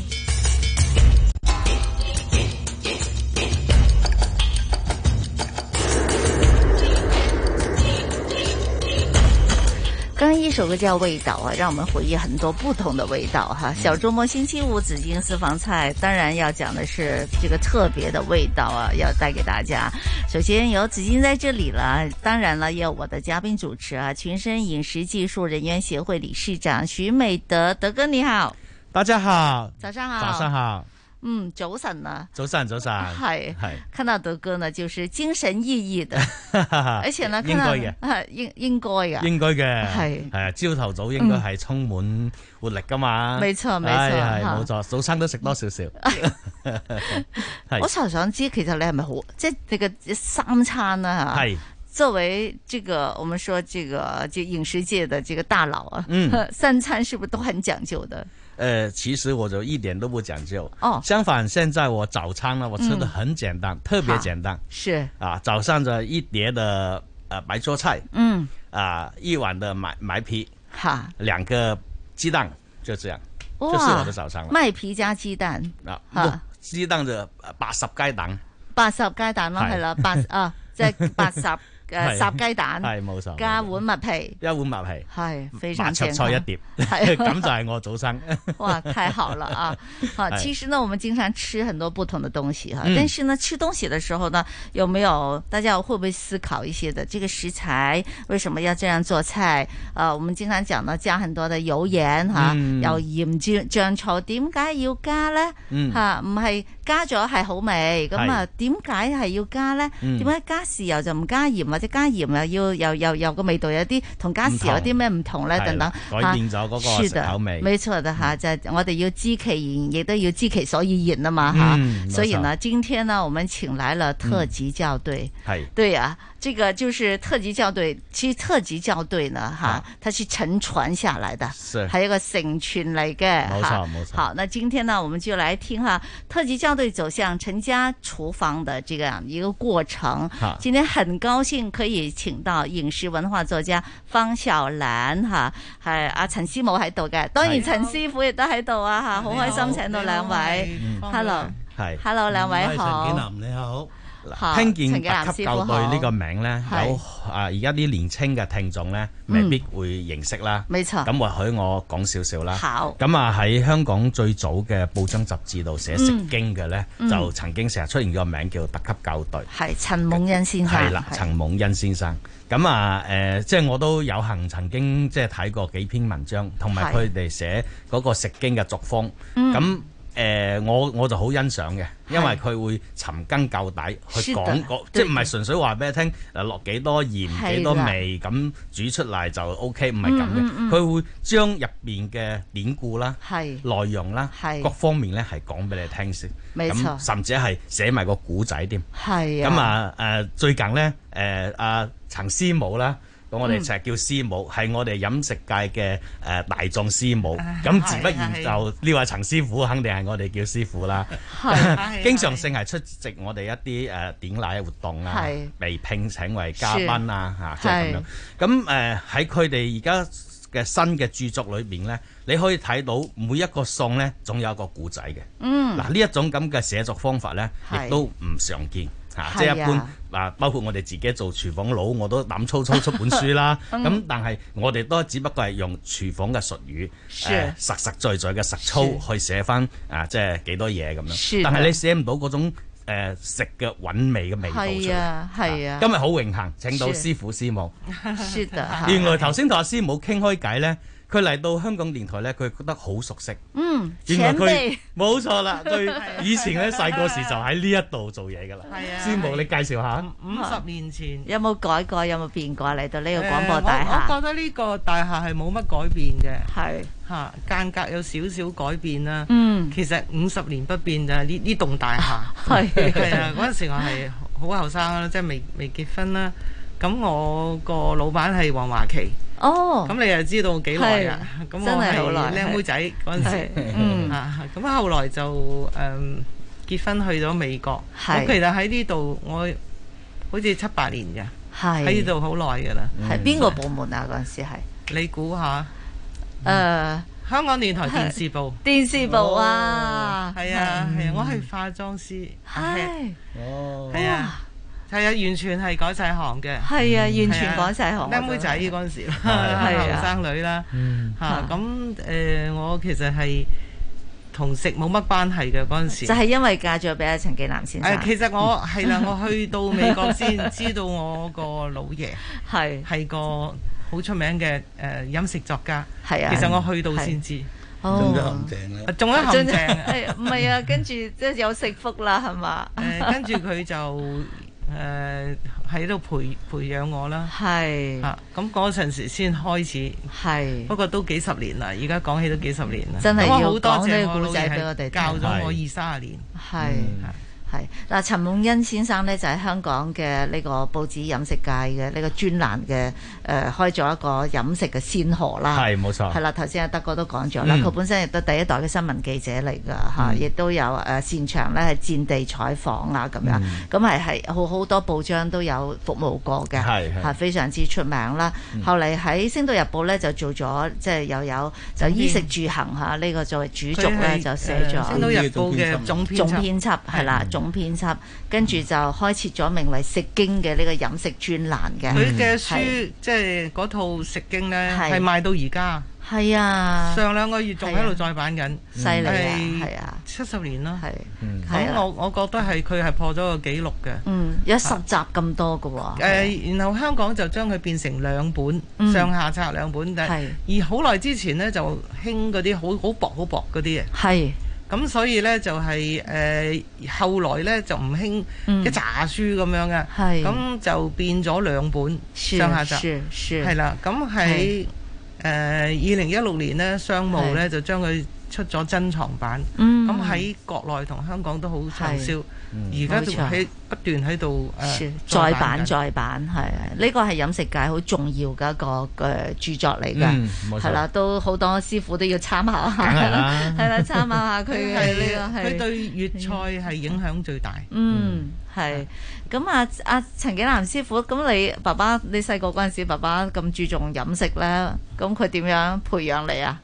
Speaker 6: 刚刚一首歌叫《味道》啊，让我们回忆很多不同的味道哈。小周末星期五紫金私房菜，当然要讲的是这个特别的味道啊，要带给大家。首先有紫金在这里了，当然了，也有我的嘉宾主持啊，群生饮食技术人员协会理事长徐美德，德哥你好，
Speaker 11: 大家好，
Speaker 6: 早上好，
Speaker 11: 早上，好，
Speaker 6: 嗯，早晨呢，
Speaker 11: 早晨，早晨，
Speaker 6: 嗨
Speaker 11: 嗨，
Speaker 6: 看到德哥呢，就是精神奕奕 的，
Speaker 11: 啊
Speaker 6: 而且呢，
Speaker 2: 應
Speaker 6: 看到
Speaker 2: 該嘅，
Speaker 6: 啊，应应该嘅，
Speaker 2: 應該嘅，
Speaker 6: 係
Speaker 2: 係啊，朝頭早應該係充滿活力噶嘛，
Speaker 6: 嗯冇錯冇錯
Speaker 2: 係係
Speaker 6: 嚇
Speaker 2: 冇錯，早餐都食多少少， 係
Speaker 6: 我就想知，其實你係咪好即係你嘅三餐啦、
Speaker 2: 係
Speaker 6: 作為這個我們說這個就飲食界的這個大佬啊，
Speaker 2: 嗯
Speaker 6: 三餐是不是都很講究的？
Speaker 2: 呃，其實我就一點都不講究。
Speaker 6: 哦嗯
Speaker 2: 相反，現在我早餐呢，我吃的很簡單，特別簡單。
Speaker 6: 是，
Speaker 2: 啊，早上的一碟的呃白灼菜，
Speaker 6: 嗯，
Speaker 2: 啊，一碗的麥麥皮，
Speaker 6: 哈，
Speaker 2: 兩個雞蛋，就這樣，
Speaker 6: 哇，
Speaker 2: 這是我的早餐了。
Speaker 6: 麥皮加雞蛋，
Speaker 2: 啊，
Speaker 6: 嚇
Speaker 2: 哇雞蛋就八十雞蛋，
Speaker 6: 八十雞蛋咯，
Speaker 2: 係
Speaker 6: 係啦，八啊，即係八 十誒
Speaker 2: 係
Speaker 6: 十雞蛋，
Speaker 2: 係冇錯
Speaker 6: 加碗麥皮，
Speaker 2: 一碗麥皮，
Speaker 6: 係非常啊
Speaker 2: 麻雀
Speaker 6: 健
Speaker 2: 菜
Speaker 6: 康
Speaker 2: 一。碟，
Speaker 6: 係
Speaker 2: 咁就係我 早餐。
Speaker 6: 哇，太好了 啊！好，
Speaker 2: 哎
Speaker 6: 其实呢，我们经常吃很多不同的东西哈，
Speaker 2: 嗯
Speaker 6: 但是呢，吃东西的时候呢，有没有大家会不会思考一些的这个食材为什么要这样做菜？呃，我们经常讲呢，加很多的油盐哈，
Speaker 12: 嗯
Speaker 6: 有鹽醬醬醋，點解要加呢？
Speaker 12: 嗯
Speaker 6: 吓唔係加咗係好味，咁啊
Speaker 12: 係
Speaker 6: 點解係要加呢？
Speaker 12: 嗯
Speaker 6: 點解加豉油就唔加鹽，啊或者加鹽又要又又又個味道有啲同加豉油有啲咩唔同呢？
Speaker 2: 唔同
Speaker 6: 等等啊
Speaker 2: 係啦改變咗嗰個
Speaker 6: 是
Speaker 2: 食
Speaker 6: 的
Speaker 2: 口味
Speaker 6: 没错的
Speaker 2: 嗯
Speaker 6: 哈，在我哋要知其然，亦都要知其所以然啊嘛哈。
Speaker 2: 嗯
Speaker 6: 所以呢，
Speaker 2: 冇錯
Speaker 6: 今天呢，我們請來了特級校隊。
Speaker 12: 嗯
Speaker 2: 係
Speaker 6: 对呀、这個就是特級校隊。其實特級校隊呢，哈，它是承傳下來的，
Speaker 2: 啊是
Speaker 6: 係一個承傳嚟嘅。
Speaker 2: 冇錯
Speaker 6: 哈
Speaker 2: 冇錯
Speaker 6: 好，那今天呢，我們就來聽哈特級校隊走向陳家廚房的這樣一個過程
Speaker 2: 好。
Speaker 6: 今天很高興可以請到影視文化作家方小蘭哈，啊係阿陳師母喺度嘅，當然
Speaker 2: 係
Speaker 6: 陳師傅亦都喺度啊哈，好開心請到兩位
Speaker 2: 嗯。
Speaker 6: Hello。
Speaker 2: 係嗯
Speaker 6: Hello，兩位好
Speaker 2: 我係陳景南你好。
Speaker 6: 好
Speaker 2: 聽見
Speaker 6: 陳景南
Speaker 2: 特級
Speaker 6: 師
Speaker 2: 校
Speaker 6: 傅
Speaker 2: 隊
Speaker 6: 好
Speaker 2: 呢個名呢，
Speaker 6: 係
Speaker 2: 有啊而家啲年青嘅聽眾呢，未必會認識啦。
Speaker 6: 冇錯
Speaker 2: 咁或許我講少少啦。
Speaker 6: 好
Speaker 2: 咁啊喺香港最早嘅報章雜誌度寫《食經》嘅呢，
Speaker 6: 嗯
Speaker 2: 就曾經成日出現個名叫特級校隊。
Speaker 6: 係陳夢欣先生。
Speaker 2: 係啦，
Speaker 6: 係
Speaker 2: 陳夢欣先生。咁啊，誒、即係我都有幸曾經即係睇過幾篇文章，同埋
Speaker 6: 係
Speaker 2: 佢哋寫嗰個食經嘅作風。咁、
Speaker 6: 嗯
Speaker 2: 誒、呃我我就好欣賞嘅，因為佢會尋根究底去
Speaker 6: 是的
Speaker 2: 講個，即
Speaker 6: 對
Speaker 2: 係唔係純粹話俾你聽誒落幾多鹽
Speaker 6: 係
Speaker 2: 幾多
Speaker 6: 啦
Speaker 2: 味咁煮出嚟就 O K，唔係咁嘅，佢、
Speaker 6: 嗯嗯嗯
Speaker 2: 會將入邊嘅典故啦、
Speaker 6: 係
Speaker 2: 內容啦
Speaker 6: 係
Speaker 2: 各方面咧係講俾你聽先，
Speaker 6: 沒錯
Speaker 2: 咁甚至係寫埋個古仔添。
Speaker 6: 係啊，
Speaker 2: 咁啊誒最近咧誒阿陳師母啦。咁
Speaker 24: 嗯
Speaker 2: 我哋就係叫師母，係、我哋飲食界嘅誒、呃大眾師母
Speaker 24: 啊。
Speaker 2: 咁自不然
Speaker 24: 係
Speaker 2: 就呢位陳師傅肯定係我哋叫師傅啦
Speaker 24: 係 係。
Speaker 2: 經常性係出席我哋一啲誒、呃典禮活動啊
Speaker 24: 係，
Speaker 2: 被聘請為嘉賓啊嚇，
Speaker 24: 是
Speaker 2: 即係咁樣。咁誒喺佢哋而家嘅新嘅著作裏邊咧，你可以睇到每一個餸咧總有一個故仔嘅。
Speaker 24: 嗯
Speaker 2: 嗱呢一種咁嘅寫作方法咧，
Speaker 24: 係
Speaker 2: 亦都唔常見嚇，
Speaker 24: 係
Speaker 2: 即係一
Speaker 24: 啊。
Speaker 2: 般。嗱，包括我哋自己做廚房佬，我都膽粗粗出本書啦
Speaker 24: 嗯
Speaker 2: 咁、但係我哋都只不過係用廚房嘅術語，
Speaker 24: 是
Speaker 2: 誒實實在在嘅實操去寫翻啊，即係幾多嘢咁樣。
Speaker 6: 是的
Speaker 2: 但係你寫唔到嗰種、誒食嘅韻味嘅味道出
Speaker 6: 係
Speaker 2: 嚟。
Speaker 6: 啊，係啊，
Speaker 2: 今日好榮幸請
Speaker 6: 是
Speaker 2: 到師傅師母。
Speaker 6: 是 的，
Speaker 24: 啊
Speaker 6: 哈
Speaker 2: 原來頭先同阿師母傾開偈呢，佢嚟到香港電台呢，佢覺得好熟悉。
Speaker 6: 嗯，
Speaker 2: 原來
Speaker 6: 前
Speaker 2: 佢
Speaker 6: 輩。
Speaker 2: 冇錯啦，佢以前咧細個時就喺呢一度做嘢噶啦。
Speaker 6: 係啊
Speaker 2: 師母你介紹下。嗯
Speaker 24: 五十年前。
Speaker 6: 有冇改過？有冇變過？嚟到啊呢個廣播
Speaker 24: 誒
Speaker 6: 大廈，
Speaker 24: 我我覺得呢個大廈係冇乜改變嘅，係嚇間隔有少少改變啦。
Speaker 6: 嗯，
Speaker 24: 其實五十年不變就係呢呢棟大 廈。
Speaker 6: 係
Speaker 24: 係啊，嗰陣時我係好後生啦，即係未未結婚啦。咁我個老闆係黃華琪。
Speaker 6: 哦，
Speaker 24: 咁你又知道幾耐啊？
Speaker 6: 係
Speaker 24: 咁我
Speaker 6: 真係好耐
Speaker 24: 係靚妹仔嗰陣時
Speaker 6: 係，嗯
Speaker 24: 啊咁後來就誒、嗯、結婚去咗美國。
Speaker 6: 係
Speaker 24: 咁其實喺呢度我好似七八年嘅，
Speaker 6: 係
Speaker 24: 喺呢度好耐㗎啦。
Speaker 6: 係邊個部門啊？嗰陣時係
Speaker 24: 你估下？
Speaker 6: 誒、
Speaker 24: 香港電台電視部。
Speaker 6: 呃 電視部啊，
Speaker 24: 係啊係啊，我係化妝師。
Speaker 6: 係
Speaker 24: 哦，係啊。係啊，完全係改晒行嘅。
Speaker 6: 係啊
Speaker 24: 嗯
Speaker 6: 完全改晒行
Speaker 24: 靚妹仔嗰陣時啦，
Speaker 6: 係啊
Speaker 24: 後生女啦
Speaker 6: 嗯，
Speaker 24: 嚇咁誒，我其實係同食冇乜關係嘅嗰陣時。
Speaker 6: 就係因為嫁咗俾阿陳紀南先生。
Speaker 24: 誒，其實我係啦，我去到美國 先知道我個老爺
Speaker 6: 係
Speaker 24: 係個好出名嘅誒飲食作家。
Speaker 6: 係啊
Speaker 24: 其實我去到先知。
Speaker 6: 哦中咗
Speaker 24: 陷阱啦！中咗陷阱啊。
Speaker 6: 誒唔係啊，跟住即係有食福啦，係嘛？
Speaker 24: 誒跟住佢就誒喺度培培養我啦。
Speaker 6: 係
Speaker 24: 啊，咁嗰陣時先開始。
Speaker 6: 係
Speaker 24: 不過都幾十年啦，而家講起都幾十年啦。
Speaker 6: 真係
Speaker 24: 咁我
Speaker 6: 要
Speaker 24: 好多
Speaker 6: 講
Speaker 24: 謝
Speaker 6: 呢個
Speaker 24: 我老
Speaker 6: 故仔
Speaker 24: 爺
Speaker 6: 俾
Speaker 24: 係
Speaker 6: 我哋聽
Speaker 24: 教咗我
Speaker 6: 係
Speaker 24: 二三十年。嗯
Speaker 6: 係係嗱，陳夢欣先生呢，就喺香港嘅呢個報紙飲食界嘅呢個專欄嘅誒、呃、開咗一個飲食嘅先河啦，
Speaker 2: 係冇錯
Speaker 6: 係啦，頭先阿德哥都講咗啦，
Speaker 2: 嗯
Speaker 6: 佢、本身亦都第一代嘅新聞記者嚟㗎嚇，
Speaker 2: 嗯
Speaker 6: 亦、都有誒、呃擅長咧係戰地採訪啊咁樣，
Speaker 2: 嗯
Speaker 6: 咁係係好好多報章都有服務過嘅，
Speaker 12: 係係
Speaker 6: 嚇非常之出名啦。
Speaker 12: 嗯
Speaker 6: 後嚟喺《星島日報》呢，就做咗即係又有就衣食住行嚇呢、個作為主軸呢，
Speaker 24: 佢係
Speaker 6: 就寫咗
Speaker 24: 誒星島日報嘅總編輯
Speaker 6: 總編輯係啦，總編輯，跟住就開設咗名為《食經》嘅呢個飲食專欄嘅。
Speaker 24: 佢嘅
Speaker 6: 係
Speaker 24: 書即係嗰套《食經》呢，
Speaker 6: 係
Speaker 24: 係賣到而家。
Speaker 6: 係啊，
Speaker 24: 上兩個月仲喺
Speaker 6: 係
Speaker 24: 度
Speaker 6: 啊
Speaker 24: 再版緊，
Speaker 6: 犀利啊
Speaker 24: 係啊，七十年啦。
Speaker 6: 係啊
Speaker 24: 咁我我覺得係佢係破咗個紀錄嘅。
Speaker 6: 嗯，有十集咁多㗎喎。
Speaker 24: 誒，然後香港就將佢變成兩本、
Speaker 6: 嗯
Speaker 24: 上下冊兩本，但
Speaker 6: 係
Speaker 24: 而好耐之前呢，就興嗰啲好好薄好薄嗰啲嘅。
Speaker 6: 係。
Speaker 24: 咁所以呢，就係、誒、後來呢，就唔興
Speaker 6: 嗯
Speaker 24: 一紮書咁樣嘅，
Speaker 6: 係
Speaker 24: 咁就變咗兩本
Speaker 6: 是
Speaker 24: 上下集
Speaker 6: 是，是
Speaker 24: 係啦。咁喺
Speaker 6: 係
Speaker 24: 誒二零一六年呢，商務呢
Speaker 6: 係
Speaker 24: 就將佢出咗珍藏版，
Speaker 6: 嗯
Speaker 24: 咁喺國內同香港都好暢銷
Speaker 6: 係嗯，
Speaker 24: 而家仲
Speaker 6: 冇錯
Speaker 24: 喺不斷喺度誒
Speaker 6: 是再版
Speaker 24: 緊
Speaker 6: 再版係啊呢個係飲食界好重要嘅一個嘅著作嚟
Speaker 24: 嗯
Speaker 6: 嘅，
Speaker 24: 冇錯
Speaker 6: 係啦，都好多師傅都要參考下，
Speaker 24: 梗 係啦
Speaker 6: 係啦，參考下佢嘅呢 個係
Speaker 24: 佢對粵菜係影響最大。
Speaker 6: 嗯，係。咁啊，阿陳景南師傅，咁你爸爸，你細個嗰陣時，爸爸咁注重飲食咧，咁佢點樣培養你啊？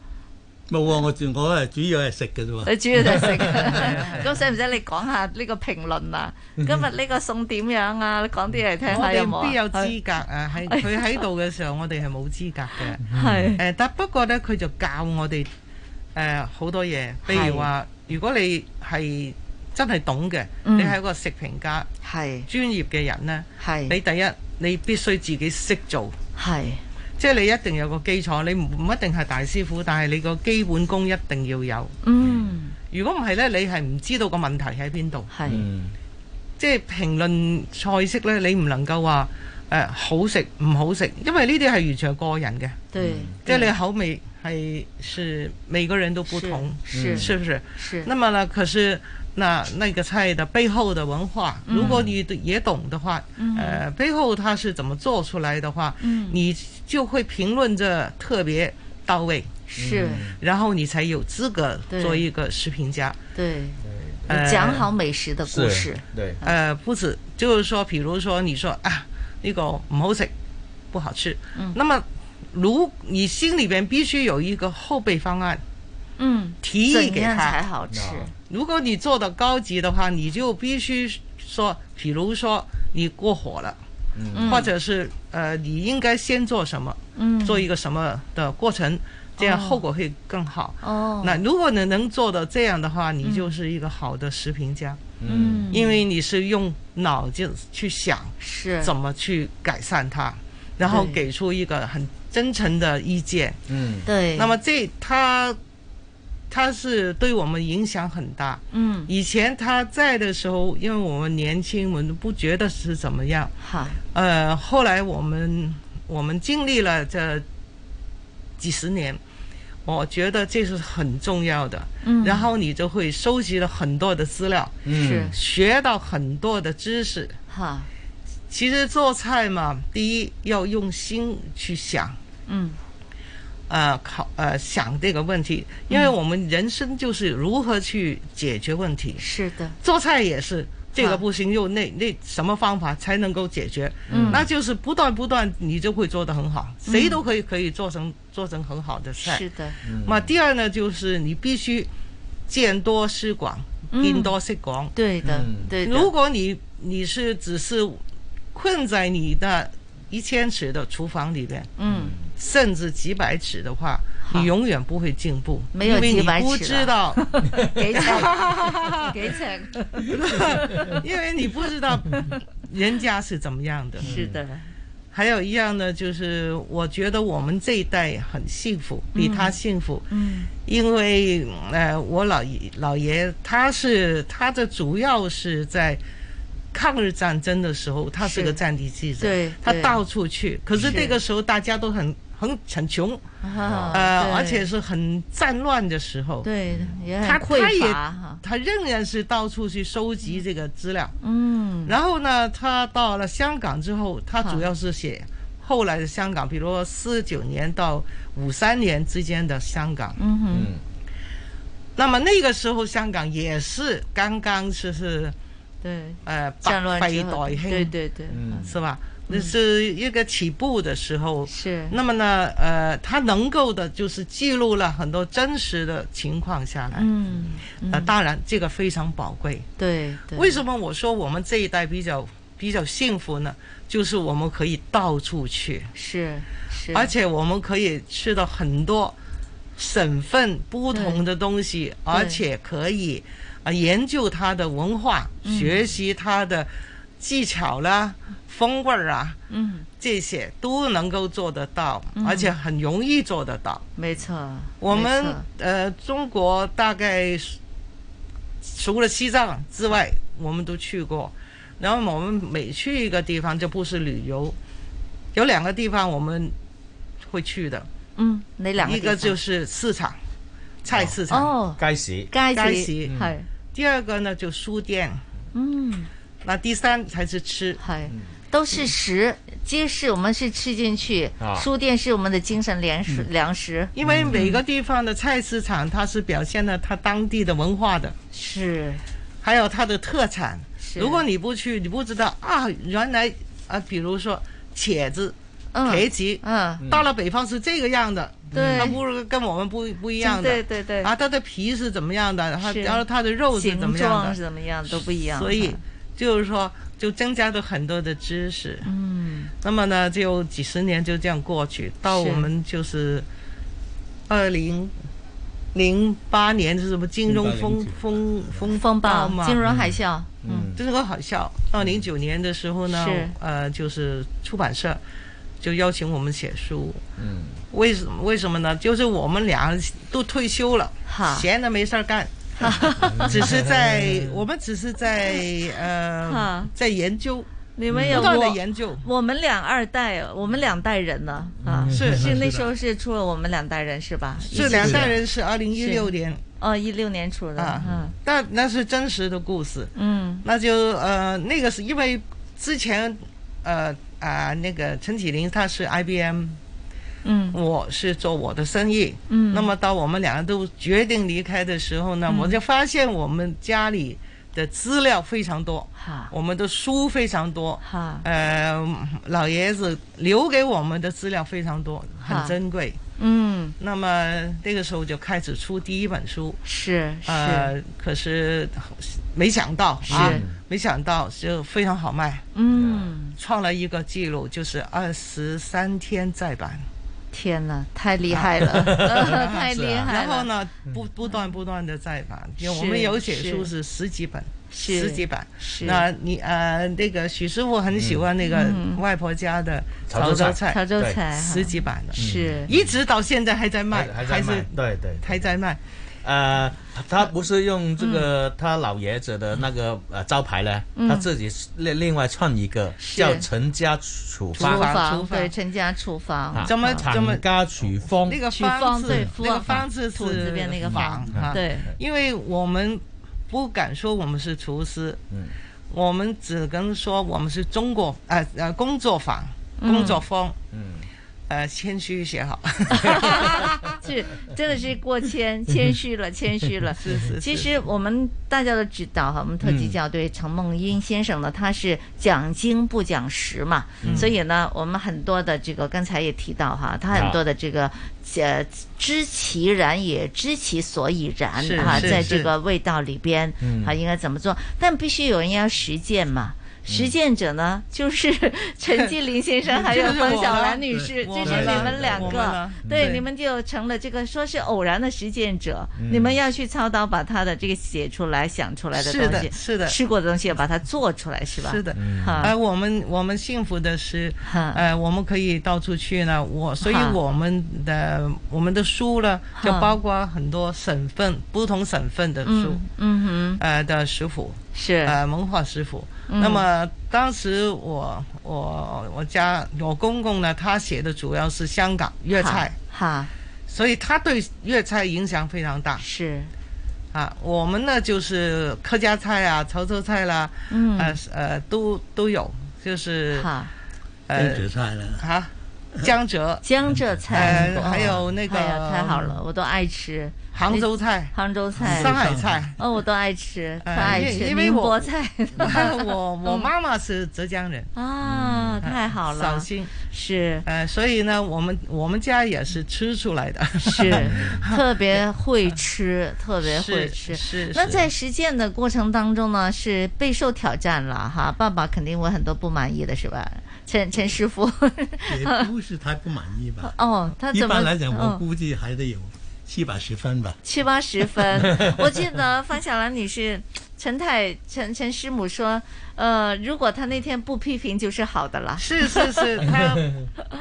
Speaker 25: 冇啊！我主我係主要係食嘅啫喎。
Speaker 6: 你哦主要就係 食。咁使唔使你講下呢個評論啊？今日呢個餸點樣啊？你講啲嚟聽
Speaker 24: 我
Speaker 6: 下
Speaker 24: 哋
Speaker 6: 有哎冇啊
Speaker 24: 必有資格啊！喺佢喺度嘅時候，我哋係冇資格嘅。
Speaker 6: 係
Speaker 24: 誒，但不過咧，佢就教我哋誒好多嘢，譬如話，如果你係真係懂嘅，
Speaker 6: 嗯
Speaker 24: 你係一個食評家，
Speaker 6: 係
Speaker 24: 專業嘅人咧，
Speaker 6: 係
Speaker 24: 你第一你必須自己識做，
Speaker 6: 係
Speaker 24: 即係你一定有個基礎，你唔唔一定係大師傅，但係你個基本功一定要有。
Speaker 6: 嗯
Speaker 24: 如果唔係呢，你係唔知道個問題喺邊度。
Speaker 6: 係，
Speaker 24: 即係評論菜式呢，你唔能夠話誒、呃好食唔好食，因為呢啲係完全係個人嘅。
Speaker 6: 對
Speaker 24: 即係
Speaker 6: 對
Speaker 24: 你口味係是每個人都不同，
Speaker 6: 是是
Speaker 24: 是不是？
Speaker 6: 是
Speaker 24: 那麼呢，可是那那個菜的背後的文化，
Speaker 6: 嗯
Speaker 24: 如果你也懂的話，
Speaker 6: 嗯
Speaker 24: 呃，背後它是怎麼做出來的話，
Speaker 6: 嗯
Speaker 24: 你就會評論着特別到位，
Speaker 6: 是嗯，
Speaker 24: 然後你才有資格
Speaker 6: 對
Speaker 24: 做一個食評家。
Speaker 6: 对，你
Speaker 24: 呃
Speaker 6: 讲好美食的故事，
Speaker 2: 对，
Speaker 24: 呃，不止，就是说，比如说，你说啊，那个唔好食，不好吃，
Speaker 6: 嗯
Speaker 24: 那么如你心里边必须有一个后备方案，
Speaker 6: 嗯，
Speaker 24: 提议
Speaker 6: 怎
Speaker 24: 给
Speaker 6: 样
Speaker 24: 他啊
Speaker 6: 才好吃？
Speaker 24: 如果你做的高级的话，你就必须说，比如说你过火了，
Speaker 6: 嗯
Speaker 24: 或者是呃，你应该先做什么，
Speaker 6: 嗯
Speaker 24: 做一个什么的过程，这样
Speaker 6: 哦
Speaker 24: 后果会更好。
Speaker 6: 哦
Speaker 24: 那如果你能做到这样的话，你就是一个好的食评家。
Speaker 6: 嗯
Speaker 24: 因为你是用脑筋去想
Speaker 6: 是
Speaker 24: 怎么去改善它，然后
Speaker 6: 对
Speaker 24: 给出一个很真诚的意见。
Speaker 2: 嗯
Speaker 6: 对
Speaker 24: 那么这它它是对我们影响很大。
Speaker 6: 嗯
Speaker 24: 以前他在的时候，因为我们年轻，我们都不觉得是怎么样。
Speaker 6: 好，
Speaker 24: 呃，后来我们我们经历了这几十年，我觉得这是很重要的。
Speaker 6: 嗯
Speaker 24: 然后你就会收集了很多的资料，
Speaker 6: 嗯是
Speaker 24: 学到很多的知识。
Speaker 6: 哈，
Speaker 24: 其实做菜嘛，第一要用心去想，
Speaker 6: 嗯
Speaker 24: 呃，考呃想这个问题，因为我们人生就是如何去解决问题。
Speaker 6: 是的，
Speaker 24: 做菜也是。这
Speaker 6: 好
Speaker 24: 个不行，又那那什么方法才能够解决？
Speaker 6: 嗯
Speaker 24: 那就是不断不断，你就会做得很好，
Speaker 6: 嗯
Speaker 24: 谁都可以可以做成做成很好的菜。
Speaker 6: 是的，
Speaker 25: 嗯
Speaker 24: 嘛，第二呢，就是你必须见多识广，
Speaker 6: 嗯
Speaker 24: 见多识广。
Speaker 6: 对的嗯对的
Speaker 24: 如果你你是只是困在你的一千尺的厨房里边，
Speaker 6: 嗯，
Speaker 24: 甚至几百尺的话，
Speaker 6: 好
Speaker 24: 你永远不会进步，
Speaker 6: 没有几百
Speaker 24: 因为你不
Speaker 6: 尺了
Speaker 24: 知道，
Speaker 6: 给钱，给钱，
Speaker 24: 因为你不知道人家是怎么样的。
Speaker 6: 是的，
Speaker 24: 还有一样呢，就是我觉得我们这一代很幸福，比他
Speaker 6: 嗯
Speaker 24: 幸福。
Speaker 6: 嗯
Speaker 24: 因为呃，我老爷老爷他是他的主要是在抗日战争的时候，他是个
Speaker 6: 是
Speaker 24: 战地记者，
Speaker 6: 对
Speaker 24: 他
Speaker 6: 对
Speaker 24: 到处去。可是那个时候大家都很很很穷，
Speaker 6: 啊
Speaker 24: 呃，
Speaker 6: 对
Speaker 24: 而且是很战乱的时候，
Speaker 6: 对，也很
Speaker 24: 他他
Speaker 6: 匮
Speaker 24: 也
Speaker 6: 乏哈，
Speaker 24: 他仍然是到处去收集这个资料。
Speaker 6: 嗯，
Speaker 24: 然后呢，他到了香港之后，他
Speaker 6: 好
Speaker 24: 主要是写后来的香港，比如说四九年到五三年之间的香港。
Speaker 6: 嗯哼，
Speaker 24: 那么那个时候香港也是刚刚是是
Speaker 6: 对，
Speaker 24: 呃
Speaker 6: 战乱
Speaker 24: 百
Speaker 6: 之
Speaker 24: 废
Speaker 6: 后
Speaker 24: 待兴，
Speaker 6: 对对对，嗯
Speaker 24: 是吧？那
Speaker 6: 嗯
Speaker 24: 是一个起步的时候。
Speaker 6: 是
Speaker 24: 那么呢，呃，他能够的就是记录了很多真实的情况下来。
Speaker 6: 嗯，
Speaker 24: 呃，当然这个非常宝贵。
Speaker 6: 对对，
Speaker 24: 为什么我说我们这一代比较比较幸福呢？就是我们可以到处去，
Speaker 6: 是是，
Speaker 24: 而且我们可以吃到很多省份不同的东西，而且可以啊研究它的文化，
Speaker 6: 嗯
Speaker 24: 学习它的技巧啦、风味儿啊，
Speaker 6: 嗯，
Speaker 24: 这些都能够做得到，
Speaker 6: 嗯
Speaker 24: 而且很容易做得到。
Speaker 6: 没错，
Speaker 24: 我
Speaker 6: 没
Speaker 24: 们
Speaker 6: 错
Speaker 24: 呃，中国大概除了西藏之外，我们都去过。然后我们每去一个地方，就不是旅游，有两个地方我们会去的。
Speaker 6: 嗯，哪两个
Speaker 24: 一
Speaker 6: 地方
Speaker 24: 个就是市场，菜市场。
Speaker 6: 哦
Speaker 2: 街市
Speaker 6: 街市
Speaker 24: 街市
Speaker 6: 嗯係
Speaker 24: 第二个呢就书店，
Speaker 6: 嗯，
Speaker 24: 那第三才是吃。
Speaker 2: 嗯
Speaker 6: 系。都是食，街市我们是吃进去
Speaker 24: 啊，
Speaker 6: 书店是我们的精神粮食粮食，
Speaker 24: 因为每个地方的菜市场，它是表现了它当地的文化的，
Speaker 6: 是，
Speaker 24: 还有它的特产。
Speaker 6: 是
Speaker 24: 如果你不去，你不知道啊，原来啊，比如说茄子、
Speaker 6: 嗯
Speaker 24: 茄子，
Speaker 6: 嗯
Speaker 24: 到了北方是这个样的，
Speaker 6: 对
Speaker 24: 它不是跟我们不不一样的，
Speaker 6: 对对对
Speaker 24: 啊，它的皮是怎么样的，然后
Speaker 6: 是
Speaker 24: 然后它的肉是怎么
Speaker 6: 形
Speaker 24: 样
Speaker 6: 状
Speaker 24: 的，
Speaker 6: 是怎么样都不一样
Speaker 24: 所以就是说，就增加了很多的知识。
Speaker 6: 嗯，
Speaker 24: 那么呢，就几十年就这样过去，到
Speaker 6: 是
Speaker 24: 我们就是二零零八年是什么金融风风风
Speaker 6: 风暴
Speaker 24: 嘛，
Speaker 6: 金融海啸，
Speaker 24: 嗯，这是个海啸。到零九年的时候呢
Speaker 6: 是，
Speaker 24: 呃，就是出版社就邀请我们写书，
Speaker 2: 嗯，
Speaker 24: 为什么？为什么呢？就是我们俩都退休了
Speaker 6: 哈，
Speaker 24: 闲的没事儿干，只是在我们只是在呃
Speaker 6: 哈
Speaker 24: 在研究，
Speaker 6: 你们有
Speaker 24: 不断的
Speaker 6: 我
Speaker 24: 研究。
Speaker 6: 我们两二代，我们两代人呢啊，
Speaker 24: 嗯是
Speaker 6: 是
Speaker 24: 是
Speaker 6: 那
Speaker 24: 的
Speaker 6: 时候是出了我们两代人是吧？
Speaker 24: 是两代人是2016年，
Speaker 6: 哦，一六年出的，嗯
Speaker 24: 那啊那是真实的故事，
Speaker 6: 嗯
Speaker 24: 那就呃那个是因为之前呃啊、那个陈启霖他是 IBM，
Speaker 6: 嗯，
Speaker 24: 我是做我的生意，
Speaker 6: 嗯
Speaker 24: 那么到我们两个都决定离开的时候呢，
Speaker 6: 嗯
Speaker 24: 我就发现我们家里的资料非常多，
Speaker 6: 哈
Speaker 24: 我们的书非常多，
Speaker 6: 哈
Speaker 24: 呃老爷子留给我们的资料非常多，
Speaker 6: 哈
Speaker 24: 很珍贵，
Speaker 6: 嗯，
Speaker 24: 那么那个时候就开始出第一本书，
Speaker 6: 是是
Speaker 24: 呃，可是没想到啊
Speaker 6: 是，
Speaker 24: 没想到就非常好卖，
Speaker 6: 嗯，
Speaker 24: 创了一个记录，就是二十三天再版，
Speaker 6: 天哪，太厉害 了，太厉害了。
Speaker 24: 啊然后呢，不不
Speaker 2: 嗯
Speaker 24: 断不断的再版，因为
Speaker 6: 是
Speaker 24: 我们有写
Speaker 6: 是
Speaker 24: 书是十几本。
Speaker 6: 是
Speaker 24: 十几版，
Speaker 6: 是
Speaker 24: 那你呃，那个许师傅很喜欢那个
Speaker 6: 嗯
Speaker 24: 外婆家的
Speaker 2: 潮州菜
Speaker 24: 菜，
Speaker 2: 潮州菜对
Speaker 24: 十几版的，
Speaker 2: 是
Speaker 24: 一直到现在还在卖，
Speaker 2: 还在卖
Speaker 24: 是，
Speaker 2: 对对。
Speaker 24: 还在卖，
Speaker 2: 呃，他不是用这个他老爷子的那个呃招牌呢，
Speaker 26: 嗯
Speaker 2: 他自己另另外创一个
Speaker 26: 是
Speaker 2: 叫陈家厨
Speaker 26: 厨
Speaker 24: 啊
Speaker 2: 房，
Speaker 26: 房对陈家厨房，
Speaker 2: 啊
Speaker 6: 啊
Speaker 2: 厂家厨 房
Speaker 24: 那个
Speaker 26: 取方
Speaker 24: 方
Speaker 26: 对
Speaker 24: 字，
Speaker 26: 夫
Speaker 24: 那个
Speaker 26: 啊
Speaker 24: 方字
Speaker 26: 土字边那个
Speaker 24: 房
Speaker 26: 房
Speaker 24: 啊，
Speaker 26: 对，
Speaker 24: 因为我们不敢说我们是厨师，
Speaker 2: 嗯，
Speaker 24: 我们只跟说我们是中国呃呃工作坊
Speaker 6: 嗯
Speaker 24: 工作坊，
Speaker 2: 嗯，
Speaker 24: 呃谦虚些好，
Speaker 6: 是，真的是过谦谦虚了，谦 虚了。
Speaker 24: 是是
Speaker 6: 其
Speaker 24: 是
Speaker 6: 实我们大家都知道哈，我们特级校队程梦英先生呢，他是讲经不讲实嘛，
Speaker 15: 嗯
Speaker 6: 所以呢，我们很多的这个刚才也提到哈，他
Speaker 15: 啊
Speaker 6: 很多的这个呃知其然也知其所以然
Speaker 15: 是
Speaker 6: 啊，
Speaker 15: 是
Speaker 6: 在
Speaker 15: 是
Speaker 6: 这个味道里边
Speaker 15: 嗯
Speaker 6: 啊应该怎么做，但必须有人要实践嘛。
Speaker 15: 嗯
Speaker 6: 实践者呢，就是陈继林 先生还有
Speaker 15: 就是
Speaker 6: 冯
Speaker 15: 我
Speaker 6: 小
Speaker 15: 啦
Speaker 6: 兰女
Speaker 15: 对
Speaker 6: 士，
Speaker 15: 我
Speaker 6: 就是
Speaker 15: 们
Speaker 6: 你
Speaker 15: 啦
Speaker 6: 们
Speaker 15: 对
Speaker 6: 两
Speaker 15: 我们
Speaker 6: 个
Speaker 15: 啦，
Speaker 24: 嗯
Speaker 6: 对
Speaker 15: 对
Speaker 6: 你们就成了这个说是偶然的实践者，
Speaker 15: 嗯
Speaker 6: 你们要去操刀把他的这个写出来、想出来的
Speaker 24: 是的
Speaker 6: 东西，
Speaker 24: 是的
Speaker 6: 吃过的东西要把它做出来，是吧？
Speaker 24: 是的，
Speaker 2: 嗯
Speaker 6: 哈
Speaker 24: 呃，我们我们幸福的是，呃，我们可以到处去呢。我所以
Speaker 6: 哈
Speaker 24: 我们的我们的书呢，就
Speaker 6: 哈
Speaker 24: 包括很多省份不同省份的书
Speaker 6: 嗯，嗯哼，
Speaker 24: 呃的食谱
Speaker 6: 是
Speaker 24: 呃文化食谱。
Speaker 6: 嗯
Speaker 24: 那么当时我我我家我公公呢，他写的主要是香港粤菜，
Speaker 6: 哈，
Speaker 24: 所以他对粤菜影响非常大。
Speaker 6: 是。
Speaker 24: 啊，我们呢就是客家菜啊、潮州菜啦、
Speaker 6: 嗯
Speaker 24: 呃呃都都有，就是
Speaker 6: 哈，嗯
Speaker 24: 呃
Speaker 25: 江浙 菜啦
Speaker 24: 哈，江浙
Speaker 6: 江浙菜
Speaker 24: 呃，
Speaker 6: 哦
Speaker 24: 还有那个
Speaker 6: 哎呀太好了，我都爱吃
Speaker 24: 杭州菜、
Speaker 6: 杭州菜、
Speaker 24: 上海菜，
Speaker 6: 哦，我都爱吃，太
Speaker 24: 呃
Speaker 6: 爱
Speaker 24: 因为
Speaker 6: 吃
Speaker 24: 因为
Speaker 6: 宁
Speaker 24: 我
Speaker 6: 波菜
Speaker 24: 我我妈妈是浙江人
Speaker 6: 啊，太好了，
Speaker 24: 绍兴
Speaker 6: 是
Speaker 24: 嗯呃，所以呢，我们我们家也是吃出来的，
Speaker 6: 是特别会吃，特别会吃。
Speaker 24: 是是
Speaker 6: 那
Speaker 24: 是
Speaker 6: 在实践的过程当中呢，是备受挑战了哈。爸爸肯定会很多不满意的是吧？陈陈师傅，？
Speaker 25: 也不是太不满意吧
Speaker 6: 哦，他
Speaker 25: 一
Speaker 6: 怎么？
Speaker 25: 般来讲，我
Speaker 6: 嗯
Speaker 25: 估计还得有七八十分吧。
Speaker 6: 七八十 分。我记得方小兰女士、陈太、陈陈师母说，呃，如果他那天不批评就是好的了。
Speaker 24: 是是是， 他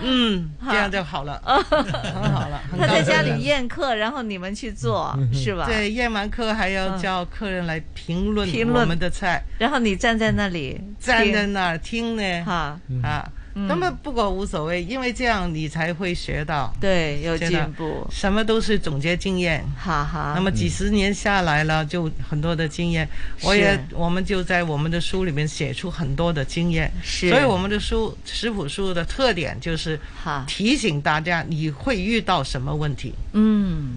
Speaker 24: 嗯这样就好了，很好了。很
Speaker 6: 他在
Speaker 24: 高兴
Speaker 6: 家
Speaker 24: 了
Speaker 6: 里宴客，然后你们去做，是吧？
Speaker 24: 嗯对，宴完客还要
Speaker 6: 嗯
Speaker 24: 叫客人来评论
Speaker 6: 评论
Speaker 24: 我们的菜，嗯
Speaker 6: 然后你站在那里，
Speaker 24: 站在
Speaker 6: 听
Speaker 24: 那儿听呢，
Speaker 6: 哈嗯
Speaker 24: 啊，那么不过无所谓，因为这样你才会学到，
Speaker 6: 对，有
Speaker 24: 真的
Speaker 6: 进步，
Speaker 24: 什么都是总结经验，
Speaker 6: 哈哈。
Speaker 24: 那么几十年下来了，就很多的经验，我
Speaker 6: 嗯是
Speaker 24: 也我们就在我们的书里面写出很多的经验，
Speaker 6: 是
Speaker 24: 所以我们的书食谱书的特点就是
Speaker 6: 哈
Speaker 24: 提醒大家你会遇到什么问题，
Speaker 6: 嗯，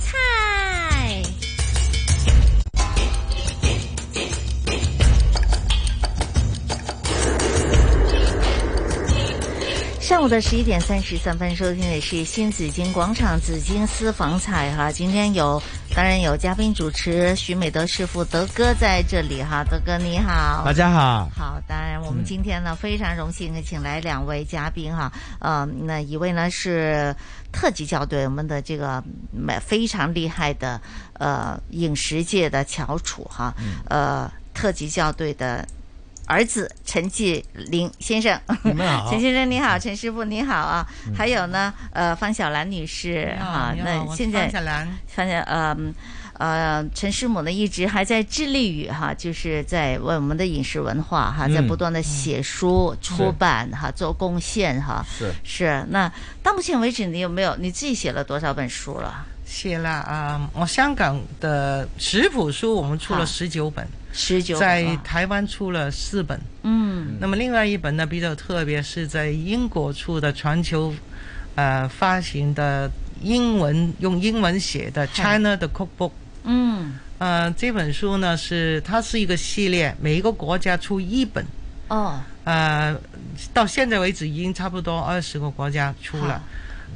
Speaker 11: 菜，
Speaker 6: 上午的十一点三十三分收听的是新紫金广场紫金私房菜哈，今天有当然有嘉宾主持徐美德师傅德哥在这里哈，德哥你好，
Speaker 2: 大家好嗯
Speaker 6: 好，当然我们今天呢、非常荣幸地请来两位嘉宾哈，呃，那一位呢是特级校队，我们的这个嗯非常厉害的
Speaker 2: 嗯
Speaker 6: 呃饮食界的翘楚哈，呃特级校队的
Speaker 5: 儿子陈继林先生。
Speaker 25: 你们 好
Speaker 5: 陈先生你
Speaker 24: 嗯
Speaker 5: 好，陈师傅你好啊，还有呢，呃，方小兰女士
Speaker 24: 你好
Speaker 5: 哈，
Speaker 24: 嗯啊你好
Speaker 5: 那
Speaker 24: 我是
Speaker 5: 现在
Speaker 24: 方小兰
Speaker 5: 方小呃嗯呃，陈师母呢一直还在致力于哈，就是在为我们的饮食文化哈，在
Speaker 6: 嗯
Speaker 5: 不断的写书、出
Speaker 6: 是
Speaker 5: 版
Speaker 24: 嗯
Speaker 5: 哈，做贡献哈。
Speaker 6: 是
Speaker 5: 是，那到目前为止，你有没有你自己写了多少本书了？
Speaker 24: 写了啊、我香港的食谱书我们出
Speaker 5: 好
Speaker 24: 了十九本，
Speaker 5: 十九
Speaker 24: 在台湾出了四本，
Speaker 5: 嗯
Speaker 24: 那么另外一本呢比较特别，是在英国出的全球，呃发行的英文用英文写的《China 的 Cookbook》。
Speaker 5: 嗯，
Speaker 24: 呃，这本书呢是它是一个系列，每一个国家出一本。
Speaker 5: 哦，
Speaker 24: 呃，到现在为止已经差不多二十个国家出了
Speaker 5: 好。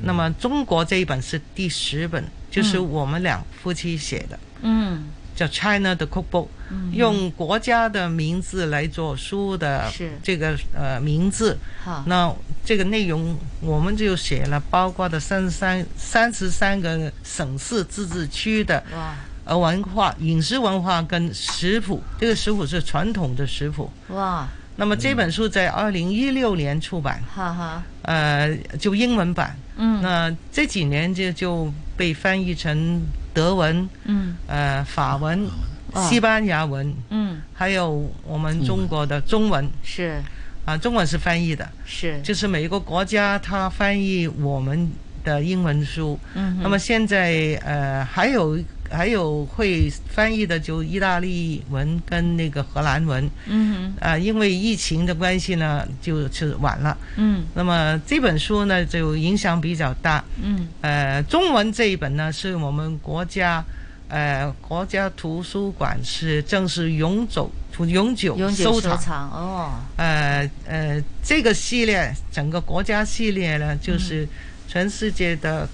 Speaker 24: 那么中国这一本是第十本，就是
Speaker 5: 嗯
Speaker 24: 我们两夫妻写的，
Speaker 5: 嗯
Speaker 24: 叫《China 的 Cookbook》。
Speaker 5: 嗯
Speaker 24: 用国家的名字来做书的
Speaker 5: 是啊
Speaker 24: 这个呃名字
Speaker 5: 好，
Speaker 24: 那这个内容我们就写了，包括的三三三十三个省市自治区的
Speaker 5: 哇
Speaker 24: 呃文化、饮食文化跟食谱，这个食谱是传统的食谱。
Speaker 5: 哇，
Speaker 24: 那么这本书在二零一六年出版，
Speaker 5: 哈哈，
Speaker 24: 呃，就英文版。
Speaker 5: 嗯
Speaker 24: 那这几年就就被翻译成德文、
Speaker 5: 嗯
Speaker 24: 呃法文、
Speaker 5: 哇
Speaker 24: 西班牙文，
Speaker 5: 嗯，
Speaker 24: 还有我们中国的中文。
Speaker 5: 是
Speaker 24: 啊，中文是翻译的，
Speaker 5: 是
Speaker 24: 就是每一个国家它翻译我们的英文书。
Speaker 5: 嗯哼
Speaker 24: 那么现在呃还有还有会翻译的就意大利文跟那个荷兰文。
Speaker 5: 嗯
Speaker 24: 啊，因为疫情的关系呢，就是晚了。
Speaker 5: 嗯
Speaker 24: 那么这本书呢，就影响比较大。
Speaker 5: 嗯
Speaker 24: 呃，中文这一本呢，是我们国家呃国家图书馆是正式永久永久
Speaker 5: 永久
Speaker 24: 收
Speaker 5: 收藏哦，
Speaker 24: 呃呃，这个系列整个国家系列呢，
Speaker 5: 嗯
Speaker 24: 就是全世界的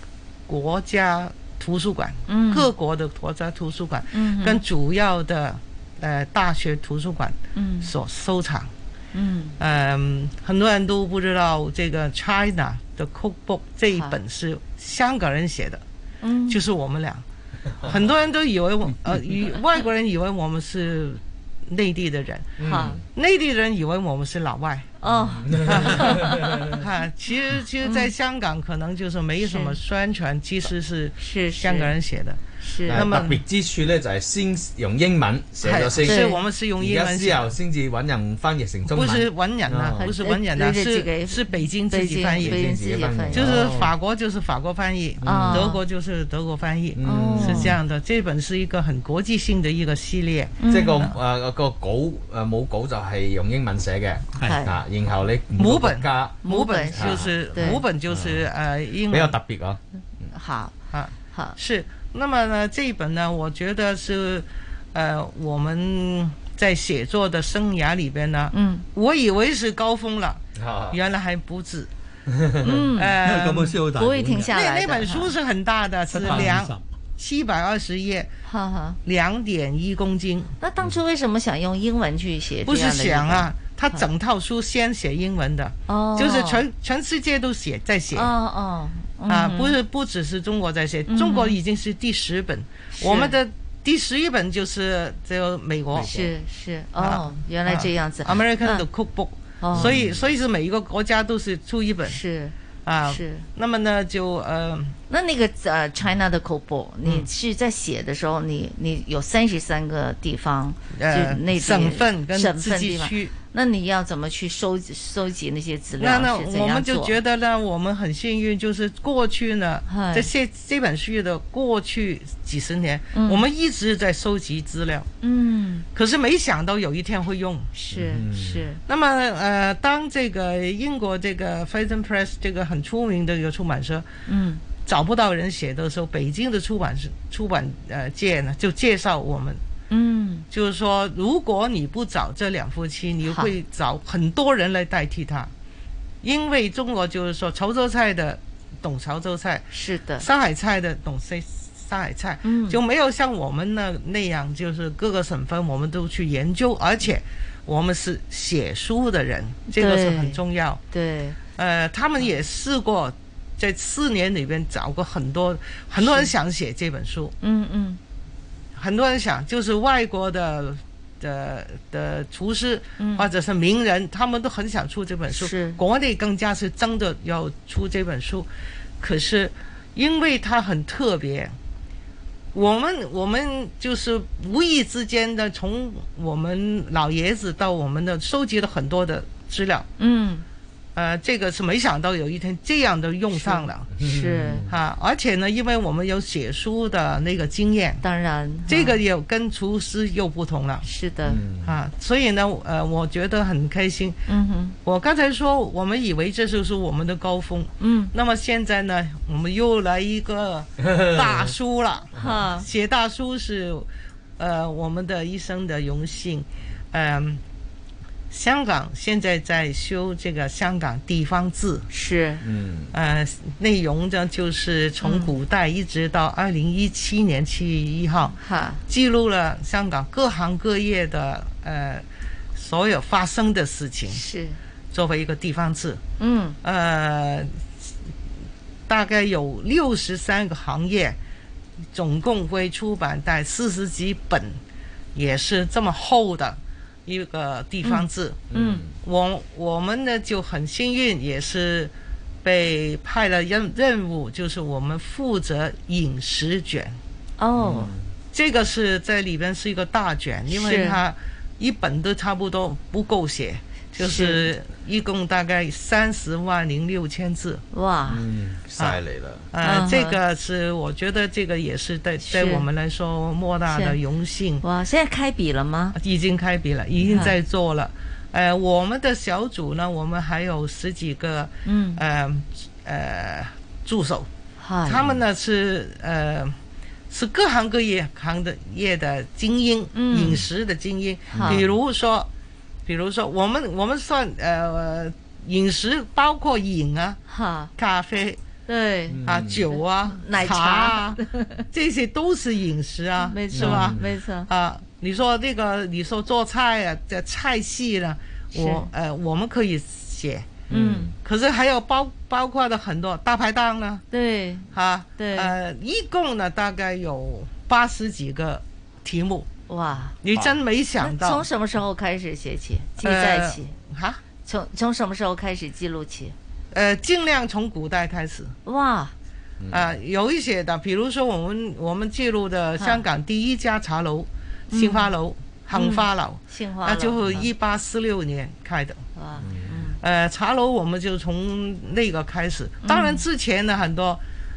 Speaker 24: 国家图书馆，
Speaker 5: 嗯
Speaker 24: 各国的国家图书馆，
Speaker 5: 嗯哼
Speaker 24: 跟主要的呃大学图书馆，
Speaker 5: 嗯
Speaker 24: 所收藏。
Speaker 5: 嗯
Speaker 24: 嗯，很多人都不知道这个 China 的 Cookbook 这一本是香港人写的，
Speaker 5: 嗯
Speaker 24: 就是我们俩。很多人都以为我呃，以外国人以为我们是内地的人，
Speaker 5: 好
Speaker 24: 内地人以为我们是老外。
Speaker 5: 嗯哦，
Speaker 24: 哈，其实其实，在香港可能就是没什么宣传，其实是
Speaker 5: 是
Speaker 24: 香港人写的。
Speaker 5: 是
Speaker 24: 那么
Speaker 2: 特別之處咧，就係先用英文寫咗先，
Speaker 24: 係所以我們是用英
Speaker 2: 而
Speaker 24: 文
Speaker 2: 家
Speaker 24: 寫
Speaker 2: 之後先至揾人翻譯成中
Speaker 24: 不
Speaker 2: 文。
Speaker 24: 是文人啊，
Speaker 2: 哦
Speaker 24: 不是文人啊，
Speaker 2: 對對對
Speaker 24: 是
Speaker 2: 自己
Speaker 24: 是北京自己翻译，
Speaker 2: 北京自己翻譯
Speaker 24: 就是法国就是法国翻译，
Speaker 2: 哦
Speaker 24: 德国就是德国翻译
Speaker 2: 嗯，
Speaker 24: 是这样的。这本是一个很國際性的一個系列，
Speaker 2: 即係個誒個呃稿誒冇稿就係用英文寫嘅，
Speaker 24: 係
Speaker 2: 啊，然後你
Speaker 24: 母本
Speaker 2: 加
Speaker 24: 母本就是
Speaker 2: 對
Speaker 24: 母本就是呃英
Speaker 2: 啊比較
Speaker 24: 文
Speaker 2: 特別啊。
Speaker 5: 好
Speaker 24: 啊
Speaker 5: 好
Speaker 24: 是。那么呢这一本呢，我觉得是呃我们在写作的生涯里边呢，
Speaker 5: 嗯，
Speaker 24: 我以为是高峰了，
Speaker 2: 啊
Speaker 24: 原来还不 止。
Speaker 25: 嗯
Speaker 24: 呃
Speaker 25: 那個本書好大本㗎不會停下
Speaker 24: 那
Speaker 25: 來的
Speaker 24: 那本书是很大的，是两七百二十页，
Speaker 5: 哈哈。
Speaker 24: 两点一公斤。
Speaker 5: 那当初为什么想用英文去写？
Speaker 24: 不是想啊，他整套书先写英文的，
Speaker 5: 哦
Speaker 24: 就是全全世界都写在写。
Speaker 5: 哦哦嗯
Speaker 24: 啊，
Speaker 5: 哼
Speaker 24: 不是不只是中国在写，
Speaker 5: 嗯哼
Speaker 24: 中国已经是第十本，
Speaker 5: 是
Speaker 24: 我们的第十一本就是就美国。
Speaker 5: 是是
Speaker 24: 啊
Speaker 5: 哦，原来这样子。嗯
Speaker 24: 啊 American 的 Cookbook，、
Speaker 5: 哦
Speaker 24: 所以所以是每一个国家都是出一本。
Speaker 5: 是
Speaker 24: 啊，
Speaker 5: 是。
Speaker 24: 那么呢，就呃。
Speaker 5: 那那个呃，China 的 c o b o
Speaker 24: 嗯
Speaker 5: 你是在写的时候，你你有三十三个地方，
Speaker 24: 呃
Speaker 5: 就那
Speaker 24: 省份跟
Speaker 5: 省
Speaker 24: 自
Speaker 5: 份
Speaker 24: 治
Speaker 5: 地方
Speaker 24: 区，
Speaker 5: 那你要怎么去收集收集那些资
Speaker 24: 那
Speaker 5: 料？
Speaker 24: 那
Speaker 5: 是怎
Speaker 24: 我
Speaker 5: 样
Speaker 24: 们
Speaker 5: 做
Speaker 24: 就觉得呢，我们很幸运，就是过去呢
Speaker 5: 嗨，
Speaker 24: 这些这本书的过去几十年，
Speaker 5: 嗯
Speaker 24: 我们一直在收集资料，
Speaker 5: 嗯，
Speaker 24: 可是没想到有一天会用。
Speaker 5: 是是，
Speaker 24: 那么呃，当这个英国这个 f a s h i o n Press 这个很出名的一个出版社，
Speaker 5: 嗯
Speaker 24: 找不到人写的时候，北京的出版社出版呃界呢就介绍我们，
Speaker 5: 嗯
Speaker 24: 就是说，如果你不找这两夫妻，你
Speaker 5: 好
Speaker 24: 会找很多人来代替他，因为中国就是说潮州菜的懂潮州菜，
Speaker 5: 是的，
Speaker 24: 上海菜的懂上上海菜，
Speaker 5: 嗯
Speaker 24: 就没有像我们那那样，就是各个省份我们都去研究，而且我们是写书的人，这个是
Speaker 5: 对
Speaker 24: 很重要。
Speaker 5: 对，
Speaker 24: 呃，他们也试过在四年里边找过很多很多人想写这本书，
Speaker 5: 嗯嗯
Speaker 24: 很多人想，就是外国的的的厨师、或者是名人，他们都很想出这本书。
Speaker 5: 嗯是
Speaker 24: 国内更加是争着要出这本书，可是因为它很特别，我们我们就是无意之间的，从我们老爷子到我们的收集了很多的资料。
Speaker 5: 嗯，
Speaker 24: 呃，这个是没想到有一天这样的用上了，
Speaker 5: 是
Speaker 24: 哈、而且呢，因为我们有写书的那个经验，
Speaker 5: 当然
Speaker 24: 这个也跟厨师又不同了，
Speaker 5: 是的，
Speaker 24: 啊，所以呢，呃，我觉得很开心。
Speaker 5: 嗯哼，
Speaker 24: 我刚才说，我们以为这就是我们的高峰，
Speaker 5: 嗯，
Speaker 24: 那么现在呢，我们又来一个大叔了，
Speaker 5: 哈
Speaker 24: 写大叔是，呃，我们的一生的荣幸，嗯、香港现在在修这个香港地方志，
Speaker 5: 是，
Speaker 7: 嗯，
Speaker 24: 呃，内容呢就是
Speaker 5: 嗯
Speaker 24: 从古代一直到二零一七年七月一号，
Speaker 5: 哈，
Speaker 24: 记录了香港各行各业的呃所有发生的事情，
Speaker 5: 是，
Speaker 24: 作为一个地方志，
Speaker 5: 嗯，
Speaker 24: 呃，大概有六十三个行业，总共会出版在四十几本，也是这么厚的一个地方志。
Speaker 5: 嗯，
Speaker 24: 我我们呢就很幸运，也是被派了任任务，就是我们负责饮食卷。
Speaker 11: 嗯
Speaker 5: 哦，
Speaker 24: 这个是在里边是一个大卷，因为
Speaker 5: 是
Speaker 24: 它一本都差不多不够写，就是
Speaker 5: 是
Speaker 24: 一共大概三十万零六千字。
Speaker 5: 哇，
Speaker 7: 嗯，晒你啦，
Speaker 24: 呃，
Speaker 5: 嗯
Speaker 24: 这个是我觉得这个也是对对
Speaker 5: 是
Speaker 24: 我们来说莫大的
Speaker 5: 是
Speaker 24: 荣幸。
Speaker 5: 哇，现在开笔了吗？啊
Speaker 24: 已经开笔了，已经在做了。呃，我们的小组呢，我们还有十几个，
Speaker 5: 嗯
Speaker 24: 呃呃助手，
Speaker 5: 嗨
Speaker 24: 他们呢是呃是各行各业行的业的精英，
Speaker 5: 嗯
Speaker 24: 饮食的精英
Speaker 5: 好，
Speaker 24: 比如说，比如说我们我们算呃饮食包括饮啊，
Speaker 5: 哈，
Speaker 24: 咖啡。
Speaker 5: 对
Speaker 24: 啊，酒啊，
Speaker 5: 奶
Speaker 24: 茶啊， 这些都是饮食啊，
Speaker 5: 没
Speaker 24: 是
Speaker 5: 错
Speaker 24: 吧？
Speaker 5: 没错，
Speaker 24: 啊，你说这个，你说做菜啊，这菜系呢，
Speaker 5: 是
Speaker 24: 我呃，我们可以写，
Speaker 5: 嗯，
Speaker 24: 可是还有包包括的很多大排档呢，
Speaker 5: 对，
Speaker 24: 哈，
Speaker 5: 对
Speaker 24: 呃，一共呢大概有八十几个题目，
Speaker 5: 哇，
Speaker 24: 你真没想
Speaker 5: 那
Speaker 24: 到，呃
Speaker 5: 从什么时候开始写起，记在起？
Speaker 24: 哈、
Speaker 5: 从从什么时候开始记录起？
Speaker 24: 呃，尽量从古代开始，
Speaker 5: 哇，
Speaker 24: 啊，有一些的，比如说我们我们记录的香港第一家茶楼，
Speaker 5: 嗯
Speaker 24: 杏花楼，杏花楼，
Speaker 5: 杏花
Speaker 24: 那就是
Speaker 5: 楼
Speaker 24: 一八四六年开的。
Speaker 5: 嗯哇，嗯
Speaker 24: 呃，茶楼我们就从那个开始，当然之前呢很多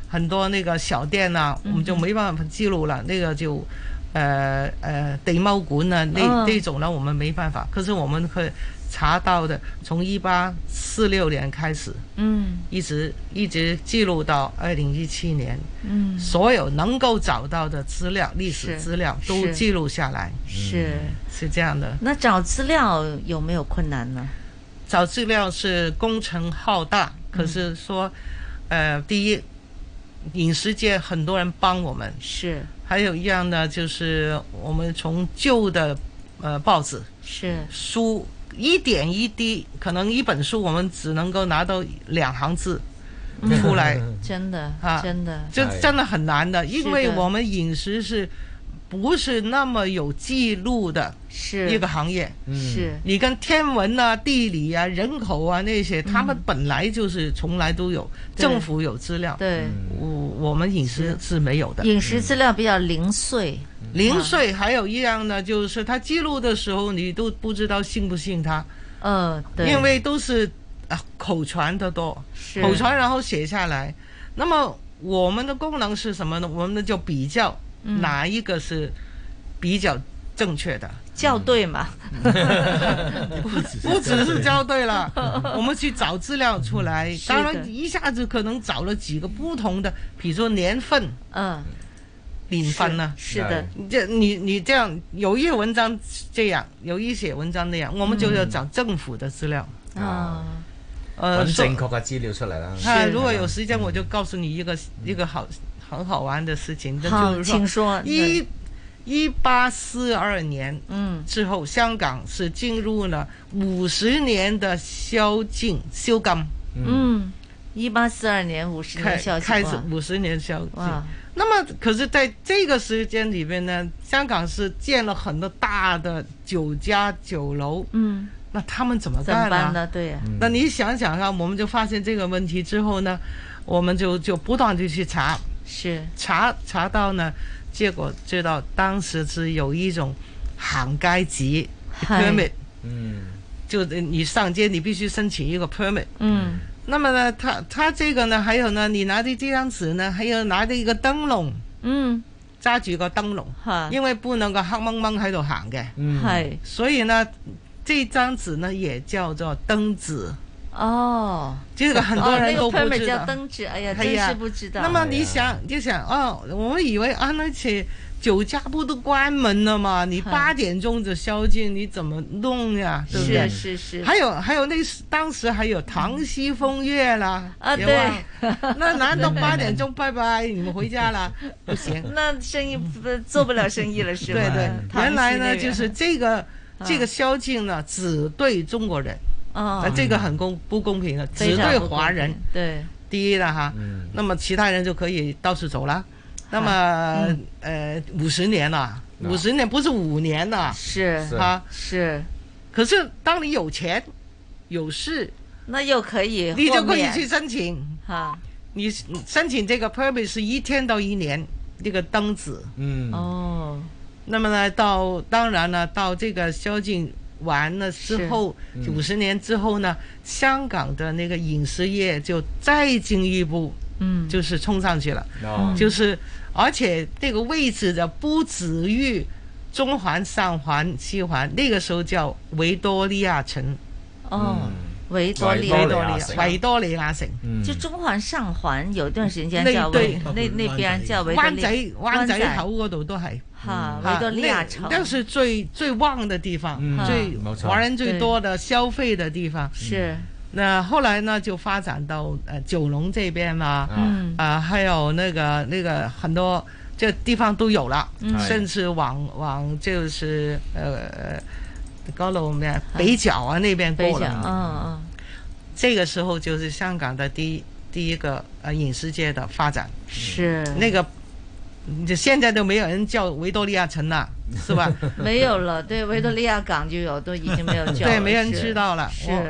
Speaker 24: 很多那个小店呐、
Speaker 5: 嗯
Speaker 24: 我们就没办法记录了，那个就。呃呃，地猫馆啊，那、
Speaker 5: 嗯
Speaker 24: 那种呢，我们没办法。可是我们可以查到的，从一八四六年开始，
Speaker 5: 嗯
Speaker 24: 一直一直记录到二零一七年，
Speaker 5: 嗯，
Speaker 24: 所有能够找到的资料、历史
Speaker 5: 是
Speaker 24: 资料都
Speaker 5: 是
Speaker 24: 记录下来，嗯
Speaker 5: 是。
Speaker 24: 是这样的。
Speaker 5: 那找资料有没有困难呢？
Speaker 24: 找资料是工程浩大，
Speaker 5: 嗯
Speaker 24: 可是说，呃，第一，饮食界很多人帮我们，
Speaker 5: 是，
Speaker 24: 还有一样呢，就是我们从旧的呃报纸、
Speaker 5: 是
Speaker 24: 书一点一滴，可能一本书我们只能够拿到两行字
Speaker 5: 嗯
Speaker 24: 出来。
Speaker 5: 真的
Speaker 24: 啊，
Speaker 5: 真的，
Speaker 24: 这
Speaker 6: 哎
Speaker 24: 真的很难的，
Speaker 5: 是的
Speaker 24: 因为我们饮食是不是那么有记录的
Speaker 5: 是
Speaker 24: 一个行业？
Speaker 5: 嗯是
Speaker 24: 你跟天文啊、地理啊、人口啊那些，他们本来就是从来都有
Speaker 5: 嗯对
Speaker 24: 政府有资料，
Speaker 5: 对，
Speaker 24: 我我们饮食是没有的。
Speaker 5: 饮食资料比较零碎，
Speaker 24: 零碎还有一样呢，就是他记录的时候，你都不知道信不信他，
Speaker 5: 嗯，对，
Speaker 24: 因为都是啊口传的多，
Speaker 5: 是
Speaker 24: 口传然后写下来。那么我们的功能是什么呢？我们就比较
Speaker 5: 嗯
Speaker 24: 哪一个是比较正确的，嗯
Speaker 5: 校对嘛，
Speaker 24: 不只是校对 了，我们去找资料出来。
Speaker 5: 是的
Speaker 24: 当然一下子可能找了几个不同的，比如说年份，
Speaker 5: 嗯，
Speaker 24: 年份呢、
Speaker 5: 是是的，
Speaker 24: 这你你这样有一些文章这样，有一些文章那样，我们就要找政府的资料。
Speaker 5: 嗯啊，
Speaker 24: 呃，
Speaker 2: 揾
Speaker 24: 所
Speaker 2: 正確嘅資料出嚟啦。
Speaker 24: 啊，如果有时间，我就告诉你一个、一个好很好玩的事情。
Speaker 5: 好
Speaker 24: 就是
Speaker 5: 请说
Speaker 24: 一一八四二年，
Speaker 5: 嗯，
Speaker 24: 之后香港是进入了五十年的宵禁、宵禁。
Speaker 5: 嗯，
Speaker 6: 一八四二年五十
Speaker 24: 开
Speaker 6: 年校庆
Speaker 24: 开始
Speaker 6: 哇
Speaker 24: 五十年校庆
Speaker 6: 哇。
Speaker 24: 那么，可是在这个时间里边呢，香港是建了很多大的酒家酒楼，
Speaker 6: 嗯，
Speaker 24: 那他们怎么
Speaker 6: 怎么
Speaker 24: 办
Speaker 6: 办呢？对呀、
Speaker 24: 那你想想啊，我们就发现这个问题之后呢，我们就就不断的去查，
Speaker 6: 是
Speaker 24: 查查到呢，结果知道当时是有一种行街集
Speaker 6: 嗨
Speaker 24: permit，就是
Speaker 11: 嗯
Speaker 24: 你上街你必须申请一个 permit，
Speaker 6: 嗯
Speaker 24: 那么呢，他他这个呢，还有呢，你拿着这张纸呢，还有啊拿着一个灯笼，
Speaker 6: 嗯，
Speaker 24: 揸住个灯笼
Speaker 6: 嚇，
Speaker 24: 因為不能夠黑掹掹喺度行嘅，
Speaker 6: 嗯係
Speaker 24: 所以呢，這張紙呢也叫做燈紙。
Speaker 6: 哦，
Speaker 24: 这个很多人都不
Speaker 6: 哦那个
Speaker 24: 知
Speaker 6: permit 叫
Speaker 24: 道，
Speaker 6: 灯纸，哎呀，
Speaker 24: 哎
Speaker 6: 真
Speaker 24: 呀
Speaker 6: 是不知道。
Speaker 24: 那么你想，就想哦，我们以为啊，那且酒家不都关门了吗？你八点钟就宵禁，你怎么弄呀？对不对？
Speaker 6: 是是是
Speaker 24: 还有还有那时当时还有唐西风月啦，
Speaker 6: 啊
Speaker 24: 有
Speaker 6: 对
Speaker 24: 啊，那难道八点钟拜拜，你们回 家啦？不行，
Speaker 6: 那生意不哎做不了生意了，是吧？
Speaker 24: 对对，
Speaker 6: 唐
Speaker 24: 原来
Speaker 6: 熙啊那
Speaker 24: 呢
Speaker 6: 个
Speaker 24: 就是这个这个宵禁呢只对中国人，
Speaker 6: 哦
Speaker 24: 那啊这个很公不公平的，
Speaker 6: 非
Speaker 24: 只
Speaker 6: 常
Speaker 24: 对
Speaker 6: 不公
Speaker 24: 华人
Speaker 6: 平，对，
Speaker 24: 第一了哈，那么其他人就可以到处走了。那么
Speaker 6: 嗯
Speaker 24: 呃，五十年了，五十年不是五年了，
Speaker 6: 是
Speaker 24: 啊，
Speaker 6: 是。
Speaker 24: 可是当你有钱有势，
Speaker 6: 那又可以豁免，
Speaker 24: 你就可以去申请。
Speaker 6: 哈，
Speaker 24: 你申请这个 permit 是一天到一年，这个灯子。
Speaker 6: 嗯哦，
Speaker 24: 那么呢，到当然呢，到这个宵禁完了之后，
Speaker 6: 是嗯
Speaker 24: 五十、年之后呢，香港的那个饮食业就再进一步，
Speaker 6: 嗯
Speaker 24: 就是冲上去了，
Speaker 6: 哦
Speaker 24: 就是而且这个位置的不止于中环、上环、西环，那个时候叫维多利亚城，
Speaker 6: 哦，维多利
Speaker 24: 维
Speaker 6: 亚嗯
Speaker 24: 多利亚维多利亚城，
Speaker 6: 就中环上环有一段时间
Speaker 24: 那
Speaker 6: 叫维
Speaker 24: 对
Speaker 6: 那那边叫维多
Speaker 24: 湾
Speaker 6: 利亚
Speaker 24: 仔灣仔口嗰度都係
Speaker 6: 哈
Speaker 24: 嗯
Speaker 6: 維多利亞
Speaker 24: 那
Speaker 6: 城
Speaker 24: 那是最最旺的地方，
Speaker 6: 嗯
Speaker 24: 最
Speaker 6: 嗯冇錯
Speaker 24: 華人最多的消費的地方
Speaker 6: 是。
Speaker 24: 那后來呢，就發展到呃九龍這邊啦，
Speaker 6: 嗯
Speaker 24: 啊，還有那個那個很多這地方都有了，
Speaker 6: 嗯
Speaker 24: 甚至往往就是呃高樓咩啊北角啊那邊
Speaker 6: 北
Speaker 24: 過
Speaker 6: 角，
Speaker 24: 了，
Speaker 6: 嗯嗯，
Speaker 24: 这个时候就是香港的第一第一个呃影视界的发展，
Speaker 6: 是？
Speaker 24: 那个，嗯就现在都没有人叫维多利亚城了，是吧
Speaker 6: 没有了，对，维多利亚港就有，都已经 没有叫了，
Speaker 24: 对，没人
Speaker 6: 是
Speaker 24: 知道了。
Speaker 6: 是
Speaker 24: 我，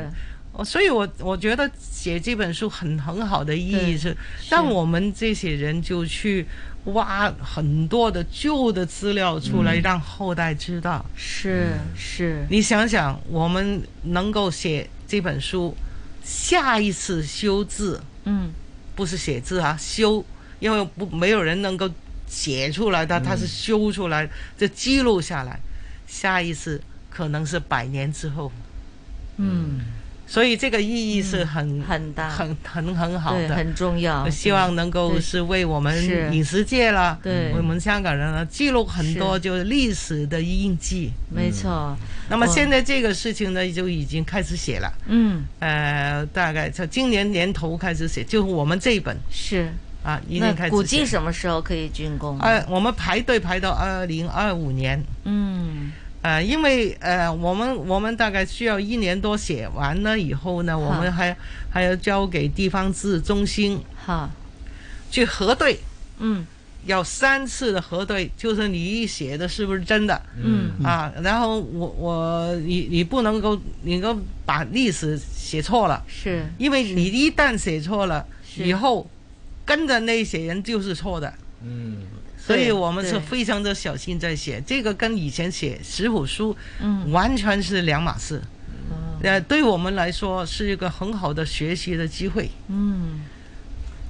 Speaker 24: 我所以我，我觉得写这本书很很好的意义是，让我们这些人就去挖很多的旧的资料出来，
Speaker 6: 嗯
Speaker 24: 让后代知道。嗯
Speaker 6: 是是，
Speaker 24: 你想想，我们能够写这本书，下一次修字，
Speaker 6: 嗯，
Speaker 24: 不是写字啊，修，因为不没有人能够写出来的，它是修出来，这记录下来，下一次可能是百年之后，
Speaker 6: 嗯，
Speaker 24: 所以这个意义是很、
Speaker 6: 很大，
Speaker 24: 很很很好
Speaker 6: 对
Speaker 24: 的，
Speaker 6: 很重要
Speaker 24: 我希望能够
Speaker 6: 对
Speaker 24: 是为我们
Speaker 6: 是
Speaker 24: 饮食界啦，
Speaker 6: 对
Speaker 24: 为我们香港人呢记录很多
Speaker 6: 是
Speaker 24: 就是历史的印记。
Speaker 6: 没错。
Speaker 24: 那么
Speaker 6: 我
Speaker 24: 现在这个事情呢，就已经开始写了。
Speaker 6: 嗯，
Speaker 24: 呃，大概从今年年头开始写，就是我们这一本
Speaker 6: 是
Speaker 24: 啊，一
Speaker 6: 那
Speaker 24: 年开始写。
Speaker 6: 估计什么时候可以竣工？
Speaker 24: 呃，我们排队排到二零二五年。
Speaker 6: 嗯，
Speaker 24: 呃，因为呃，我们我们大概需要一年多写完了以后呢，我们还还要交给地方自治中心
Speaker 6: 哈
Speaker 24: 去核对，
Speaker 6: 嗯，
Speaker 24: 要三次的核对，就是你一写的是不是真的，
Speaker 6: 嗯
Speaker 24: 啊，然后我我你你不能够你能够把历史写错了，
Speaker 6: 是
Speaker 24: 因为你一旦写错了以后，跟着那些人就是错的，
Speaker 6: 嗯，
Speaker 24: 所以我们是
Speaker 6: 对
Speaker 24: 非常的小心在写，这个跟以前写食谱书，
Speaker 6: 嗯哦
Speaker 24: 完全是两码事。呃，对我们来说是一个很好的学习的机会。
Speaker 6: 嗯，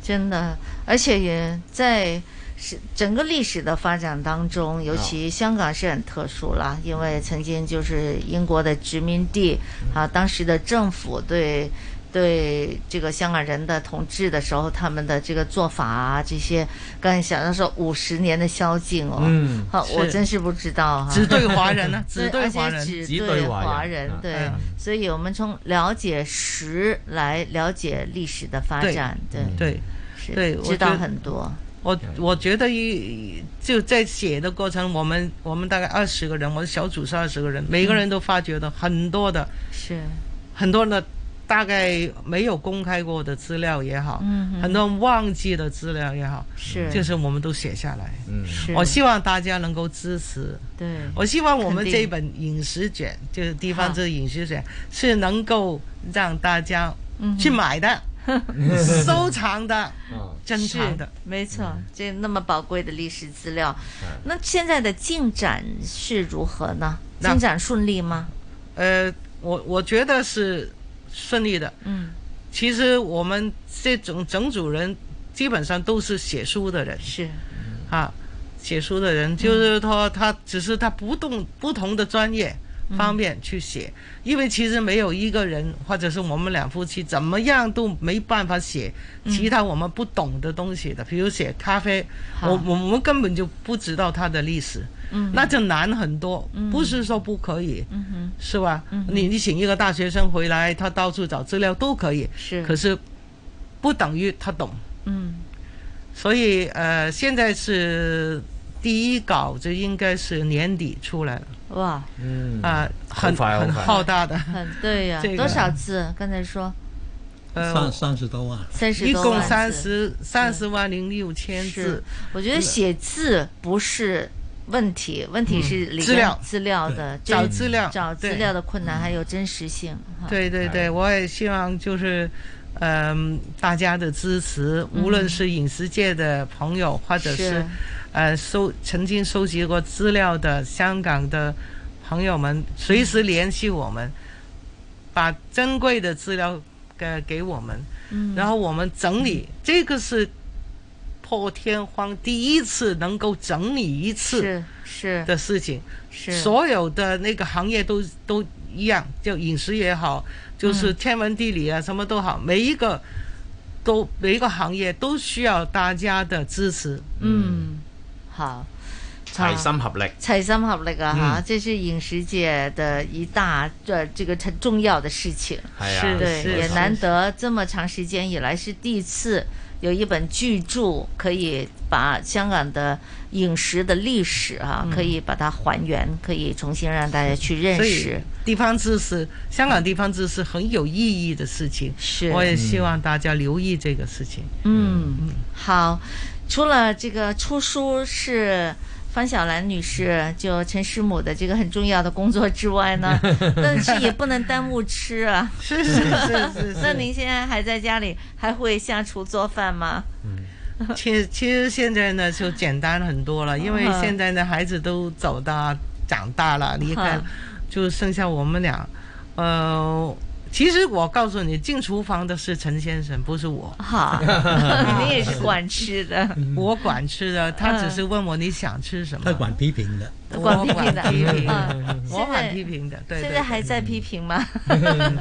Speaker 6: 真的，而且也在是整个历史的发展当中，尤
Speaker 24: 啊
Speaker 6: 其香港是很特殊啦，因为曾经就是英国的殖民地
Speaker 24: 嗯
Speaker 6: 啊，当时的政府对。对这个香港人的统治的时候，他们的这个做法啊，这些刚才想到说五十年的宵禁哦，
Speaker 24: 嗯
Speaker 6: 好，我
Speaker 24: 是
Speaker 6: 真是不知道哈、
Speaker 24: 只对华人 呢只对
Speaker 6: 而且
Speaker 24: 华人
Speaker 6: 只
Speaker 24: 只
Speaker 6: 对
Speaker 24: 对华
Speaker 6: 华
Speaker 24: 人
Speaker 6: 人，
Speaker 24: 啊
Speaker 6: 对
Speaker 24: 嗯，
Speaker 6: 所以我们从了解时来了解历史的发
Speaker 24: 对嗯
Speaker 6: 展，对
Speaker 24: 对
Speaker 6: 是
Speaker 24: 对，我
Speaker 6: 知道
Speaker 24: 觉得
Speaker 6: 很多。
Speaker 24: 我我觉得一就在写的过程，我们我们大概二十个人，我的小组是二十个人，每个人都发觉到很多的
Speaker 6: 嗯是
Speaker 24: 很多的大概没有公开过的资料也好，
Speaker 6: 嗯哼
Speaker 24: 很多人忘记的资料也好，
Speaker 6: 是
Speaker 24: 就是我们都写下来。
Speaker 6: 嗯是
Speaker 24: 我希望大家能够支持。
Speaker 6: 对
Speaker 25: 嗯
Speaker 24: 我希望我们
Speaker 6: 肯定
Speaker 24: 这本饮食卷，就是地方这个饮食卷，是能够让大家
Speaker 6: 嗯哼
Speaker 24: 去买的、收藏的、
Speaker 6: 嗯
Speaker 24: 珍藏的。嗯
Speaker 6: 是没错，这那么宝贵的历史资料，那现在的进展是如何呢？
Speaker 24: 那
Speaker 6: 进展顺利吗？
Speaker 24: 呃，我我觉得是顺利的。
Speaker 6: 嗯，
Speaker 24: 其实我们这种整组人基本上都是写书的人，
Speaker 6: 是
Speaker 24: 啊，写书的人就是说他只是他不同不同的专业
Speaker 6: 嗯
Speaker 24: 方面去写，因为其实没有一个人或者是我们两夫妻怎么样都没办法写
Speaker 6: 嗯
Speaker 24: 其他我们不懂的东西的，比如写咖啡，
Speaker 6: 好
Speaker 24: 我我我们根本就不知道它的历史，
Speaker 6: 嗯
Speaker 24: 那就难很多，
Speaker 6: 嗯
Speaker 24: 不是说不可以，
Speaker 6: 嗯哼，
Speaker 24: 是吧？
Speaker 6: 嗯哼
Speaker 24: 你你请一个大学生回来，他到处找资料都可以，
Speaker 6: 是
Speaker 24: 可是不等于他懂。
Speaker 6: 嗯
Speaker 24: 所以呃，现在是第一稿，就应该是年底出来了。
Speaker 6: 哇，
Speaker 2: 嗯
Speaker 24: 啊、很
Speaker 2: 快
Speaker 24: 很
Speaker 2: 好快
Speaker 24: 浩大的，
Speaker 6: 很对呀、
Speaker 24: 这个
Speaker 6: 多少字？刚才说
Speaker 24: 呃
Speaker 25: 三三十多万，
Speaker 6: 30
Speaker 24: 一
Speaker 6: 多
Speaker 24: 共
Speaker 6: 万字嗯
Speaker 24: 三十三十万零六千字嗯
Speaker 6: 是。，我觉得写字不是问题，问题是里面
Speaker 24: 嗯资料
Speaker 6: 资料的
Speaker 24: 对
Speaker 6: 就是
Speaker 24: 找资料
Speaker 6: 找资
Speaker 24: 对
Speaker 6: 料的困难还有真实性。哈
Speaker 24: 对对
Speaker 6: 哎
Speaker 24: 对，我也希望就是，嗯、大家的支持，
Speaker 6: 嗯
Speaker 24: 无论是饮食界的朋友，或者是
Speaker 6: 是
Speaker 24: 呃收曾经收集过资料的香港的朋友们，随时联系我们，把珍贵的资料给给我们，
Speaker 6: 嗯
Speaker 24: 然后我们整理，这个是破天荒第一次能够整理一次
Speaker 6: 是是
Speaker 24: 的事情，
Speaker 6: 是
Speaker 24: 所有的那个行业都都一样，就饮食也好，就是
Speaker 6: 嗯
Speaker 24: 天文地理啊，什么都好，每一个都每一个行业都需要大家的支持。
Speaker 6: 嗯，好，
Speaker 2: 齊心合力。
Speaker 6: 齐心合力啊！哈、
Speaker 2: 嗯
Speaker 6: 这是饮食界的一大这这个很重要的事情。
Speaker 2: 係啊
Speaker 6: 对，
Speaker 2: 是
Speaker 6: 也
Speaker 2: 是
Speaker 6: 难得这么长时间以来是第一次有一本巨著可以把香港的饮食的历史啊，
Speaker 24: 嗯
Speaker 6: 可以把它还原，可以重新让大家去认
Speaker 24: 所以
Speaker 6: 识。
Speaker 24: 地方自治，香港地方自治很有意义的事情。
Speaker 6: 是
Speaker 24: 我也希望大家留意这个事情。
Speaker 6: 嗯，好。除了这个出书是方小兰女士就陈师母的这个很重要的工作之外 呢，但是也不能耽误吃啊。
Speaker 24: 是是是是是
Speaker 6: 那您现在还在家里，还会下厨做饭吗？
Speaker 24: 其实其实现在呢就简单很多了，因为
Speaker 6: 嗯
Speaker 24: 现在呢孩子都走大长大了，你看
Speaker 6: 嗯
Speaker 24: 就剩下我们俩，呃。其实我告诉你，进厨房的是陈先生，不是我。 嗯
Speaker 6: 哈你也是管吃的，嗯
Speaker 24: 我管吃的，他只是问我你想吃什么。他管批评的
Speaker 6: 管批
Speaker 24: 我
Speaker 6: 评的
Speaker 24: 管批评
Speaker 6: 嗯
Speaker 24: 我
Speaker 6: 现在
Speaker 24: 管批评的。对，对
Speaker 6: 现
Speaker 24: 对嗯
Speaker 6: 在还在批评吗？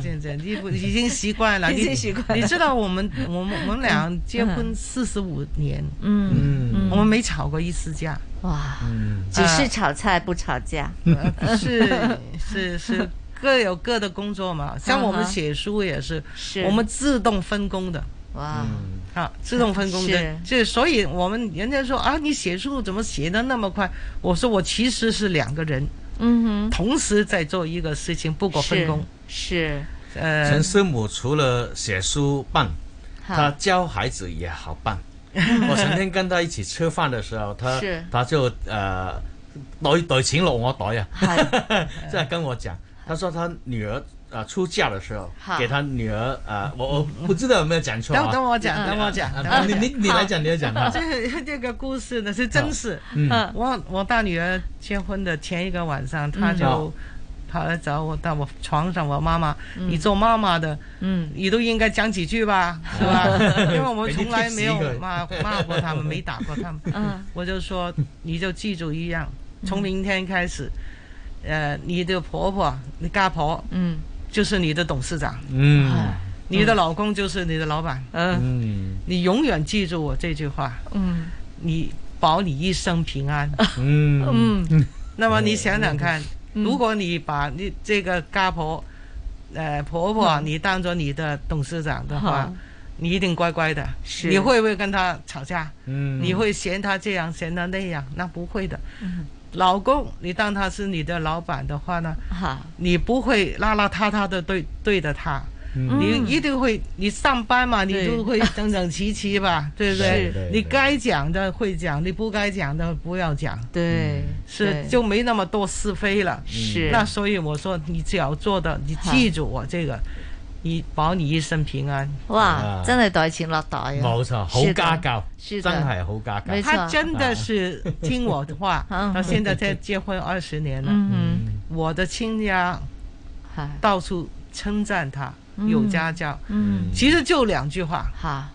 Speaker 24: 现在你不已经习惯了，
Speaker 6: 已经习惯了
Speaker 24: 你。你知道我们我们我们俩结婚四十五年，
Speaker 6: 嗯嗯
Speaker 24: 我们没吵过一次架，
Speaker 6: 哇，只是炒菜不吵架，
Speaker 24: 啊呃是是是各有各的工作嘛。像我们
Speaker 6: 嗯哼
Speaker 24: 写书也是，
Speaker 6: 是
Speaker 24: 我们自动分工的。
Speaker 6: 哇，
Speaker 24: 啊，自动分工的
Speaker 6: 是，
Speaker 24: 这所以我们人家说啊，你写书怎么写的那么快？我说我其实是两个人，
Speaker 6: 嗯哼，
Speaker 24: 同时在做一个事情，不过分工。
Speaker 6: 是
Speaker 24: 呃，
Speaker 2: 陈师母除了写书棒，
Speaker 6: 好
Speaker 2: 她教孩子也好棒。我曾經跟她一起吃飯的時候，她
Speaker 6: 是
Speaker 2: 她就呃袋袋錢落我袋啊， 即係跟我講，她說她女兒啊出嫁的時候
Speaker 24: 好，
Speaker 2: 給她女兒啊，我我不知道有沒有講錯啊。
Speaker 24: 等等我講等我講
Speaker 2: 啊
Speaker 24: 等我講
Speaker 2: 你你你來講，你來講啊。
Speaker 24: 这这个故事呢是真事。
Speaker 2: 嗯
Speaker 24: 我我大女儿结婚的前一个晚上，她
Speaker 2: 嗯
Speaker 24: 就跑来找我，到我床上，我妈妈，
Speaker 6: 嗯
Speaker 24: 你做妈妈的，
Speaker 6: 嗯，
Speaker 24: 你都应该讲几句吧，是吧？因为我们从来没有
Speaker 6: 给你 tips 一个
Speaker 24: 骂骂过他们，没打过他们。
Speaker 6: 嗯
Speaker 24: 我就说你就记住一样，
Speaker 6: 嗯
Speaker 24: 从明天开始，呃，你的婆婆，你家婆，
Speaker 6: 嗯，
Speaker 24: 就是你的董事长，
Speaker 2: 嗯
Speaker 24: 你的老公就是你的老板，嗯，
Speaker 2: 嗯
Speaker 24: 你永远记住我这句话，
Speaker 6: 嗯
Speaker 24: 你保你一生平安。
Speaker 2: 嗯
Speaker 6: 嗯
Speaker 24: 那么你想想看，如果你把你这个家婆，呃婆婆，
Speaker 6: 嗯
Speaker 24: 你当做你的董事长的话
Speaker 6: 好，
Speaker 24: 你一定乖乖的。
Speaker 6: 是
Speaker 24: 你会不会跟她吵架？
Speaker 2: 嗯
Speaker 24: 你会嫌她这样嫌她那样？那不会的。
Speaker 6: 嗯
Speaker 24: 老公，你当他是你的老板的话呢，
Speaker 6: 好，
Speaker 24: 你不会邋邋遢遢的对对着他。嗯你一定会，你上班嘛，你就会整整齐齐 吧，对不
Speaker 5: 是对
Speaker 24: 对
Speaker 5: 对？
Speaker 24: 你该讲的会讲，你不该讲的不要讲，
Speaker 5: 对，
Speaker 24: 嗯是
Speaker 5: 对
Speaker 24: 就没那么多是非了。
Speaker 5: 是
Speaker 24: 那所以我说，你只要做到，你记住我这个，你保你一生平安。啊
Speaker 5: 哇，真係袋錢落袋啊！
Speaker 2: 啊冇錯，好
Speaker 5: 是的
Speaker 2: 家教，
Speaker 5: 是
Speaker 2: 真
Speaker 5: 的
Speaker 2: 係好家教。
Speaker 24: 他真的是听我的话，
Speaker 5: 嗯
Speaker 24: 到现在才结婚二十年了。
Speaker 5: 嗯
Speaker 24: 我的亲家到处称赞他
Speaker 5: 嗯
Speaker 24: 有家教，
Speaker 5: 嗯
Speaker 24: 其实就两句话，
Speaker 5: 哈，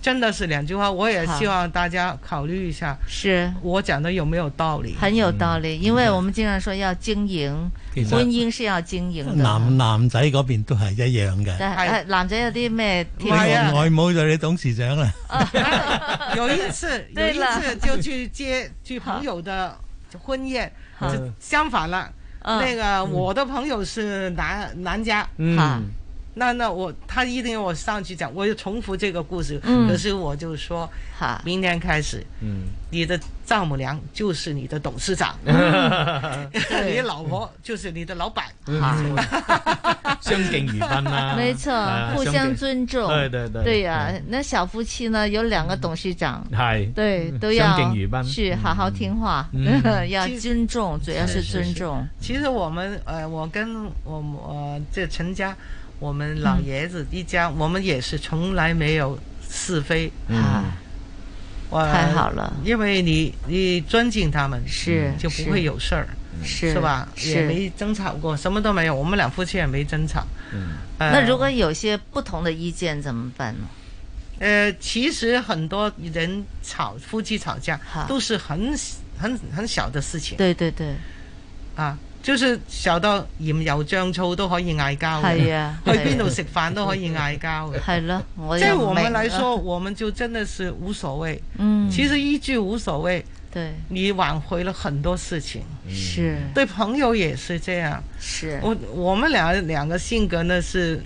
Speaker 24: 真的是两句话。我也
Speaker 5: 好
Speaker 24: 希望大家考虑一下，
Speaker 5: 是
Speaker 24: 我讲的有没有道理？
Speaker 5: 很有道理，因為我們經常說要經營
Speaker 25: 其，實
Speaker 5: 婚姻是要經營的。
Speaker 25: 男男仔嗰邊都係一樣嘅。
Speaker 5: 但係誒男仔有啲咩
Speaker 25: 你
Speaker 5: 條
Speaker 6: 啊
Speaker 2: 啊
Speaker 5: 件
Speaker 25: 外母就你董事長啦，
Speaker 24: 有一次，有
Speaker 5: 对
Speaker 24: 一
Speaker 5: 了
Speaker 24: 次就去接去朋友的婚宴，
Speaker 5: 好
Speaker 24: 就相反了。
Speaker 5: 嗯
Speaker 24: 那个
Speaker 5: 嗯
Speaker 24: 我的朋友是男男家，
Speaker 11: 嗯
Speaker 5: 哈
Speaker 24: 那那我他一定要我上去讲，我就重复这个故事。
Speaker 5: 嗯
Speaker 24: 可是我就说，明天开始，
Speaker 2: 嗯，
Speaker 24: 你的丈母娘就是你的董事长，
Speaker 2: 嗯
Speaker 24: 你老婆就是你的老板。
Speaker 2: 嗯相敬如 賓啦，
Speaker 5: 没错
Speaker 2: 啊，
Speaker 5: 互相尊重。
Speaker 2: 對對對
Speaker 5: 对呀，那小夫妻呢，有兩個董事長，
Speaker 2: 係嗯
Speaker 5: 對，都
Speaker 2: 相
Speaker 5: 要
Speaker 2: 敬如賓，
Speaker 5: 是好好听话
Speaker 2: 嗯，
Speaker 5: 要尊重，主要是尊重。
Speaker 24: 其实我们呃，我跟我我这陈家，我们老
Speaker 5: 嗯
Speaker 24: 爷子一家，我们也是从来没有是非。
Speaker 5: 嗯，
Speaker 24: 我
Speaker 5: 太好了，
Speaker 24: 因为你你尊敬他们，嗯
Speaker 5: 是
Speaker 24: 就不会有事儿，
Speaker 5: 是
Speaker 24: 是吧？
Speaker 5: 是
Speaker 24: 也没争吵过，什么都没有，我们两夫妻也没争吵。
Speaker 11: 嗯
Speaker 24: 呃
Speaker 5: 那如果有些不同的意见怎么办呢？
Speaker 24: 呃，其实很多人吵夫妻吵架
Speaker 5: 哈
Speaker 24: 都是很很很小的事情。
Speaker 5: 对对对，
Speaker 24: 啊，就是小到鹽油醬醋都可以嗌交嘅，
Speaker 5: 係啊
Speaker 24: 去
Speaker 5: 係啊
Speaker 24: 邊度食飯都可以嗌交嘅，
Speaker 5: 係咯我
Speaker 24: 即係
Speaker 5: 又唔
Speaker 24: 我們
Speaker 5: 明
Speaker 24: 來說，
Speaker 5: 啊
Speaker 24: 我們就真的是無所謂。
Speaker 5: 嗯
Speaker 24: 其實一句無所謂，
Speaker 5: 对，
Speaker 24: 你挽回了很多事情。
Speaker 5: 是
Speaker 24: 对朋友也是這樣。
Speaker 5: 是
Speaker 24: 我我們兩兩個性格呢是。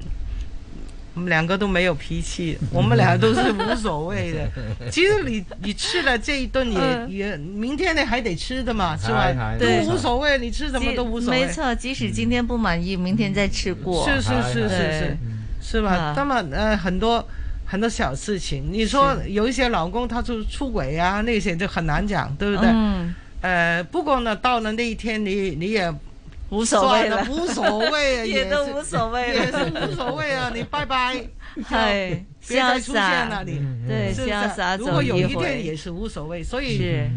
Speaker 24: 我们两个都没有脾气，我们俩都是无所 谓的。其实你你吃了这一顿也
Speaker 5: 嗯
Speaker 24: 也，明天你还得吃的
Speaker 25: 嗯
Speaker 24: 嘛，是吧
Speaker 5: 是是？
Speaker 24: 都
Speaker 5: 对
Speaker 24: 无所谓，你吃什么都无所谓。
Speaker 5: 没错，即使今天不满意，明天再吃过。
Speaker 24: 是是是是是
Speaker 5: 对，
Speaker 24: 是吧？
Speaker 5: 啊
Speaker 24: 那么呃，很多很多小事情，你说
Speaker 5: 是
Speaker 24: 有一些老公他就出轨啊，那些就很难讲，对不对？
Speaker 5: 嗯
Speaker 24: 呃，不过呢，到了那一天你，你也
Speaker 5: 无所
Speaker 24: 算
Speaker 5: 谓
Speaker 24: 了，
Speaker 5: 了
Speaker 24: 无所谓啊，
Speaker 5: 也
Speaker 24: 是
Speaker 5: 都无所谓
Speaker 24: 也
Speaker 5: 了
Speaker 24: 是无所谓啊，你拜拜， 就
Speaker 5: 嗨
Speaker 24: 别再
Speaker 5: 哎潇
Speaker 24: 出现了
Speaker 5: 洒
Speaker 24: 你，
Speaker 5: 对
Speaker 24: 是不是
Speaker 5: 潇洒
Speaker 24: 如
Speaker 5: 走
Speaker 24: 果有
Speaker 5: 一
Speaker 24: 一
Speaker 5: 回
Speaker 24: 天也是无所谓，所以
Speaker 5: 是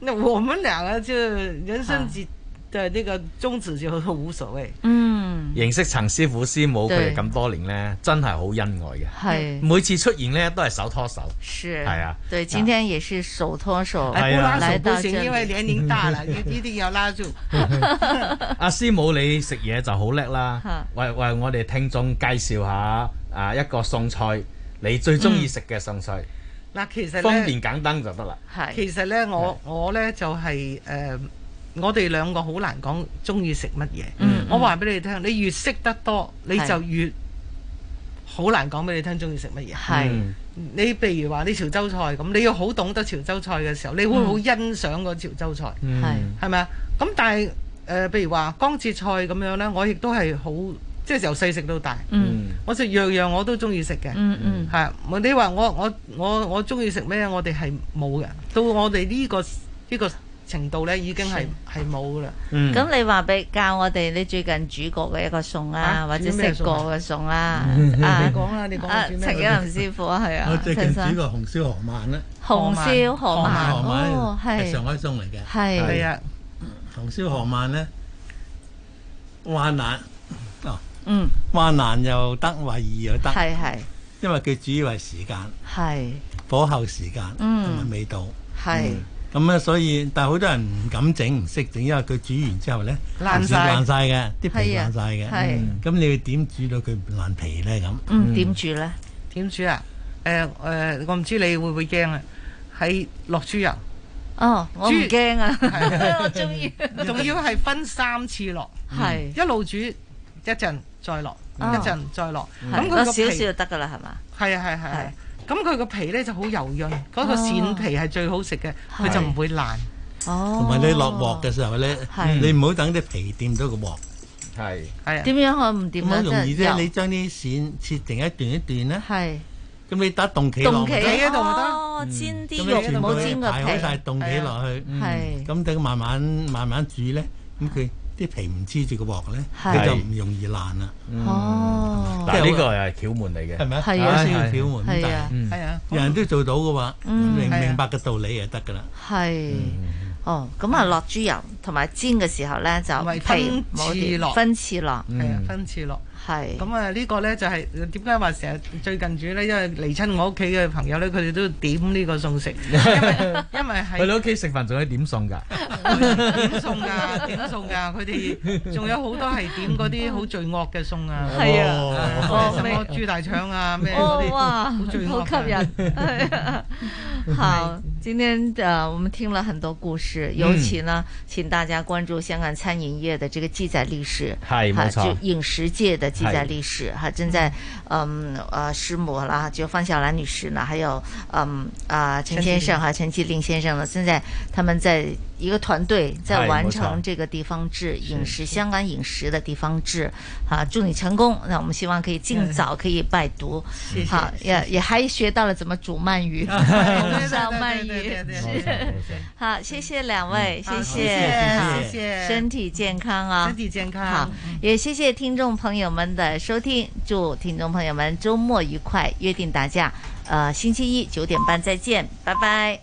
Speaker 24: 那我们两个就人生几的那个宗旨就是无所谓。
Speaker 5: 嗯，
Speaker 2: 認識陳師傅師母佢
Speaker 24: 對
Speaker 2: 哋咁多年咧，真係好恩愛嘅。
Speaker 5: 係
Speaker 2: 每次出現咧都係手拖手。
Speaker 5: 是，
Speaker 25: 哎
Speaker 2: 係啊
Speaker 5: 对，今天也是手拖手
Speaker 2: 哎不拉手
Speaker 5: 来
Speaker 24: 不
Speaker 5: 到这
Speaker 24: 行，
Speaker 5: 里，
Speaker 24: 因为年龄大了， 一一定要拉住。
Speaker 2: 阿啊師母你食嘢就好叻啦
Speaker 24: 嚇，
Speaker 2: 為為我哋聽眾介紹下啊一個餸菜，你最中
Speaker 5: 嗯
Speaker 2: 意食嘅餸菜，
Speaker 24: 嗱，其實
Speaker 2: 方
Speaker 24: 咧
Speaker 2: 便，簡單就得啦。
Speaker 24: 其實咧，我我咧就係、呃我哋兩個好難講中意食乜嘢。我話俾你聽，你越識得多，你
Speaker 5: 嗯係
Speaker 24: 就越好難講俾你聽中意食乜嘢。
Speaker 5: 係嗯
Speaker 24: 你譬如話你潮州菜咁，你要好懂得潮州菜嘅時候，你會好
Speaker 5: 嗯
Speaker 24: 欣賞個潮州菜。
Speaker 5: 係
Speaker 24: 係咪啊？咁但係誒、呃譬如話江浙菜咁樣咧，我亦都係好即係由細食到大。
Speaker 5: 嗯，
Speaker 24: 我就樣樣我都中意食嘅。
Speaker 5: 嗯嗯
Speaker 24: 係我你話我我我我中意食咩？我哋係冇嘅。到我哋呢、個呢、個程度咧，已經係係冇噶啦。
Speaker 25: 嗯
Speaker 5: 咁你話俾教我哋你最近煮過嘅一個餸啊，
Speaker 24: 啊
Speaker 5: 或者
Speaker 24: 煮咩
Speaker 5: 食過嘅餸啊
Speaker 25: 嗯，
Speaker 5: 啊
Speaker 25: 你
Speaker 24: 講啦你講啦
Speaker 5: 啊
Speaker 24: 煮咩
Speaker 5: 陳景林師傅啊，係
Speaker 25: 我
Speaker 5: 啊，
Speaker 25: 最近
Speaker 5: 陳
Speaker 25: 煮
Speaker 5: 生
Speaker 25: 個紅燒河鰻咧，
Speaker 5: 紅燒河鰻
Speaker 25: 河鰻
Speaker 5: 哦係
Speaker 25: 係上海餸嚟嘅，
Speaker 5: 係係啊，
Speaker 25: 紅燒河鰻咧，皖南哦，
Speaker 5: 嗯，
Speaker 25: 皖南又得，惠義又得，
Speaker 5: 係係
Speaker 25: 因為佢主要係時間，
Speaker 5: 係
Speaker 25: 火候時間同
Speaker 5: 嗯
Speaker 25: 埋味道，
Speaker 5: 係
Speaker 25: 咁咧所以但係好多人唔敢整，唔識整，因為佢煮完之後咧
Speaker 5: 爛晒
Speaker 25: 爛晒嘅，啲皮
Speaker 5: 係啊
Speaker 25: 爛晒嘅，
Speaker 5: 係
Speaker 25: 嗯咁你要點煮到佢唔爛皮咧？咁
Speaker 5: 嗯點煮咧？
Speaker 24: 點煮啊？誒、呃、我唔知你會唔會驚啊？喺落豬油，
Speaker 5: 哦，我唔
Speaker 24: 豬
Speaker 5: 驚啊，
Speaker 24: 係
Speaker 5: 我中意，
Speaker 24: 仲要係分三次落，嗯
Speaker 5: 係
Speaker 24: 一路煮一陣再落，一
Speaker 5: 哦
Speaker 24: 陣再落。咁
Speaker 5: 咁
Speaker 24: 佢個
Speaker 5: 落
Speaker 24: 皮
Speaker 5: 少少就得噶啦，係嘛？
Speaker 24: 係啊係係係。咁佢個皮咧就好油潤，嗰、個
Speaker 5: 哦
Speaker 24: 鱔皮係最好食嘅，佢就唔會爛。
Speaker 5: 哦
Speaker 25: 同埋你落鑊嘅時候咧
Speaker 5: 係，
Speaker 25: 你唔好等啲皮掂到個鑊，
Speaker 2: 係
Speaker 24: 係啊
Speaker 6: 點樣可唔掂
Speaker 25: 咁
Speaker 6: 啊？
Speaker 25: 好容易
Speaker 6: 真係
Speaker 25: 啫，你將啲線切成一段一段咧，
Speaker 6: 係
Speaker 25: 咁你打凍棋
Speaker 6: 凍
Speaker 25: 落
Speaker 6: 企
Speaker 25: 咪得
Speaker 6: 喺度咪得，哦煎
Speaker 25: 咁
Speaker 6: 啲
Speaker 25: 你
Speaker 6: 肉
Speaker 25: 全
Speaker 6: 唔
Speaker 25: 部
Speaker 6: 好煎個
Speaker 25: 排開晒
Speaker 6: 皮，
Speaker 25: 凍起落去，
Speaker 6: 係啊
Speaker 25: 嗯咁等佢慢慢慢慢煮咧，咁佢啲皮唔黐住個鑊咧，
Speaker 6: 係
Speaker 25: 佢就唔容易爛啦。
Speaker 6: 哦
Speaker 2: 嗯嗱，呢個又係竅門嚟嘅，嗯
Speaker 25: 係咪？
Speaker 6: 係啊
Speaker 25: 有需要竅門咁
Speaker 6: 係啊
Speaker 25: 但
Speaker 6: 係啊
Speaker 25: 人人都做到嘅話，
Speaker 6: 嗯
Speaker 25: 明
Speaker 6: 係啊
Speaker 25: 明白嘅道理就得㗎
Speaker 24: 嗯
Speaker 25: 啦。
Speaker 6: 係。哦，咁啊，落豬油同埋煎嘅時候咧，就
Speaker 24: 唔係
Speaker 6: 皮
Speaker 24: 嗯分
Speaker 6: 冇
Speaker 24: 次
Speaker 6: 掂
Speaker 24: 落
Speaker 6: 分次落，
Speaker 24: 係啊，分次落。
Speaker 6: 係
Speaker 24: 咁啊，呢個咧就係點解話成日最近煮咧？因為嚟親我屋企嘅朋友咧，佢哋都點呢個餸食，因為
Speaker 2: 去你屋企食飯仲可以點餸㗎？
Speaker 24: 點餸㗎，點餸㗎，啊佢哋仲有好多係點嗰啲好罪惡嘅餸啊，
Speaker 2: 係啊
Speaker 24: 啊，咩什麼豬大腸啊，咩嗰
Speaker 6: 哦
Speaker 24: 啲，
Speaker 6: 哇，
Speaker 24: 好罪惡
Speaker 6: 好
Speaker 24: 㗎
Speaker 6: 吸引。啊 好，今天呃，我们听了很多故
Speaker 24: 嗯
Speaker 6: 事，尤其呢，请大家关注香港餐饮业的这个记载历史，
Speaker 2: 是
Speaker 6: 哈
Speaker 2: 没错
Speaker 6: 就饮食界的记载历史，哈，正在嗯呃师母啦，就方小兰女士呢，还有嗯啊、陈
Speaker 4: 陈
Speaker 6: 先
Speaker 4: 继
Speaker 6: 生和陈继令先生呢，现在他们在一个团队在
Speaker 4: 是
Speaker 6: 完
Speaker 4: 没错
Speaker 6: 成这个地方志饮食，香港饮食的地方志，啊，祝你成功。那我们希望可以尽早可以拜读
Speaker 4: 谢，谢
Speaker 6: 好，也也还学到了怎么煮鳗鱼。
Speaker 24: 對
Speaker 6: 小
Speaker 24: 對
Speaker 6: 鳗
Speaker 24: 對對
Speaker 6: 鱼
Speaker 24: 對
Speaker 6: 是
Speaker 24: 對。
Speaker 6: 好，谢谢两位，
Speaker 24: 好
Speaker 6: 谢
Speaker 24: 谢谢
Speaker 6: 嗯好
Speaker 24: 谢谢
Speaker 6: 身体健康啊，
Speaker 24: 身体健康
Speaker 6: 好，也谢谢听众朋友们的收听，祝听众朋友们周末愉快，约定大家，呃，星期一九点半再见，拜拜。